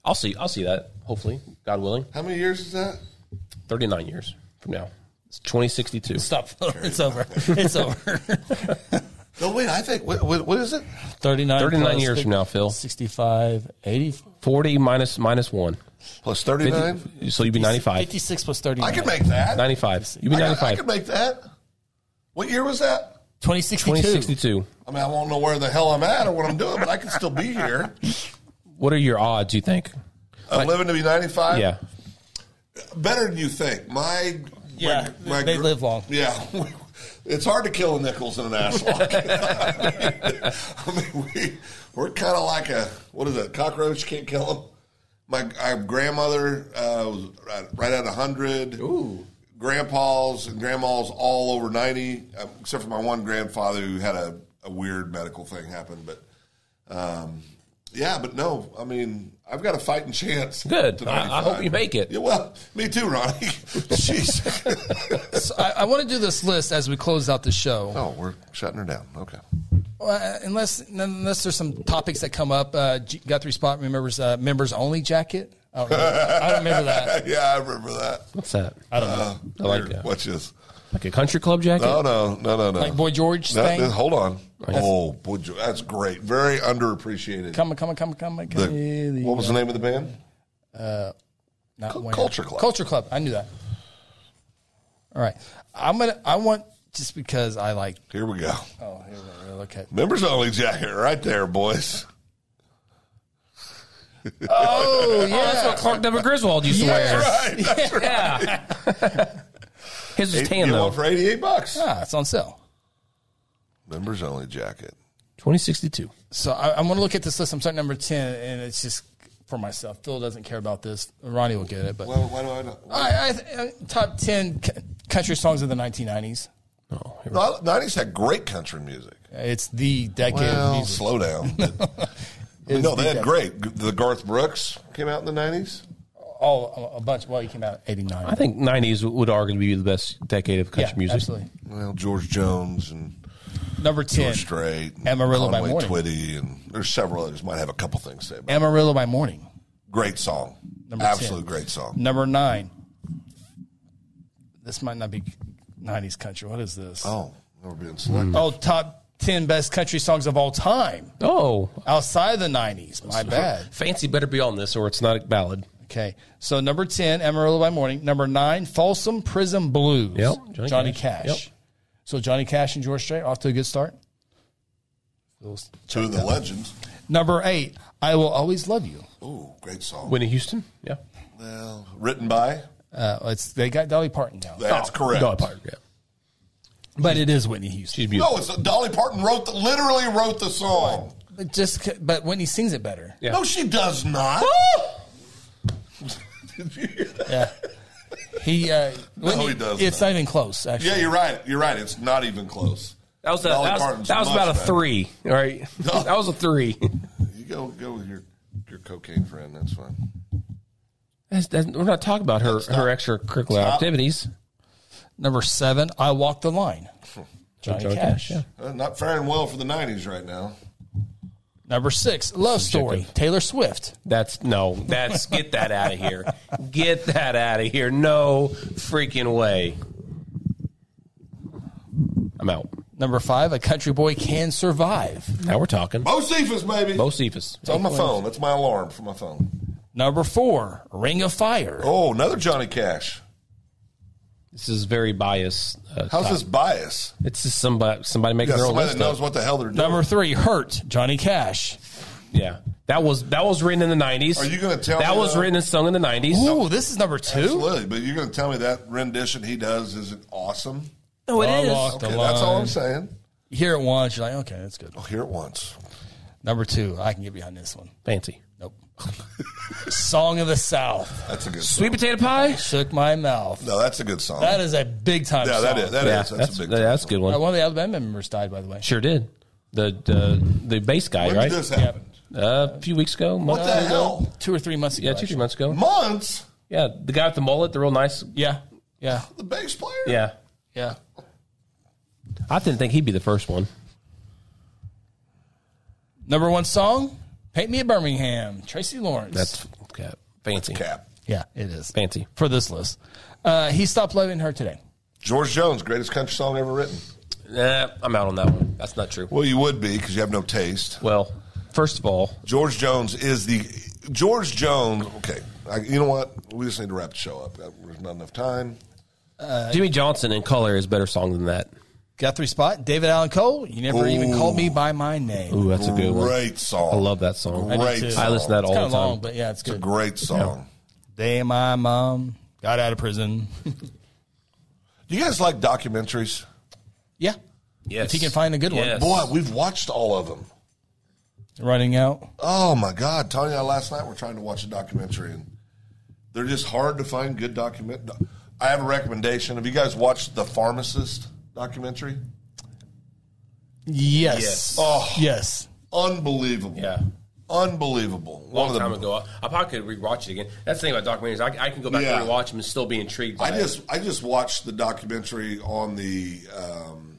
D: I'll see, I'll see that, hopefully, God willing,
C: How many years is that?
D: 39 years from now. It's 2062.
B: Stop. It's over. It's over.
C: No, wait, I think, what, what, what is it?
B: 39,
D: 39
B: plus
D: years from now, Phil.
B: 65, 80,
D: 40 minus minus one.
C: Plus
D: 50
C: 39?
D: so you'd be 95.
B: 56 plus 39.
C: I can make that.
D: 95. You'd be
C: I can- I
D: 95.
C: can make that. What year was that?
B: 2062.
D: 2062.
C: I mean, I won't know where the hell I'm at or what I'm doing, but I can still be here.
D: What are your odds, you think?
C: I'm living to be 95.
D: Yeah.
C: Better than you think. My
B: Yeah, they
C: gr-
B: live long.
C: Yeah, it's hard to kill a nickels in an asslock. I mean, we, we're kind of like a what is it? Cockroach can't kill them. My our grandmother uh, was right, right at hundred. Ooh. Grandpas and grandmas all over ninety, uh, except for my one grandfather who had a, a weird medical thing happen. But um, yeah, but no, I mean I've got a fighting chance.
D: Good.
C: to
D: I- I
C: 95.
D: hope you make it.
C: Yeah, well, me too, Ronnie. Jeez.
B: So I, I want to do this list as we close out the show.
C: Oh, we're shutting her down. Okay.
B: Uh, unless unless there's some topics that come up. Uh, G- Guthrie Spot remembers uh, members only jacket. I don't, remember, I don't remember that.
C: yeah, I remember that.
D: What's that?
B: I don't know.
D: I like that.
C: What's this?
D: Like a country club jacket?
C: No, no, no, no, no.
B: Like Boy George
C: No,
B: thing.
C: no, hold on. Oh, boy, George, that's great. Very underappreciated.
B: Come on, come on, come on, come on.
C: The-
B: come on.
C: what was the name of the band?
B: Not
C: Cul-
B: Wayne.
C: Culture Club.
B: Culture Club. I knew that. All right. I'm gonna. I want just because I like.
C: Here we go.
B: Oh, here we go. Okay.
C: Members only jacket, right there, boys.
B: Oh
D: Oh, that's
B: yeah.
D: what Clark W. Griswold used to wear.
C: Right. That's right.
D: Yeah. His was
C: You
D: tan,
C: want
D: though.
C: for eighty-eight bucks.
B: Ah, it's on sale.
C: Members only jacket.
D: 2062.
B: So I, I'm going to look at this list. I'm starting number ten, and it's just for myself. Phil doesn't care about this. Ronnie will get it, but
C: Well, why do I not?
B: I, I, I top ten c- country songs of the 1990s.
D: Oh, here we
C: No, Nineties had great country music.
B: It's the decade. of
C: Well,
B: music.
C: slow down.
B: It's
C: no,
B: the
C: they had
B: decade.
C: great. The Garth Brooks came out in the nineties.
B: Oh, a a bunch. Well, he came out in '89.
D: I think 90s would arguably be the best decade of country
B: yeah,
D: music.
B: absolutely.
C: Well, George Jones and
B: Number ten.
C: George Strait, and
B: Amarillo by
C: Conway
B: Morning.
C: Twitty, and there's several others. Might have a couple things to say. About it.
B: Amarillo by Morning.
C: Great song,
B: Number
C: absolute
B: 10.
C: great song.
B: Number nine. This might not be '90s country. What is this?
C: Oh, never been selected.
B: Oh, top ten best country songs of all time
D: Oh,
B: outside of the '90s. My bad.
D: fancy better be on this or it's not a ballad.
B: Okay, so number ten, Amarillo by Morning. Number nine, Folsom Prison Blues.
D: Yep,
B: Johnny,
D: Johnny
B: Cash.
D: Cash. Yep.
B: So Johnny Cash and George Strait off to a good start.
C: Two of the legends.
B: Number eight, I will always love you.
C: Oh, great song.
D: Whitney Houston. Yeah,
C: well, written by.
B: Uh, it's they got Dolly Parton now,
C: That's correct.
D: Dolly Parton. Yeah,
B: but it is Whitney Houston.
D: she's beautiful.
C: No, it's Dolly Parton wrote the, literally wrote the song.
B: But just c- but Whitney sings it better.
D: Yeah.
C: No, she does not.
B: He uh, Whitney,
C: he does
B: It's
C: not.
B: not even close. Actually,
C: yeah, you're right. You're right. It's not even close.
D: That was, a,
C: Dolly
D: that was,
C: Parton's
D: that was
C: much
D: about a
C: better.
D: three. All right, that was a three.
C: You go go with your your cocaine friend. That's fine.
D: That's, that's, we're not talking about her her extracurricular activities.
B: number seven, I walk the line. Johnny, Cash.
D: yeah.
C: Uh, not faring well for the '90s right now.
B: Number six, love story. Taylor Swift.
D: That's no. That's get that out of here. Get that out of here. No freaking way. I'm out.
B: Number five, a country boy can survive.
D: Now we're talking.
C: Bo Cephas, baby.
D: Bo Cephas.
C: It's on my phone. That's my alarm for my phone.
B: Number four, Ring of Fire.
C: Oh, another Johnny Cash.
D: This is very biased. Uh,
C: How's
D: top.
C: this bias?
D: It's just somebody somebody
C: You
D: making
C: got
D: their own
C: somebody
D: list.
C: that
D: up.
C: knows what the hell they're doing.
B: Number three, Hurt, Johnny Cash.
D: Yeah, that was that was written in the nineties.
C: Are you gonna tell
D: that
C: me
D: was
C: that?
D: written and sung in the nineties?
B: Ooh, this is number two.
C: Absolutely, but you're going to tell me that rendition he does isn't awesome?
D: No, it
B: I walked
C: Okay,
B: the
C: that's all I'm
B: line.
C: saying.
B: You hear it once, you're like, okay, that's good.
C: I'll hear it once.
B: Number two, I can get behind this one.
D: Fancy
B: Nope. Song of the South,
C: That's a good.
D: sweet potato pie.
B: shook my mouth.
C: No, that's a good song.
B: That is a big time.
C: yeah,
B: song.
C: that is. that is.
D: yeah,
C: That's,
D: that's
C: a big.
D: that- that's a good
B: Uh,
D: one.
B: One of the Alabama members died, by the way.
D: Sure did. The the the bass guy,
C: When
D: right?
C: did this happen?
D: Uh, a few weeks ago.
C: What
D: month-
C: the hell?
B: Two or three months ago.
D: Yeah, two three months ago.
C: Months?
D: Yeah, the guy with the mullet, the real nice.
B: Yeah, yeah,
C: The bass player?
D: Yeah,
B: yeah.
D: I didn't think he'd be the first one.
B: Number one song, "Paint Me a Birmingham," Tracy Lawrence.
D: That's okay, fancy.
C: Cap.
B: yeah, it is
D: Fancy.
B: for this list. Uh, he stopped loving her today.
C: George Jones, greatest country song ever written.
D: Nah, I'm out on that one. That's not true.
C: Well, you would be because you have no taste.
D: Well, first of all,
C: George Jones is the George Jones. Okay, I, you know what? We just need to wrap the show up. Uh, There's not enough time.
D: Jimmy Johnson in color is a better song than that.
B: Guthrie Spot, David Allen Cole. You never even
C: Ooh.
B: called me by my name.
D: Ooh, that's a good one.
C: Great song.
D: I love that song.
C: Great I do too.
D: I listen to that all
B: Kind
D: the
B: of
D: time.
B: long, but yeah, it's good.
C: Great song.
B: Day and my mom got out of prison.
C: Do you guys like documentaries?
B: yeah,
D: yes.
B: if he can find a good one.
D: Yes.
C: Boy, we've watched all of them.
B: running out.
C: Oh my God, Tony! and I last night we're trying to watch a documentary, and they're just hard to find good document. I have a recommendation. Have you guys watched the Pharmacist documentary?
B: Yes.
D: Yes.
C: Oh.
B: Yes.
C: Unbelievable.
D: Yeah.
C: Unbelievable.
D: long time ago. I probably could rewatch it again. That's the thing about documentaries. I, I can go back
C: Yeah.
D: and rewatch them and still be intrigued.
C: I
D: By it.
C: just I just watched the documentary on the um,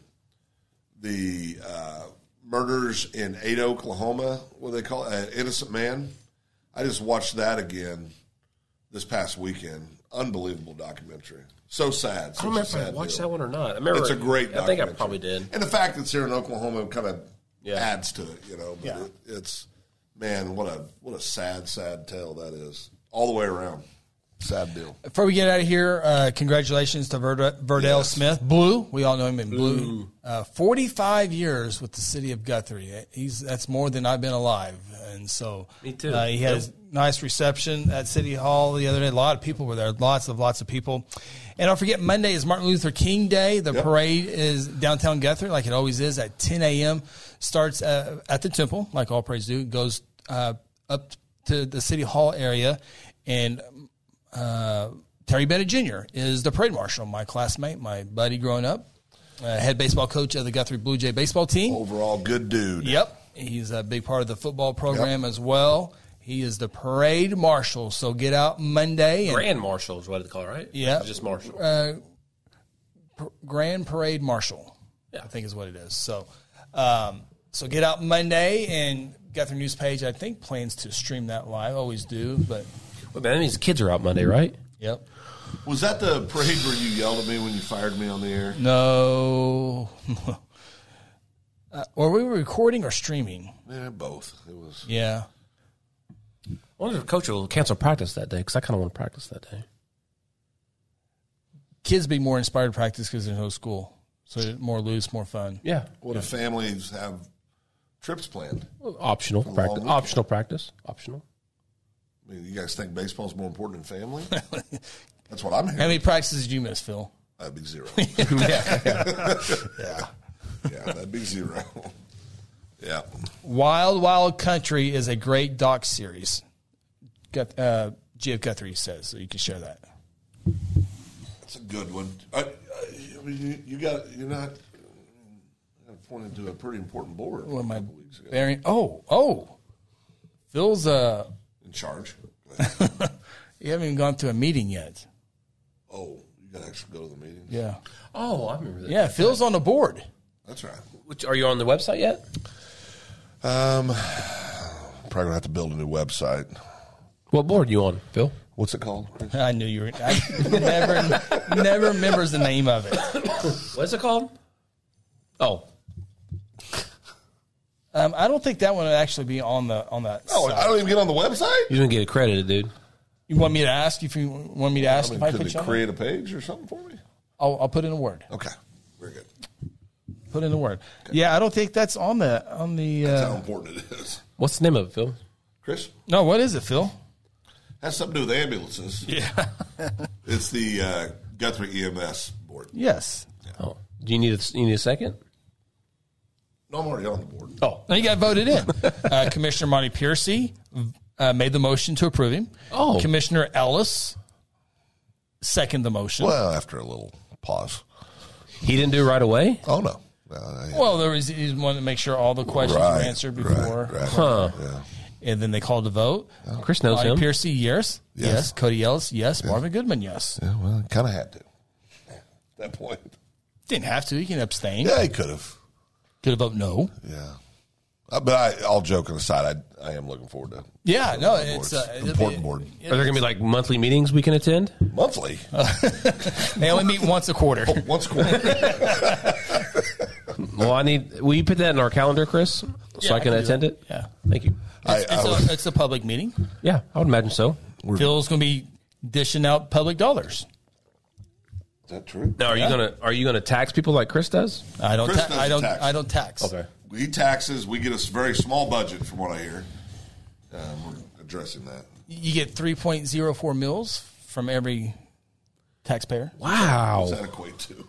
C: the uh, murders in Ada, Oklahoma. What do they call it? Uh, innocent man. I just watched that again this past weekend. Unbelievable documentary. So sad.
D: I don't remember if I watched that one or not. I remember
C: It's a great.
D: I think I
C: documentary.
D: probably did.
C: And the fact that it's here in Oklahoma kind of
D: Yeah.
C: adds to it, you know. But
B: Yeah.
C: it, it's man, what a what a sad, sad tale that is, all the way around. Sad deal.
B: Before we get out of here, uh, congratulations to Verd- Verdell
C: Yes.
B: Smith, Blue. We all know him in Blue. Uh, Forty-five years with the city of Guthrie. Uh, He's that's more than I've been alive, and so
D: Me too.
B: Uh, he has nice reception at City Hall the other day. A lot of people were there. Lots of lots of people. And don't forget, Monday is Martin Luther King Day. The parade is downtown Guthrie, like it always is, at 10 a.m. Starts uh, at the temple, like all parades do. Goes uh, up to the City Hall area, and uh, Terry Bennett Jr. is the parade marshal, my classmate, my buddy growing up, uh, head baseball coach of the Guthrie Blue Jay baseball team.
C: Overall, good dude.
B: Yep. He's a big part of the football program as well. He is the parade marshal. So get out Monday and
D: Grand Marshal is what it's called, right?
B: Yeah. Uh,
D: It's just Marshal.
B: Grand Parade Marshal, I think is what it is. So, um, so get out Monday and Guthrie News Page, I think, plans to stream that live. Always do, but
D: Wait, man, that means kids are out Monday, right?
B: yep.
C: Was that the parade where you yelled at me when you fired me on the air?
B: No. uh, or we were recording or streaming.
C: Yeah, both. It was.
B: Yeah.
D: I wonder if coach will cancel practice that day because I kind of want to practice that day.
B: Kids be more inspired to practice because there's no school. So more loose, more fun.
D: Yeah.
C: What if families have trips planned?
D: Well, optional practice.
C: weekend.
D: Optional practice. Optional.
C: I mean, you guys think baseball's more important than family? That's what I'm
B: How
C: hearing.
B: many practices did you miss, Phil?
C: That'd be zero.
D: yeah.
C: yeah, that'd be zero. yeah.
B: Wild Wild Country is a great doc series. Guth- uh, G.F. Guthrie says, so you can share that.
C: That's a good one. I, I, I mean, you, you got you're not I got pointed to a pretty important board.
B: What am I bearing? Oh, oh. Phil's, uh,
C: in charge.
B: you haven't even gone to a meeting yet.
C: oh, you got to actually go to the meeting.
B: Yeah.
D: Oh, I remember that.
B: Yeah, Phil's on the board.
C: That's right.
D: Which, are you on the website yet?
C: Um, probably gonna have to build a new website.
D: What board are you on, Phil?
C: What's it called?
B: I knew you were. I never, never remembers the name of it.
D: What's it called? Oh,
B: Um, I don't think that one would actually be on the on that.
C: Oh,
B: side.
C: I don't even get on the website.
D: you didn't get accredited, dude.
B: You want me to ask if you want me to ask if I
C: Could
B: put
C: they
B: you on? it?
C: create a page or something for me?
B: I'll, I'll put in a word.
C: Okay, very good.
B: Put in a word. Yeah, I don't think that's on the on the.
C: That's how
B: Uh,
C: important it is.
D: What's the name of it, Phil?
C: Chris
B: no, what is it, Phil?
C: has something to do with ambulances. Yeah, it's the uh, Guthrie EMS board.
B: Yes.
D: Oh, do you need a, you need a second?
C: No, I'm already on the board.
D: Oh,
B: No, you got voted in. Uh, Commissioner Monty Piercy uh, made the motion to approve him.
D: Oh.
B: Commissioner Ellis second the motion.
C: Well, after a little pause.
D: he didn't do it right away.
C: Oh no. Uh, yeah.
B: Well, there was he wanted to make sure all the questions were answered before,
C: Right, right.
D: Huh.
C: Yeah.
B: and then they called a vote.
D: Chris knows
B: Lonnie
D: him.
B: Piercy, yes. yes.
C: Yes.
B: Cody Ellis, yes. Marvin Goodman, yes.
C: yeah, well, kind of had to. At that point.
B: Didn't have to. He can abstain.
C: Yeah, he could have.
B: Could have voted no.
C: Yeah. Uh, But I, all joking aside, I, I am looking forward to
B: Yeah, no,
C: board.
B: it's uh, it'll
C: important
B: be-
C: board
D: Are there going to be like monthly meetings we can attend?
C: monthly
B: Uh, They only meet once a quarter.
C: once a quarter.
D: Well, I need. Will you put that in our calendar, Chris, so
B: Yeah, I
D: I can
B: can do
D: attend
B: that.
D: it?
B: Yeah.
D: Thank you.
C: I,
B: It's,
C: I
B: it's
C: was-
B: a, it's a public meeting.
D: Yeah, I would imagine so.
B: Phil's going to be dishing out public dollars.
C: is that true?
D: Now, are you gonna are you gonna tax people like Chris does?
B: I don't.
C: Chris
B: Ta-
C: doesn't
B: I don't.
C: tax.
B: I don't tax. Okay.
C: We taxes. We get a s- very small budget, from what I hear. Um, we're addressing that.
B: You get three point zero four mils from every taxpayer.
D: Wow.
C: What's that equate to?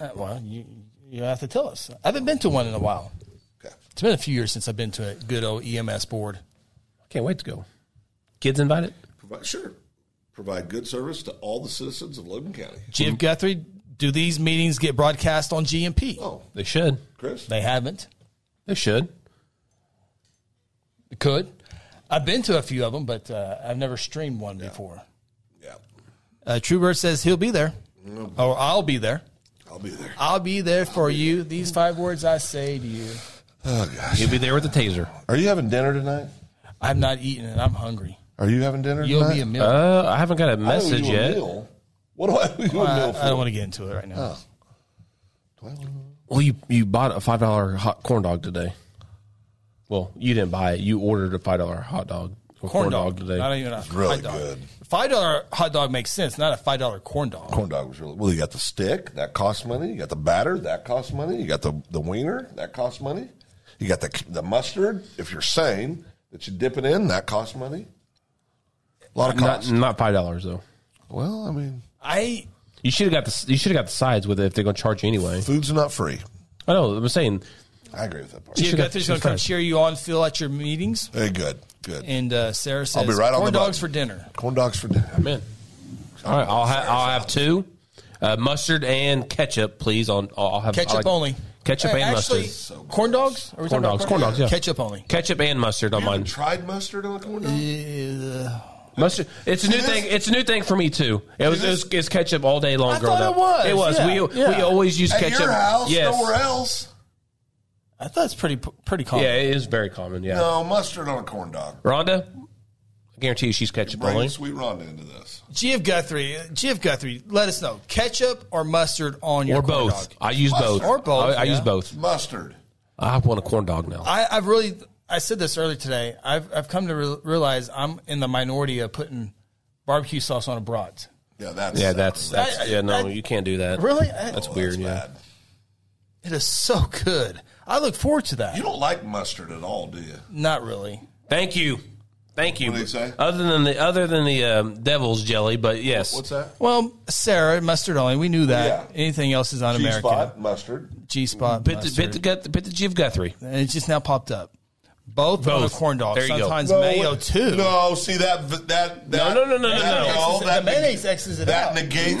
B: Uh, well, you you have to tell us. I haven't been to one in a while.
C: Okay.
B: It's been a few years since I've been to a good old EMS board.
D: Can't wait to go. Kids invited.
C: Provide, sure. Provide good service to all the citizens of Logan County.
B: Jim Guthrie, do these meetings get broadcast on GMP?
C: Oh,
D: They should.
C: Chris.
B: They haven't.
D: They should.
B: They could. I've been to a few of them, but uh, I've never streamed one before.
C: Yeah,
B: Uh, Truebird says he'll be there,
C: Mm-hmm.
B: or I'll be there.
C: I'll be there.
B: I'll be there for you. These five words I say to you.
C: Oh gosh.
D: He'll be there with a taser.
C: Are you having dinner tonight?
B: I'm not eating and I'm hungry.
C: Are you having dinner
B: You'll
C: tonight?
B: be a meal.
D: Uh, I haven't got a
C: I owe you
D: message
C: a
D: yet.
C: meal. What do I owe you a
B: I,
C: meal
B: I don't want to get into it right
D: Oh.
B: now.
C: for? Do I owe you-
D: Well, you you bought a five dollar hot corn dog today. Well, you didn't buy it. You ordered a five dollar hot dog or
B: corn, dog.
D: today.
B: Not even a
C: really
B: hot dog.
C: good.
B: Five dollar hot dog makes sense, not a five dollar corn dog.
C: Corn dog was really well. You got the stick that costs money. You got the batter that costs money. You got the the wiener that costs money. You got the the mustard if you're sane that you dip it in that costs money. A lot of
D: not
C: cost.
D: not five dollars though.
C: well, I mean,
B: I
D: You should have got the you should have got the sides with it if they're going to charge you anyway.
C: food's not free.
D: I know. I'm saying
C: I agree with that part.
B: Jim
D: should have
B: Guthrie's
D: two
B: going to come
D: fries.
B: cheer you on, Phil, at your meetings.
C: Hey, good, good.
B: And uh, Sarah says,
C: I'll be right on
B: corn
C: the
B: dogs
C: button.
B: for dinner.
C: Corn dogs for dinner.
D: Man. All right, I'll ha- I'll have two, uh, mustard and ketchup, please. On I'll have
B: Ketchup
D: I like-
B: only.
D: Ketchup
B: Hey,
D: and
B: actually,
D: mustard.
B: Corn dogs? Are we
D: Corn
B: talking about
D: dogs, corn dogs, yeah.
B: Ketchup only.
D: Ketchup and mustard on mine.
C: Tried mustard on a corn dog.
B: Eh, Uh,
D: Mustard. It's a new
C: this-
D: thing. It's a new thing for me too. It was, it was it's ketchup all day long.
B: I
D: growing
B: thought it
D: up.
B: was,
D: It was.
B: yeah,
D: we we
B: yeah.
D: always use
C: At
D: ketchup.
C: your house,
D: yes.
C: nowhere else.
B: I thought it's pretty pretty common.
D: Yeah, it is very common. Yeah.
C: No mustard on a corn dog.
D: Rhonda, I guarantee you she's ketchup
C: Bring
D: only.
C: sweet Rhonda into this.
B: G.F. Guthrie, G.F. Guthrie, let us know. Ketchup or mustard on your
D: Or
B: corn
D: both.
B: dog?
D: I use both.
B: Or both,
D: I, I
B: yeah.
D: use both.
C: Mustard.
D: I want a corn dog now.
B: I, I've really, I said this earlier today. I've, I've come to re- realize I'm in the minority of putting barbecue sauce on a brat.
C: Yeah, that's
D: yeah, that's that's
B: I-
D: yeah. No,
B: I-
D: you can't do that.
B: Really? I-
D: That's weird. yeah.
C: bad.
B: It is so good. I look forward to that.
C: You don't like mustard at all, do you?
B: Not really.
D: Thank you. Thank you.
C: What did he say?
D: Other than the other than the um, devil's jelly, but yes.
C: What's that?
B: Well, Sarah, mustard only. We knew that.
C: Yeah.
B: Anything else is
C: G
B: un-American.
C: spot mustard.
B: G spot.
D: Bit the, bit the gut bit the Jim Guthrie.
B: and it just now popped up. Both, on a
D: Both.
B: corn dog.
D: There you go.
B: Sometimes mayo too.
C: No, see that that that
D: no, no, no, no,
C: that-
D: no.
B: The
C: that
B: mayonnaise X's it
C: that
B: out.
C: negates the, the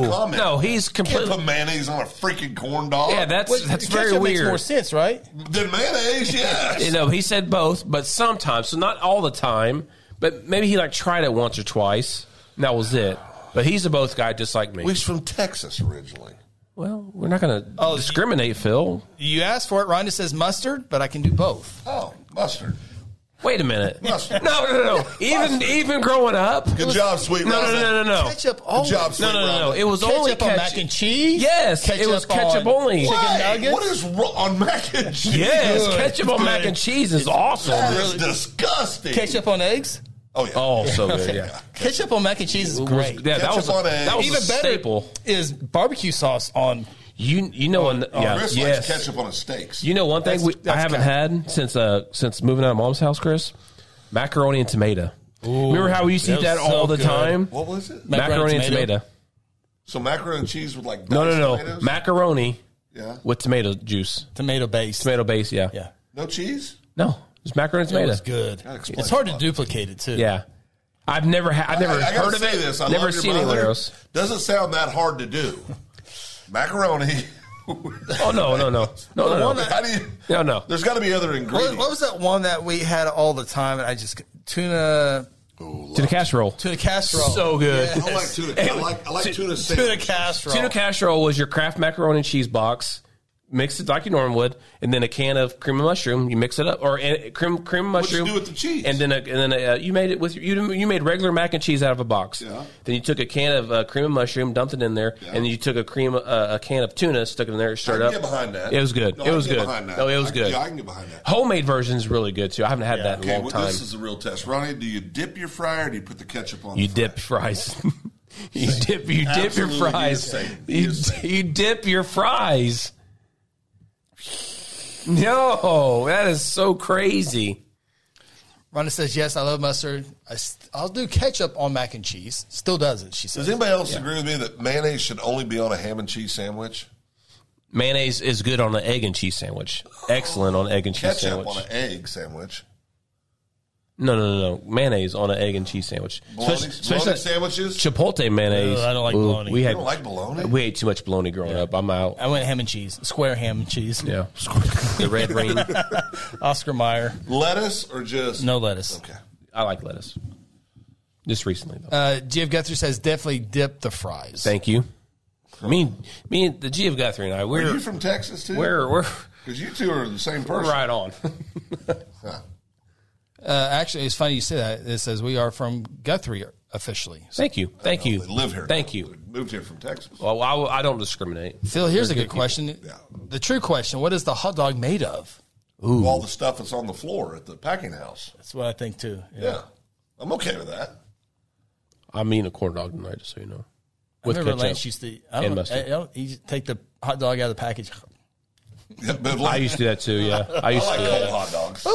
D: No,
C: comment.
D: no, he's
C: can't put
D: completely.
C: mayonnaise on a freaking corn dog.
D: Yeah, that's
B: Which-
D: that's
B: ketchup
D: very
B: Makes more
D: weird.
B: sense, right?
C: then mayonnaise. Yes,
D: You know, he said both, but sometimes, so not all the time, but maybe he like tried it once or twice, and that was it. But he's a both guy, just like me.
C: Well, he's from Texas originally.
D: well, we're not going to
B: Oh,
D: discriminate, Phil.
B: You asked for it. Rhonda says mustard, but I can do both.
C: Oh, mustard.
D: Wait a minute. no,
C: Mustard.
D: no, no, no. Even even growing up.
C: Good job, sweet.
D: No, no,
C: Rhonda.
D: no, no, no.
B: Ketchup only.
C: job, sweet
D: No, no, no, no.
C: Rhonda.
D: It was
B: Ketchup
D: only
B: on mac and cheese.
D: Yes, it
B: Ketchup
D: was ketchup
B: on
D: only.
B: Chicken
C: Why?
B: nuggets.
C: What is wrong on mac and cheese?
D: Yes,
B: Good.
D: ketchup on mac and cheese is
C: that
D: awesome.
C: is disgusting.
B: Ketchup on eggs.
C: Oh yeah.
D: Oh, so good. Yeah,
B: Ketchup on mac and cheese is
D: Was-
B: great.
D: yeah that was
C: Ketchup on
D: a,
C: eggs.
D: that was a
B: Even better
D: staple.
B: is barbecue sauce on.
D: You you know one yeah
C: Chris likes
D: yes.
C: ketchup on his steaks.
D: You know one thing
B: That's-
D: we, I
B: that's
D: haven't had since uh since moving out of mom's house, Chris, macaroni and tomato. Remember how we used to
B: that
D: eat that
B: was so
D: all the
B: good.
D: time?
C: what was it?
D: Macaroni and tomato.
C: So macaroni and cheese with like
D: No, no,
C: diced
D: no.
C: tomatoes?
D: Macaroni
C: yeah.
D: with tomato juice,
B: Tomato based.
D: tomato base. Yeah,
B: Yeah,
C: No cheese.
D: No, it's macaroni and
B: it
D: tomato.
B: was good.
C: explains
B: It's hard to
C: a lot.
B: duplicate it too.
D: Yeah, I've never had. I've never
C: I, I gotta
D: heard of
C: say
D: it.
C: this. I
D: never
C: love your
D: seen anywhere
C: mother.
D: else.
C: Doesn't sound that hard to do. macaroni.
D: Oh no, no, no, no, no, no.
B: one
C: How do you?
D: No, no.
C: There's got to be other
B: What,
C: ingredients.
B: what was that one that we had all the time? And I just tuna
D: Tuna casserole.
B: tuna casserole.
D: So good.
B: Yeah.
C: I like tuna. I like I like tuna
B: tuna
C: sandwich.
B: casserole.
D: Tuna casserole was your Kraft macaroni and cheese box. mix it like you normally would, and then a can of cream of mushroom. You mix it up, or uh, cream cream of
C: you
D: mushroom.
C: do with the cheese?
D: And then a, and then a, uh, you made it with your- you you made regular mac and cheese out of a box.
C: Yeah.
D: Then you took a can of uh, cream of mushroom, dumped it in there,
C: Yeah.
D: and then you took a cream uh, a can of tuna, stuck it in there, stirred
C: I
D: up.
C: can get behind that.
D: It was good.
C: No, I
D: it
C: can
D: was
C: get
D: good.
C: behind that.
D: No, it was
C: I can-
D: good.
C: yeah, I can get behind that.
D: Homemade version is really good too. I haven't had that in
C: Okay,
D: a long
C: well,
D: time.
C: this is a real test. Ronnie, do you dip your fry or do you put the ketchup on
D: You
C: the fry?
D: dip fries. you dip. You dip your
C: Absolutely, he is
D: fries.
C: safe. He
D: You,
C: is safe.
D: you dip your fries. No, that is so crazy.
B: Rhonda says, yes, I love mustard. I st- I'll do ketchup on mac and cheese. Still does it, she says.
C: Does anybody else agree with me that mayonnaise should only be on a ham and cheese sandwich?
D: Mayonnaise is good on an egg and cheese sandwich. Excellent on egg and cheese
C: Ketchup
D: sandwich.
C: on an egg sandwich.
D: No, no, no, no. Mayonnaise on an egg and cheese sandwich.
C: Bologna, bologna
D: especially
C: sandwiches?
D: chipotle mayonnaise.
B: Ugh, I don't like
D: Ooh,
B: bologna.
D: We
C: I
D: had
C: don't like bologna.
D: we ate too much bologna growing up. I'm out.
B: I went ham and cheese, square ham and cheese.
D: Yeah, the red ring.
B: Oscar Mayer,
C: Lettuce or just
B: no lettuce.
C: Okay.
D: I like lettuce. Just recently though.
B: Uh, Jeff Guthrie says, definitely dip the fries.
D: Thank you. Me, and- me, and the G of Guthrie and I,
C: Are you
D: we're
C: from Texas too?
D: we're we're,
C: Because you two are the same
D: we're
C: person.
D: right on.
C: Huh.
B: uh, actually, it's funny you say that. It says, we are from Guthrie officially.
D: Thank you, thank you.
C: They live here.
D: Thank
C: now.
D: you.
C: They moved here from Texas.
D: Well, I, I don't discriminate.
B: Phil, here's a good question. The true question what is the hot dog made of?
C: All the stuff that's on the floor at the packing house.
B: That's what I think too.
C: Yeah. I'm okay with that.
D: I'm eating a corn dog tonight, just so you know. With
B: I remember
D: ketchup.
B: Lance used to. I
D: and
B: don't, I,
D: mustard.
B: I don't, he just take the hot dog out of the package.
C: Yeah, but
D: I
C: like,
D: used to do that too. Yeah, I
C: I
D: used
C: like
D: to. do
C: cold
D: that.
C: hot dogs.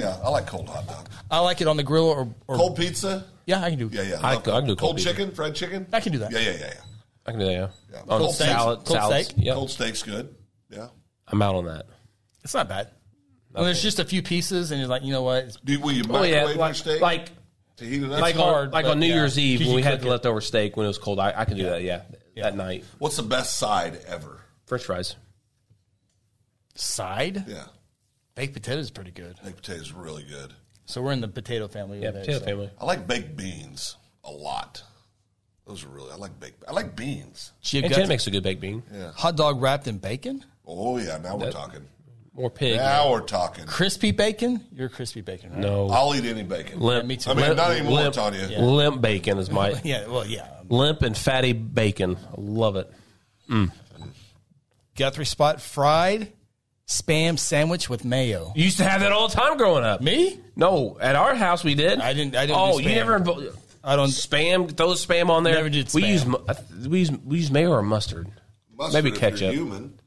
C: Yeah, I like cold hot dogs.
B: I like it on the grill or, or
C: Cold pizza.
B: yeah, I can do.
C: Yeah, yeah.
D: I
C: love
D: could- I could do
C: cold,
D: cold pizza.
C: chicken, fried chicken.
B: I can do that.
C: Yeah, yeah, yeah, yeah.
D: I can do that. Yeah.
C: Yeah.
D: On
C: Cold steak.
D: Oh, salad,
B: Cold
D: salads.
B: steak.
D: Yeah,
C: Cold steak's good. Yeah.
D: I'm out on that.
B: It's not bad. When there's just a few pieces and you're like, you know what? It's-
C: Do you, will you
D: Oh
C: microwave
D: yeah,
C: your
D: like
C: steak
D: like
C: to heat it up?
D: like on,
B: hard,
D: like
B: but
D: on New
B: yeah.
D: Year's Eve
B: 'Cause
D: when
B: you
D: we had
B: cook
D: the
B: it.
D: leftover steak when it was cold. I, I can do that. Yeah, that night.
C: What's the best side ever?
D: French fries.
B: Side
C: Yeah,
B: baked potato is pretty good.
C: baked potatoes is really good.
B: So we're in the potato family.
D: Yeah,
B: over there,
D: potato
B: so.
D: family.
C: I like baked beans a lot. Those are really I like baked. I like beans.
B: Jib
D: And
B: Guthrie-
D: Jen makes a good baked bean.
B: hot dog wrapped in bacon,
C: Oh yeah, now we're talking.
D: More pig.
C: Now we're talking.
B: crispy bacon. You're a crispy bacon, right?
D: No.
C: I'll eat any bacon.
D: Limp.
B: me too.
C: I mean,
D: limp,
C: not anymore,
D: limp,
C: Tanya. Yeah.
D: Limp bacon is my
B: Yeah, well, yeah.
D: limp and fatty bacon. I love it.
B: Guthrie spot fried spam sandwich with mayo.
D: You used to have that all the time growing up.
B: Me?
D: No, at our house we did.
B: I didn't- I didn't
D: Oh,
B: do
D: you
B: spam.
D: never. invo-
B: I don't.
D: Spam, throw spam on there.
B: Never did
D: We
B: spam.
D: use mu- I th- we use we use mayo or mustard.
C: Mustard
D: Maybe
C: if you're
D: ketchup.
C: Human.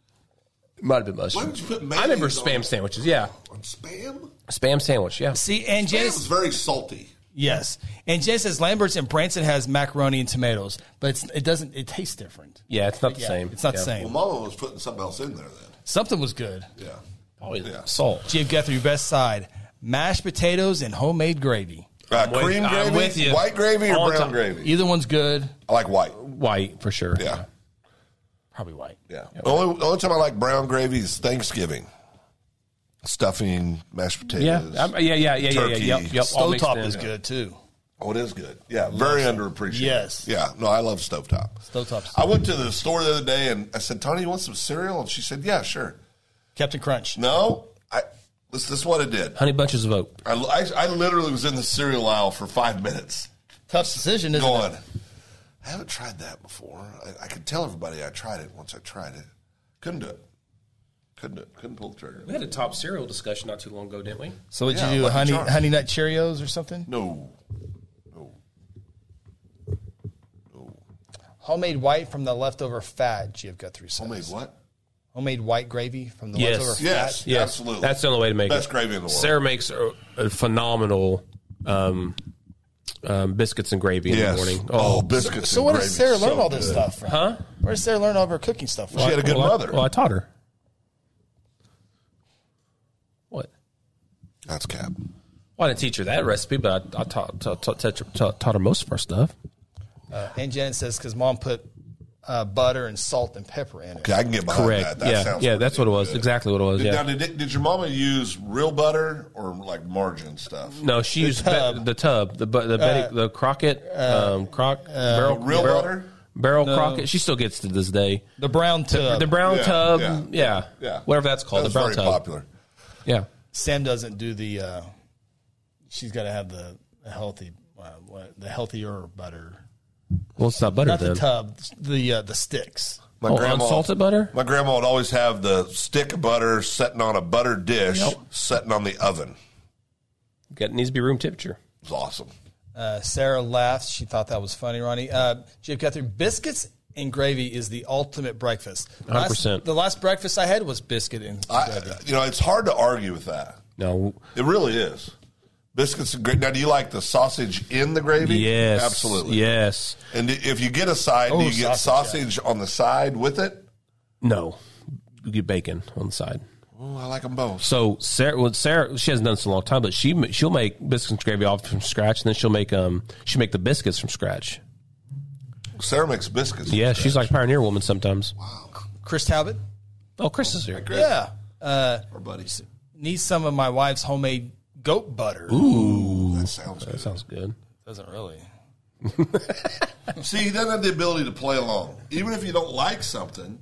D: Might have been
C: Why
D: mustard.
C: don't you put
D: I remember
C: mayonnaise
D: spam
C: on-
D: sandwiches. Yeah,
C: On spam.
D: spam sandwich. Yeah,
B: See, and
C: Spam
B: Janice
C: is very salty.
B: Yes, and Jen says Lambert's and Branson has macaroni and tomatoes, but it's, it doesn't. It tastes different.
D: yeah. It's not the
B: Yeah,
D: same.
B: It's not
D: Yeah.
B: the
C: Well,
B: same.
C: Mama was putting something else in there then.
B: Something was good.
C: Yeah.
D: Probably
C: Yeah.
D: salt.
B: Jib Guthrie, best side: mashed potatoes and homemade gravy.
C: Uh,
D: with-
C: cream
D: I'm
C: gravy,
D: with you.
C: white gravy, or
D: On
C: brown
D: top.
C: gravy.
B: Either one's good.
C: I like white.
D: White for sure.
C: Yeah.
B: Probably white.
C: Yeah. Only, only time I like brown gravy is Thanksgiving. Stuffing, mashed
D: yeah,
C: potatoes.
D: I'm- yeah, yeah, yeah, yeah, yeah.
C: Turkey.
D: Yep, yep. all
B: Stove
D: mixed
B: top
D: in.
B: is good too.
C: oh, it is good. Yeah. Very underappreciated.
B: Yes.
C: Yeah. No, I love stovetop.
B: Stovetop's-
C: I went to the store the other day and I said, Tony, you want some cereal? And she said, Yeah, sure.
B: Captain Crunch.
C: No, I. This, this is what I did.
D: Honey bunches of oat.
C: I, I, I literally was in the cereal aisle for five minutes.
B: Tough decision, isn't
C: going.
B: it?
C: I haven't tried that before. I, I could tell everybody I tried it once I tried it. Couldn't do it. Couldn't do it. Couldn't pull the trigger.
D: We had a top cereal discussion not too long ago, didn't we?
B: So what'd
C: Yeah,
B: you do?
C: Lucky
B: Honey,
C: Charms.
B: honey nut Cheerios or something?
C: No.
B: Homemade white from the leftover fat. Jib Guthrie says.
C: Homemade what?
B: Homemade white gravy from the
D: Yes.
B: leftover
C: Yes.
B: fat.
D: Yeah,
C: Absolutely.
D: That's the only way to make
C: best
D: it.
C: gravy in the world.
D: Sarah makes a, a phenomenal um, um, biscuits and gravy
C: Yes.
D: in the morning.
C: Oh, biscuits.
B: So
C: and
B: where did
C: gravy's
B: Sarah learn
C: so
B: all this
C: good.
B: stuff from? Huh? Where did Sarah learn all of her cooking stuff from?
C: She had a good
D: well, I-
C: mother.
D: well, I taught her. What?
C: That's cap.
D: Well, I didn't teach her that recipe, but I, I taught, taught, taught, taught, her- taught, taught her most of our stuff.
B: Uh, And Janet says because mom put uh, butter and salt and pepper in it.
C: Okay, I can get behind
D: Correct.
C: that. That
D: yeah,
C: sounds
D: yeah,
C: pretty
D: that's what it was.
C: good.
D: Exactly what it was.
C: Did, Now,
D: Yeah.
C: did, it- did your mama use real butter or like margarine stuff?
D: No, she used be-
B: tub.
D: the tub, the bu- the Betty, the Crockett, um, crock barrel
C: Uh, real
D: barrel-
C: butter?
D: Barrel Crockett. She still gets to this day.
B: The brown tub.
D: The brown
C: Yeah,
D: tub.
C: yeah.
D: Yeah,
C: Yeah.
D: Whatever that's called.
C: That's
D: the brown
C: very
D: tub.
C: popular.
D: Yeah.
B: Sam doesn't do the. Uh, she's got to have the healthy, uh, what, the healthier butter,
D: Well, it's not butter
B: not the
D: then.
B: tub, the uh, the sticks.
C: My
D: Oh, unsalted butter?
C: My grandma would always have the stick of butter setting on a butter dish, setting on the oven.
D: It needs to be room temperature.
C: It was awesome.
B: Uh, Sarah laughed. She thought that was funny, Ronnie. Uh, Jim Guthrie, biscuits and gravy is the ultimate breakfast. The last-
D: 100%.
B: The last breakfast I had was biscuit and
C: I, you know, it's hard to argue with that.
D: No.
C: It really is. Biscuits and gravy. Now, do you like the sausage in the gravy?
D: Yes.
C: absolutely.
D: Yes.
C: And if you get a side, do you get Oh, sausage,
B: sausage,
C: on the side with it?
D: No. You get bacon on the side.
C: Oh, I like them both.
D: So Sarah, well, Sarah, she hasn't done this in a long time, but she ma- she'll make biscuits and gravy off from scratch, and then she'll make um she make the biscuits from scratch.
C: Sarah makes biscuits.
D: Yeah, she's like pioneer woman sometimes.
B: Chris Talbot.
D: Oh, Chris is here.
B: Yeah, uh,
C: Our buddies.
B: need some of my wife's homemade goat butter.
C: That sounds good.
D: Sounds good.
B: Doesn't really.
C: See, he doesn't have the ability to play along. Even if you don't like something,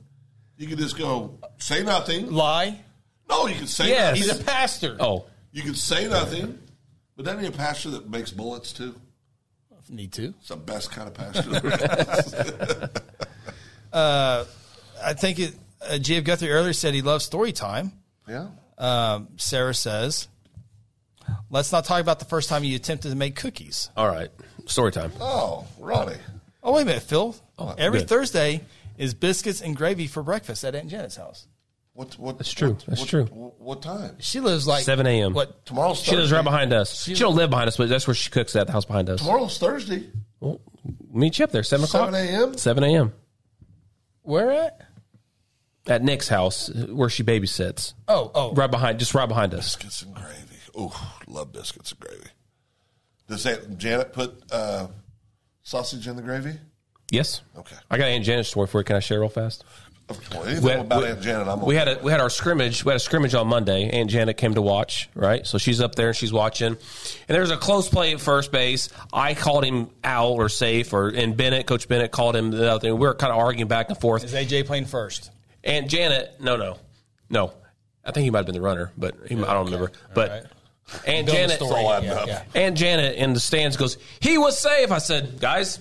C: you can just go say nothing.
B: Lie.
C: No, you can say
D: Yes.
C: nothing.
B: He's a pastor.
D: Oh,
C: You can say nothing. But doesn't he a pastor that makes bullets too?
B: Need to.
C: It's the best kind of pastor. there is.
B: I think it. Uh, J.F. Guthrie earlier said he loves story time.
C: yeah.
B: Um, Sarah says, "Let's not talk about the first time you attempted to make cookies."
D: all right. Story time.
C: Oh, Ronnie.
B: Oh wait a minute, Phil. Every
D: good.
B: Thursday is biscuits and gravy for breakfast at Aunt Janet's house.
C: What? What?
D: That's true.
C: what-
D: That's
C: what-
D: true.
C: What, what time?
B: She lives like
D: 7 a.m..
B: What?
C: Tomorrow's
D: She
C: Thursday.
D: lives right behind us. She don't live behind us, but that's where she cooks at the house behind us.
C: Tomorrow's Thursday,
D: Well, meet you up there, seven o'clock.
C: seven a.m.
D: Seven a.m.
B: Where at?
D: at Nick's house where she babysits.
B: Oh, oh.
D: Right behind, just right behind us.
C: Biscuits and gravy. Oh, love biscuits and gravy. Does Aunt Janet put uh, sausage in the gravy?
D: Yes.
C: Okay.
D: I got Aunt Janet's story for you. Can I share real fast?
C: Well, anything
D: We had-
C: about
D: we-
C: Aunt Janet, I'm
D: we
C: okay
D: had a
C: with.
D: we had our scrimmage. We had a scrimmage on Monday. Aunt Janet came to watch, right? So she's up there and she's watching. And there's a close play at first base. I called him out or safe or and Bennett, Coach Bennett called him the other thing. We were kind of arguing back and forth.
B: Is AJ playing first?
D: Aunt Janet, no, no, no. I think he might have been the runner, but he, I don't remember. But
B: right.
D: Aunt
B: Build the
D: Janet,
B: story.
C: all I know.
D: Aunt Janet in the stands goes, "He was safe." I said, "Guys,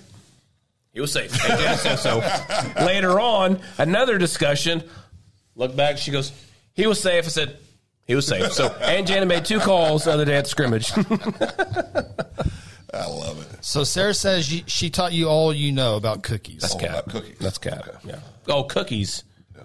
D: he was safe." Aunt Janet said so. Later on, another discussion. Look back. She goes, "He was safe." I said, "He was safe." So Aunt Janet made two calls the other day at scrimmage.
C: I love it.
B: So Sarah says you, she taught you all you know about cookies.
C: All
D: cat.
C: about cookies.
D: That's cat.
C: Okay.
D: Yeah. Oh, cookies.
C: Yeah.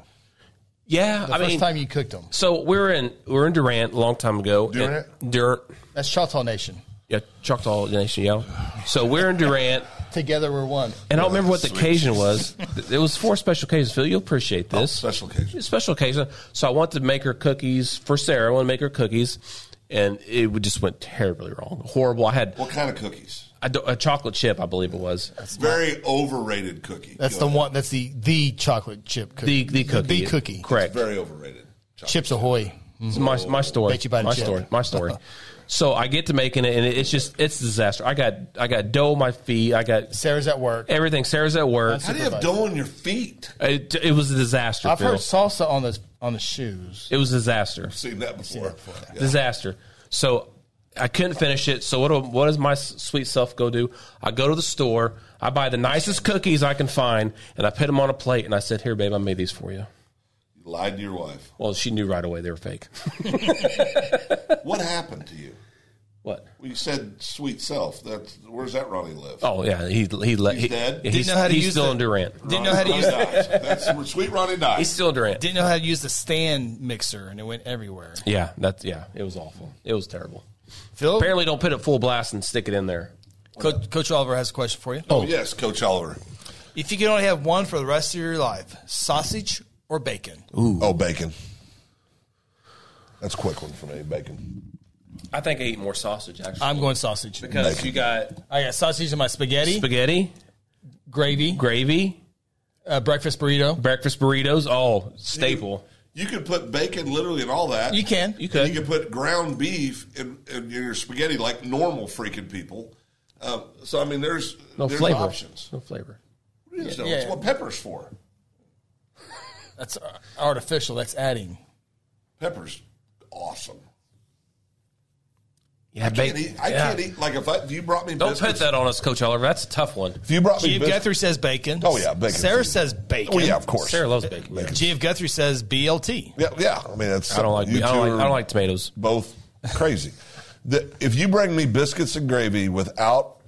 D: Yeah, I
B: First
D: mean,
B: time you cooked them.
D: so we were in we were in Durant a long time ago.
C: Durant?
D: And Durant.
B: That's Choctaw Nation.
D: Yeah, Choctaw Nation, yo. So we're in Durant,
B: Together we're one.
D: and I don't remember what the occasion was. It was for special occasions. Phil, you'll appreciate this
E: Oh,
C: Special occasion.
D: special occasion. So I wanted to make her cookies for Sarah. I want to make her cookies, and it would- just went terribly wrong. Horrible. I had
C: What kind of cookies?
D: a, do- a chocolate chip, I believe it was.
C: Very overrated cookie.
E: That's
C: Go
E: the one. That's the the chocolate chip
D: The
E: cookie.
D: the cookie.
E: The cookie.
D: Correct.
C: Very overrated. Chocolate.
E: Chips Ahoy.
D: It's my my story.
E: Bet you bought a
D: my
E: chip.
D: story. My story. so I get to making it, and it, it's just it's a disaster. I got I got dough on my feet. I got
E: Sarah's at work.
D: everything. Sarah's at work.
C: How do you have dough on your feet?
D: It, it was a disaster.
E: I've
D: Phil.
E: heard salsa on the on the shoes.
D: It was a disaster.
C: Seen that before. Yeah.
D: Disaster. So I couldn't finish it. So what do, what does my s- sweet self go do? I go to the store, I buy the nicest cookies I can find, and I put them on a plate and I said, "Here, babe, I made these for you."
C: You lied to your wife.
D: Well, she knew right away they were fake.
C: What happened to you?
D: what?
C: Well, you said sweet self. That's where's that Ronnie live?
D: Oh yeah, he he let
C: He's
D: he,
C: dead?
D: He's,
B: Didn't know how to
D: he's
B: use
D: still
B: the-
D: in Durant.
B: Didn't know how to
C: Ronnie
B: use.
C: dies. That's where sweet Ronnie dies.
D: He's still in Durant.
B: Didn't know how to use the stand mixer, and it went everywhere.
D: Yeah, that's yeah. It was awful. It was terrible.
B: Phil,
D: Apparently, don't put it full blast and stick it in there.
B: Coach, Coach Oliver has a question for you.
C: oh yes, Coach Oliver.
B: If you could only have one for the rest of your life, sausage or bacon?
C: Oh, bacon. That's a quick one for me. Bacon.
D: I think I eat more sausage actually
B: I'm going sausage.
D: because you got
B: I got sausage in my spaghetti,
D: spaghetti,
B: gravy,
D: gravy,
B: uh, breakfast burrito.
D: breakfast burritos. Oh, staple.
C: You could put bacon literally in all that.
B: You can.
D: You
C: And
D: could.
C: you could put ground beef in, in your spaghetti like normal freaking people. Um, so I mean, there's
D: No
C: there's
D: flavor.
C: options.
D: No flavor.
C: What It is, though.
E: Yeah.
C: It's what pepper's for.
E: That's uh, artificial. That's adding.
C: Pepper's awesome.
D: Yeah,
C: I can't eat, I can't eat like if, I, if you brought me
D: Don't
C: biscuits,
D: put that on us, Coach Oliver. That's a tough one.
C: If you brought me
B: G.F.
C: biscuits,
B: Guthrie says bacon.
C: Oh, yeah, bacon.
B: Sarah says bacon.
C: well, yeah, of course.
D: Sarah loves bacon.
B: G.F. Guthrie says BLT.
C: Yeah, yeah. I mean, that's
D: I don't like. I
C: you
D: don't
C: two
D: like, I
C: are
D: don't like tomatoes.
C: both crazy. The, if you bring me biscuits and gravy without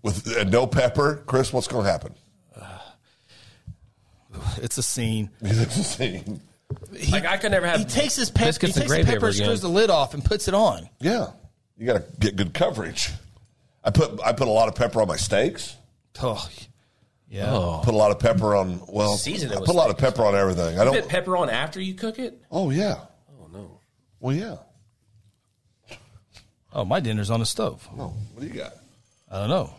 C: with uh, no pepper, Chris, what's going to happen?
B: It's a scene.
C: It's the same.
D: like I could never have.
B: He takes his, pep- he
D: biscuits
B: takes
D: and
B: his
D: gravy
B: pepper,
D: ever again.
B: screws the lid off, and puts it on.
C: Yeah, you got to get good coverage. I put I put a lot of pepper on my steaks.
B: Oh, yeah.
C: Put a lot of pepper on well,
D: Season it
C: I
D: with
C: put a lot of pepper on everything. I
D: Put
C: don't.
D: pepper on after you cook it.
C: Oh yeah.
D: Oh no.
C: Well yeah.
B: Oh, my dinner's on the stove.
C: No. Oh, What do you got?
B: I don't know.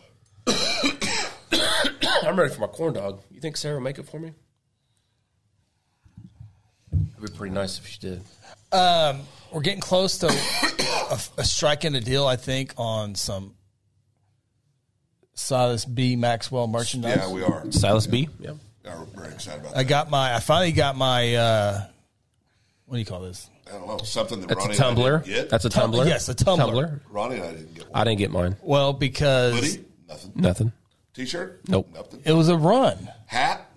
D: I'm ready for my corn dog. You think Sarah will make it for me? It'd be pretty nice if she did.
B: We're getting close to a, a striking a deal, I think, on some Silas B. Maxwell merchandise.
C: Yeah, we are.
D: Silas B. Yeah.
C: Yeah, we're very excited about
B: I
C: that.
B: got my. I finally got my. Uh, what do you call this?
C: I don't know something that
D: That's
C: Ronnie
D: a
C: and I didn't
D: tumbler.
C: get.
D: That's a tumbler.
B: yes, a tumbler.
C: Ronnie and I didn't get one.
D: I didn't get mine.
B: Well, because
C: Hoodie? Nothing.
D: Nothing.
C: T-shirt?
D: Nope.
C: Nothing.
B: it was a run.
C: Hat?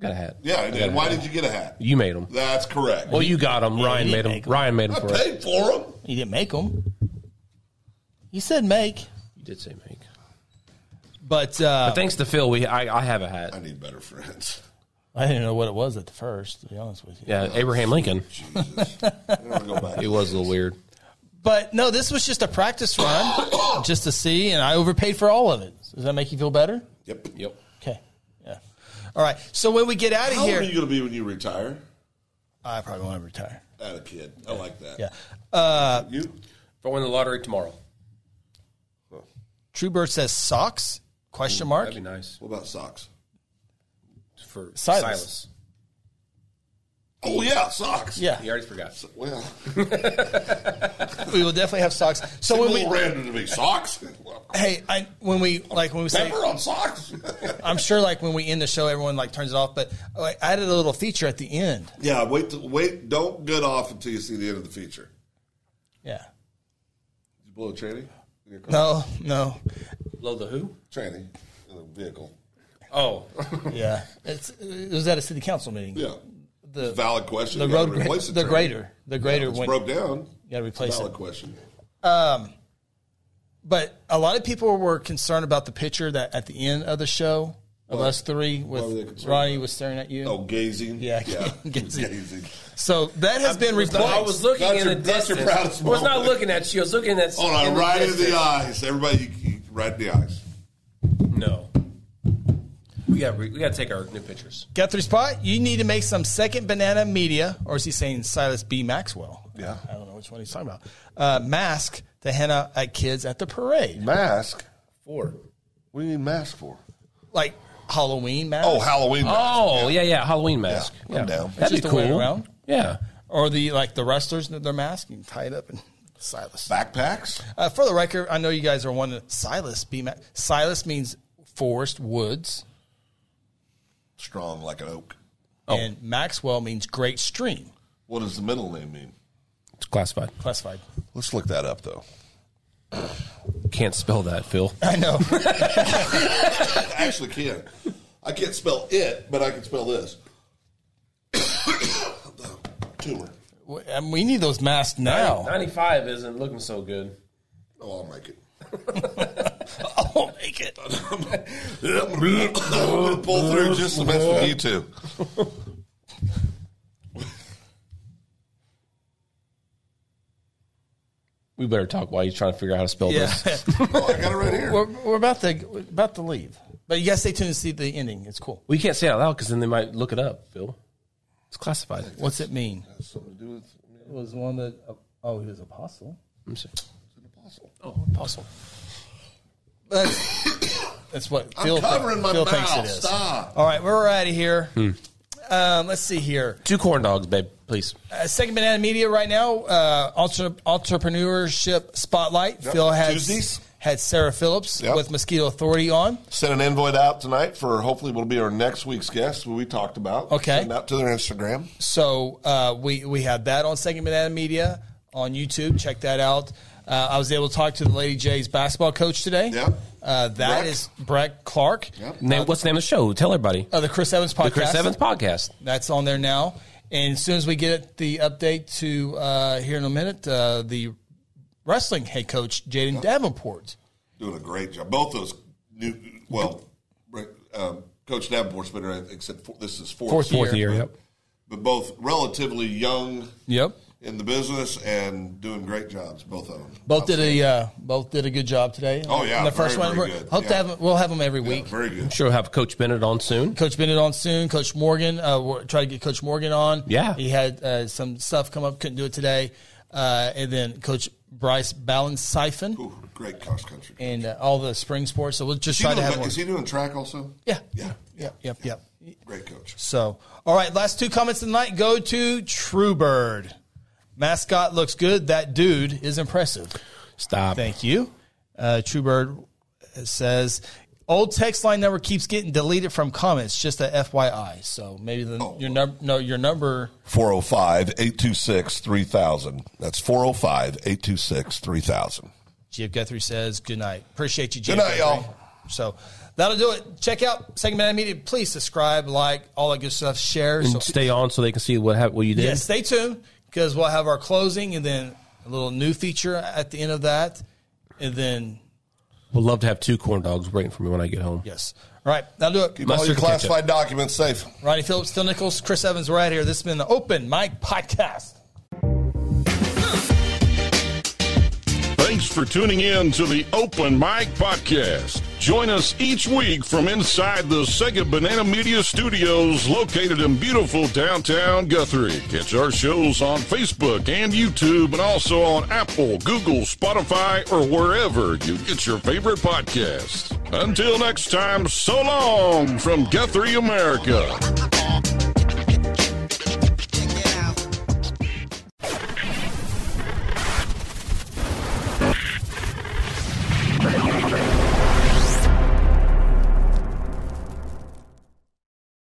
D: Got a hat.
C: Yeah. And why did you get a hat?
D: You made them.
C: That's correct.
D: Well, you got them. Ryan
B: you
D: made them.
B: make 'em.
D: Ryan made them
C: I
D: for us.
C: paid for them.
B: You didn't make them. You said make,
D: You did say make.
B: but, uh,
D: But thanks to Phil, we I, I have a
C: I
D: hat.
C: need better friends.
B: I didn't know what it was at the first. To be honest with you.
D: Yeah, Abraham Lincoln.
C: Jesus. I don't wanna go back.
D: It was a little weird.
B: But no, this was just a practice run, just to see, and I overpaid for all of it. Does that make you feel better?
C: Yep.
D: Yep.
B: Okay. Yeah. All right. So when we get out of
C: How old are you
B: here,
C: going to be when you retire?
B: I probably want to retire.
C: At a kid. I like that.
B: Yeah.
C: You?
D: If I win the lottery tomorrow,
B: Truebird says socks? Question mark.
D: that'd be nice
C: What about socks?
D: for
B: Silas.
D: Silas.
C: Oh, yeah, socks.
B: Yeah.
D: He already forgot.
C: Well,
B: We will definitely have socks. So
C: a
B: when
C: little
B: we,
C: random to me. Socks? Well,
B: hey, I, when we like when we say,
C: Pepper on socks?
B: I'm sure like when we end the show, everyone like turns it off. But like, I added a little feature at the end.
C: yeah, wait, till, wait. Don't get off until you see the end of the feature.
B: Yeah.
C: Did you blow a tranny? In your car?
B: No. No.
D: Blow the who?
C: Tranny. In a vehicle.
D: Oh,
B: Yeah. It's, it was at a city council meeting.
C: Yeah.
B: The
C: Valid question.
B: the
C: You gotta
B: road gra-
C: replace it,
B: the
C: Trey.
B: grader the grader
C: It's
B: went.
C: broke down.
B: Got to replace it.
C: Valid question.
B: But a lot of people were concerned about the picture that at the end of the show of us three
C: were they
B: with
C: concerned
B: Ronnie was staring at you.
C: Oh, gazing.
B: Yeah,
C: yeah.
B: gazing.
C: gazing.
B: So that has been
D: no,
B: replaced.
D: I was looking
C: That's
D: in
C: your-
D: the
C: that's your
D: distance.
C: proudest
D: was not
C: moment.
D: looking at you. I was looking at.
C: Hold on,
D: in the
C: right in the
D: distance.
C: eyes. Everybody, you, you, right in the eyes.
D: No. We got we got to take our new pictures.
B: Guthrie Spot, you need to make some second banana media, or is he saying Silas B. Maxwell?
C: Yeah.
B: I don't know which one he's talking about. Uh, mask to hand out at kids at the parade.
C: Mask?
D: Four.
C: What do you need mask for?
B: Like Halloween mask.
C: Oh, Halloween mask.
D: Oh yeah, yeah, Halloween mask.
C: Yeah, I'm down.
D: that'd
B: Just
D: be
B: to wear
D: cool.
B: around.
D: Yeah,
B: Or the like the wrestlers, their mask, you can tie it up and Silas.
C: Backpacks?
B: Uh, for the record, I know you guys are wanting Silas B. Ma- Silas means forest woods,
C: Strong like an oak.
D: Oh.
B: and Maxwell means great stream.
C: What does the middle name mean?
D: it's classified.
B: Classified.
C: Let's look that up, though.
D: Can't spell that, Phil.
B: I know.
C: I actually can. I can't spell it, but I can spell this. Tumor.
B: We- and we need those masks now.
D: Ninety-five isn't looking so good.
C: Oh, I'll make it.
B: I'll make it.
C: I'm going to pull through just to mess with you two.
D: We better talk while you're trying to figure out how to spell
B: Yeah.
D: this.
C: Oh, I got it right here.
B: we're, we're about to we're about to leave, but you guys stay tuned to see the ending. It's cool.
D: We can't say it out loud because then they might look it up, Phil. It's classified.
B: What's it mean?
C: Something to do with
B: It was one that oh, he was apostle.
D: Let me see.
C: an apostle.
D: Oh, apostle.
B: That's, that's what
C: I'm
B: Phil, thi-
C: covering my
B: Phil
C: mouth.
B: thinks it is.
C: Stop.
B: All right, we're out of here.
D: Hmm.
B: Um, let's see here.
D: Two corn dogs, babe, please.
B: Uh, Second Banana Media right now, uh, entre- entrepreneurship spotlight. Phil has
C: Tuesdays?
B: had Sarah Phillips
C: Yep.
B: with Mosquito Authority on.
C: Sent an invite out tonight for hopefully will be our next week's guest. What we talked about.
B: Okay.
C: Send out to their Instagram.
B: So uh, we we had that on Second Banana Media on YouTube. Check that out. Uh, I was able to talk to the Lady J's basketball coach today.
C: Yep.
B: Uh, that
C: Breck.
B: is Brett Clark
D: Name, what's the name of the show? Tell everybody.
B: of the Chris Evans podcast.
D: The Chris Evans podcast.
B: That's on there now. And as soon as we get the update to uh, here in a minute, uh, the wrestling head coach Jaden Davenport.
C: Doing a great job. Both those new. Well, um, Coach Davenport's been around. Except for, this is fourth,
B: Fourth
D: Fourth
B: Here.
D: year. Yep.
C: But both relatively young
B: Yep.
C: in the business and doing great jobs. Both of them.
B: Both did a uh, both did a good job today.
C: Oh, yeah,
B: On the first
C: very,
B: one.
C: very
B: We're-
C: good.
B: Hope to
C: Yeah.
B: have we'll have them every week.
C: Very good.
D: Sure, we'll have Coach Bennett on soon.
B: Coach Bennett on soon. Coach Morgan, uh, we're trying to get Coach Morgan on.
D: Yeah.
B: he had uh, some stuff come up, couldn't do it today. Uh, and then Coach Bryce Balance Siphon
C: Ooh, great cross country.
B: and uh, all the spring sports. So we'll just
C: Is he,
B: try to
C: doing,
B: have one.
C: is he doing track also?
B: Yeah.
C: Yeah. Yeah.
B: Yep, yep, yep.
C: Great coach.
B: So, all right, last two comments of the night go to Truebird. Mascot looks good. That dude is impressive.
D: Stop.
B: Thank you. Uh, Truebird says, old text line number keeps getting deleted from comments. Just a FYI. So maybe the,
C: Oh.
B: your number, no, your number.
C: 405 826 3000. That's 405 826 3000.
B: Jeff Guthrie says, good night. Appreciate you, Jeff.
C: Good night,
B: Guthrie.
C: y'all.
B: So that'll do it. Check out Second Minute Media. Please subscribe, like, all that good stuff, share. So
D: And stay on so they can see what hap- what you did.
B: yeah, stay tuned because we'll have our closing and then a little new feature at the end of that. And then,
D: Would love to have two corn dogs waiting for me when I get home.
B: yes. All right, that'll do it.
C: Keep all your
D: Mustard ketchup.
C: classified documents safe.
B: Ronnie Phillips, Phil Nichols, Chris Evans, we're out here. This has been the Open Mic Podcast.
A: Thanks for tuning in to the Open Mic Podcast. Join us each week from inside the Sega Banana Media Studios located in beautiful downtown Guthrie. Catch our shows on Facebook and YouTube and also on Apple, Google, Spotify, or wherever you get your favorite podcasts. Until next time, so long from Guthrie, America.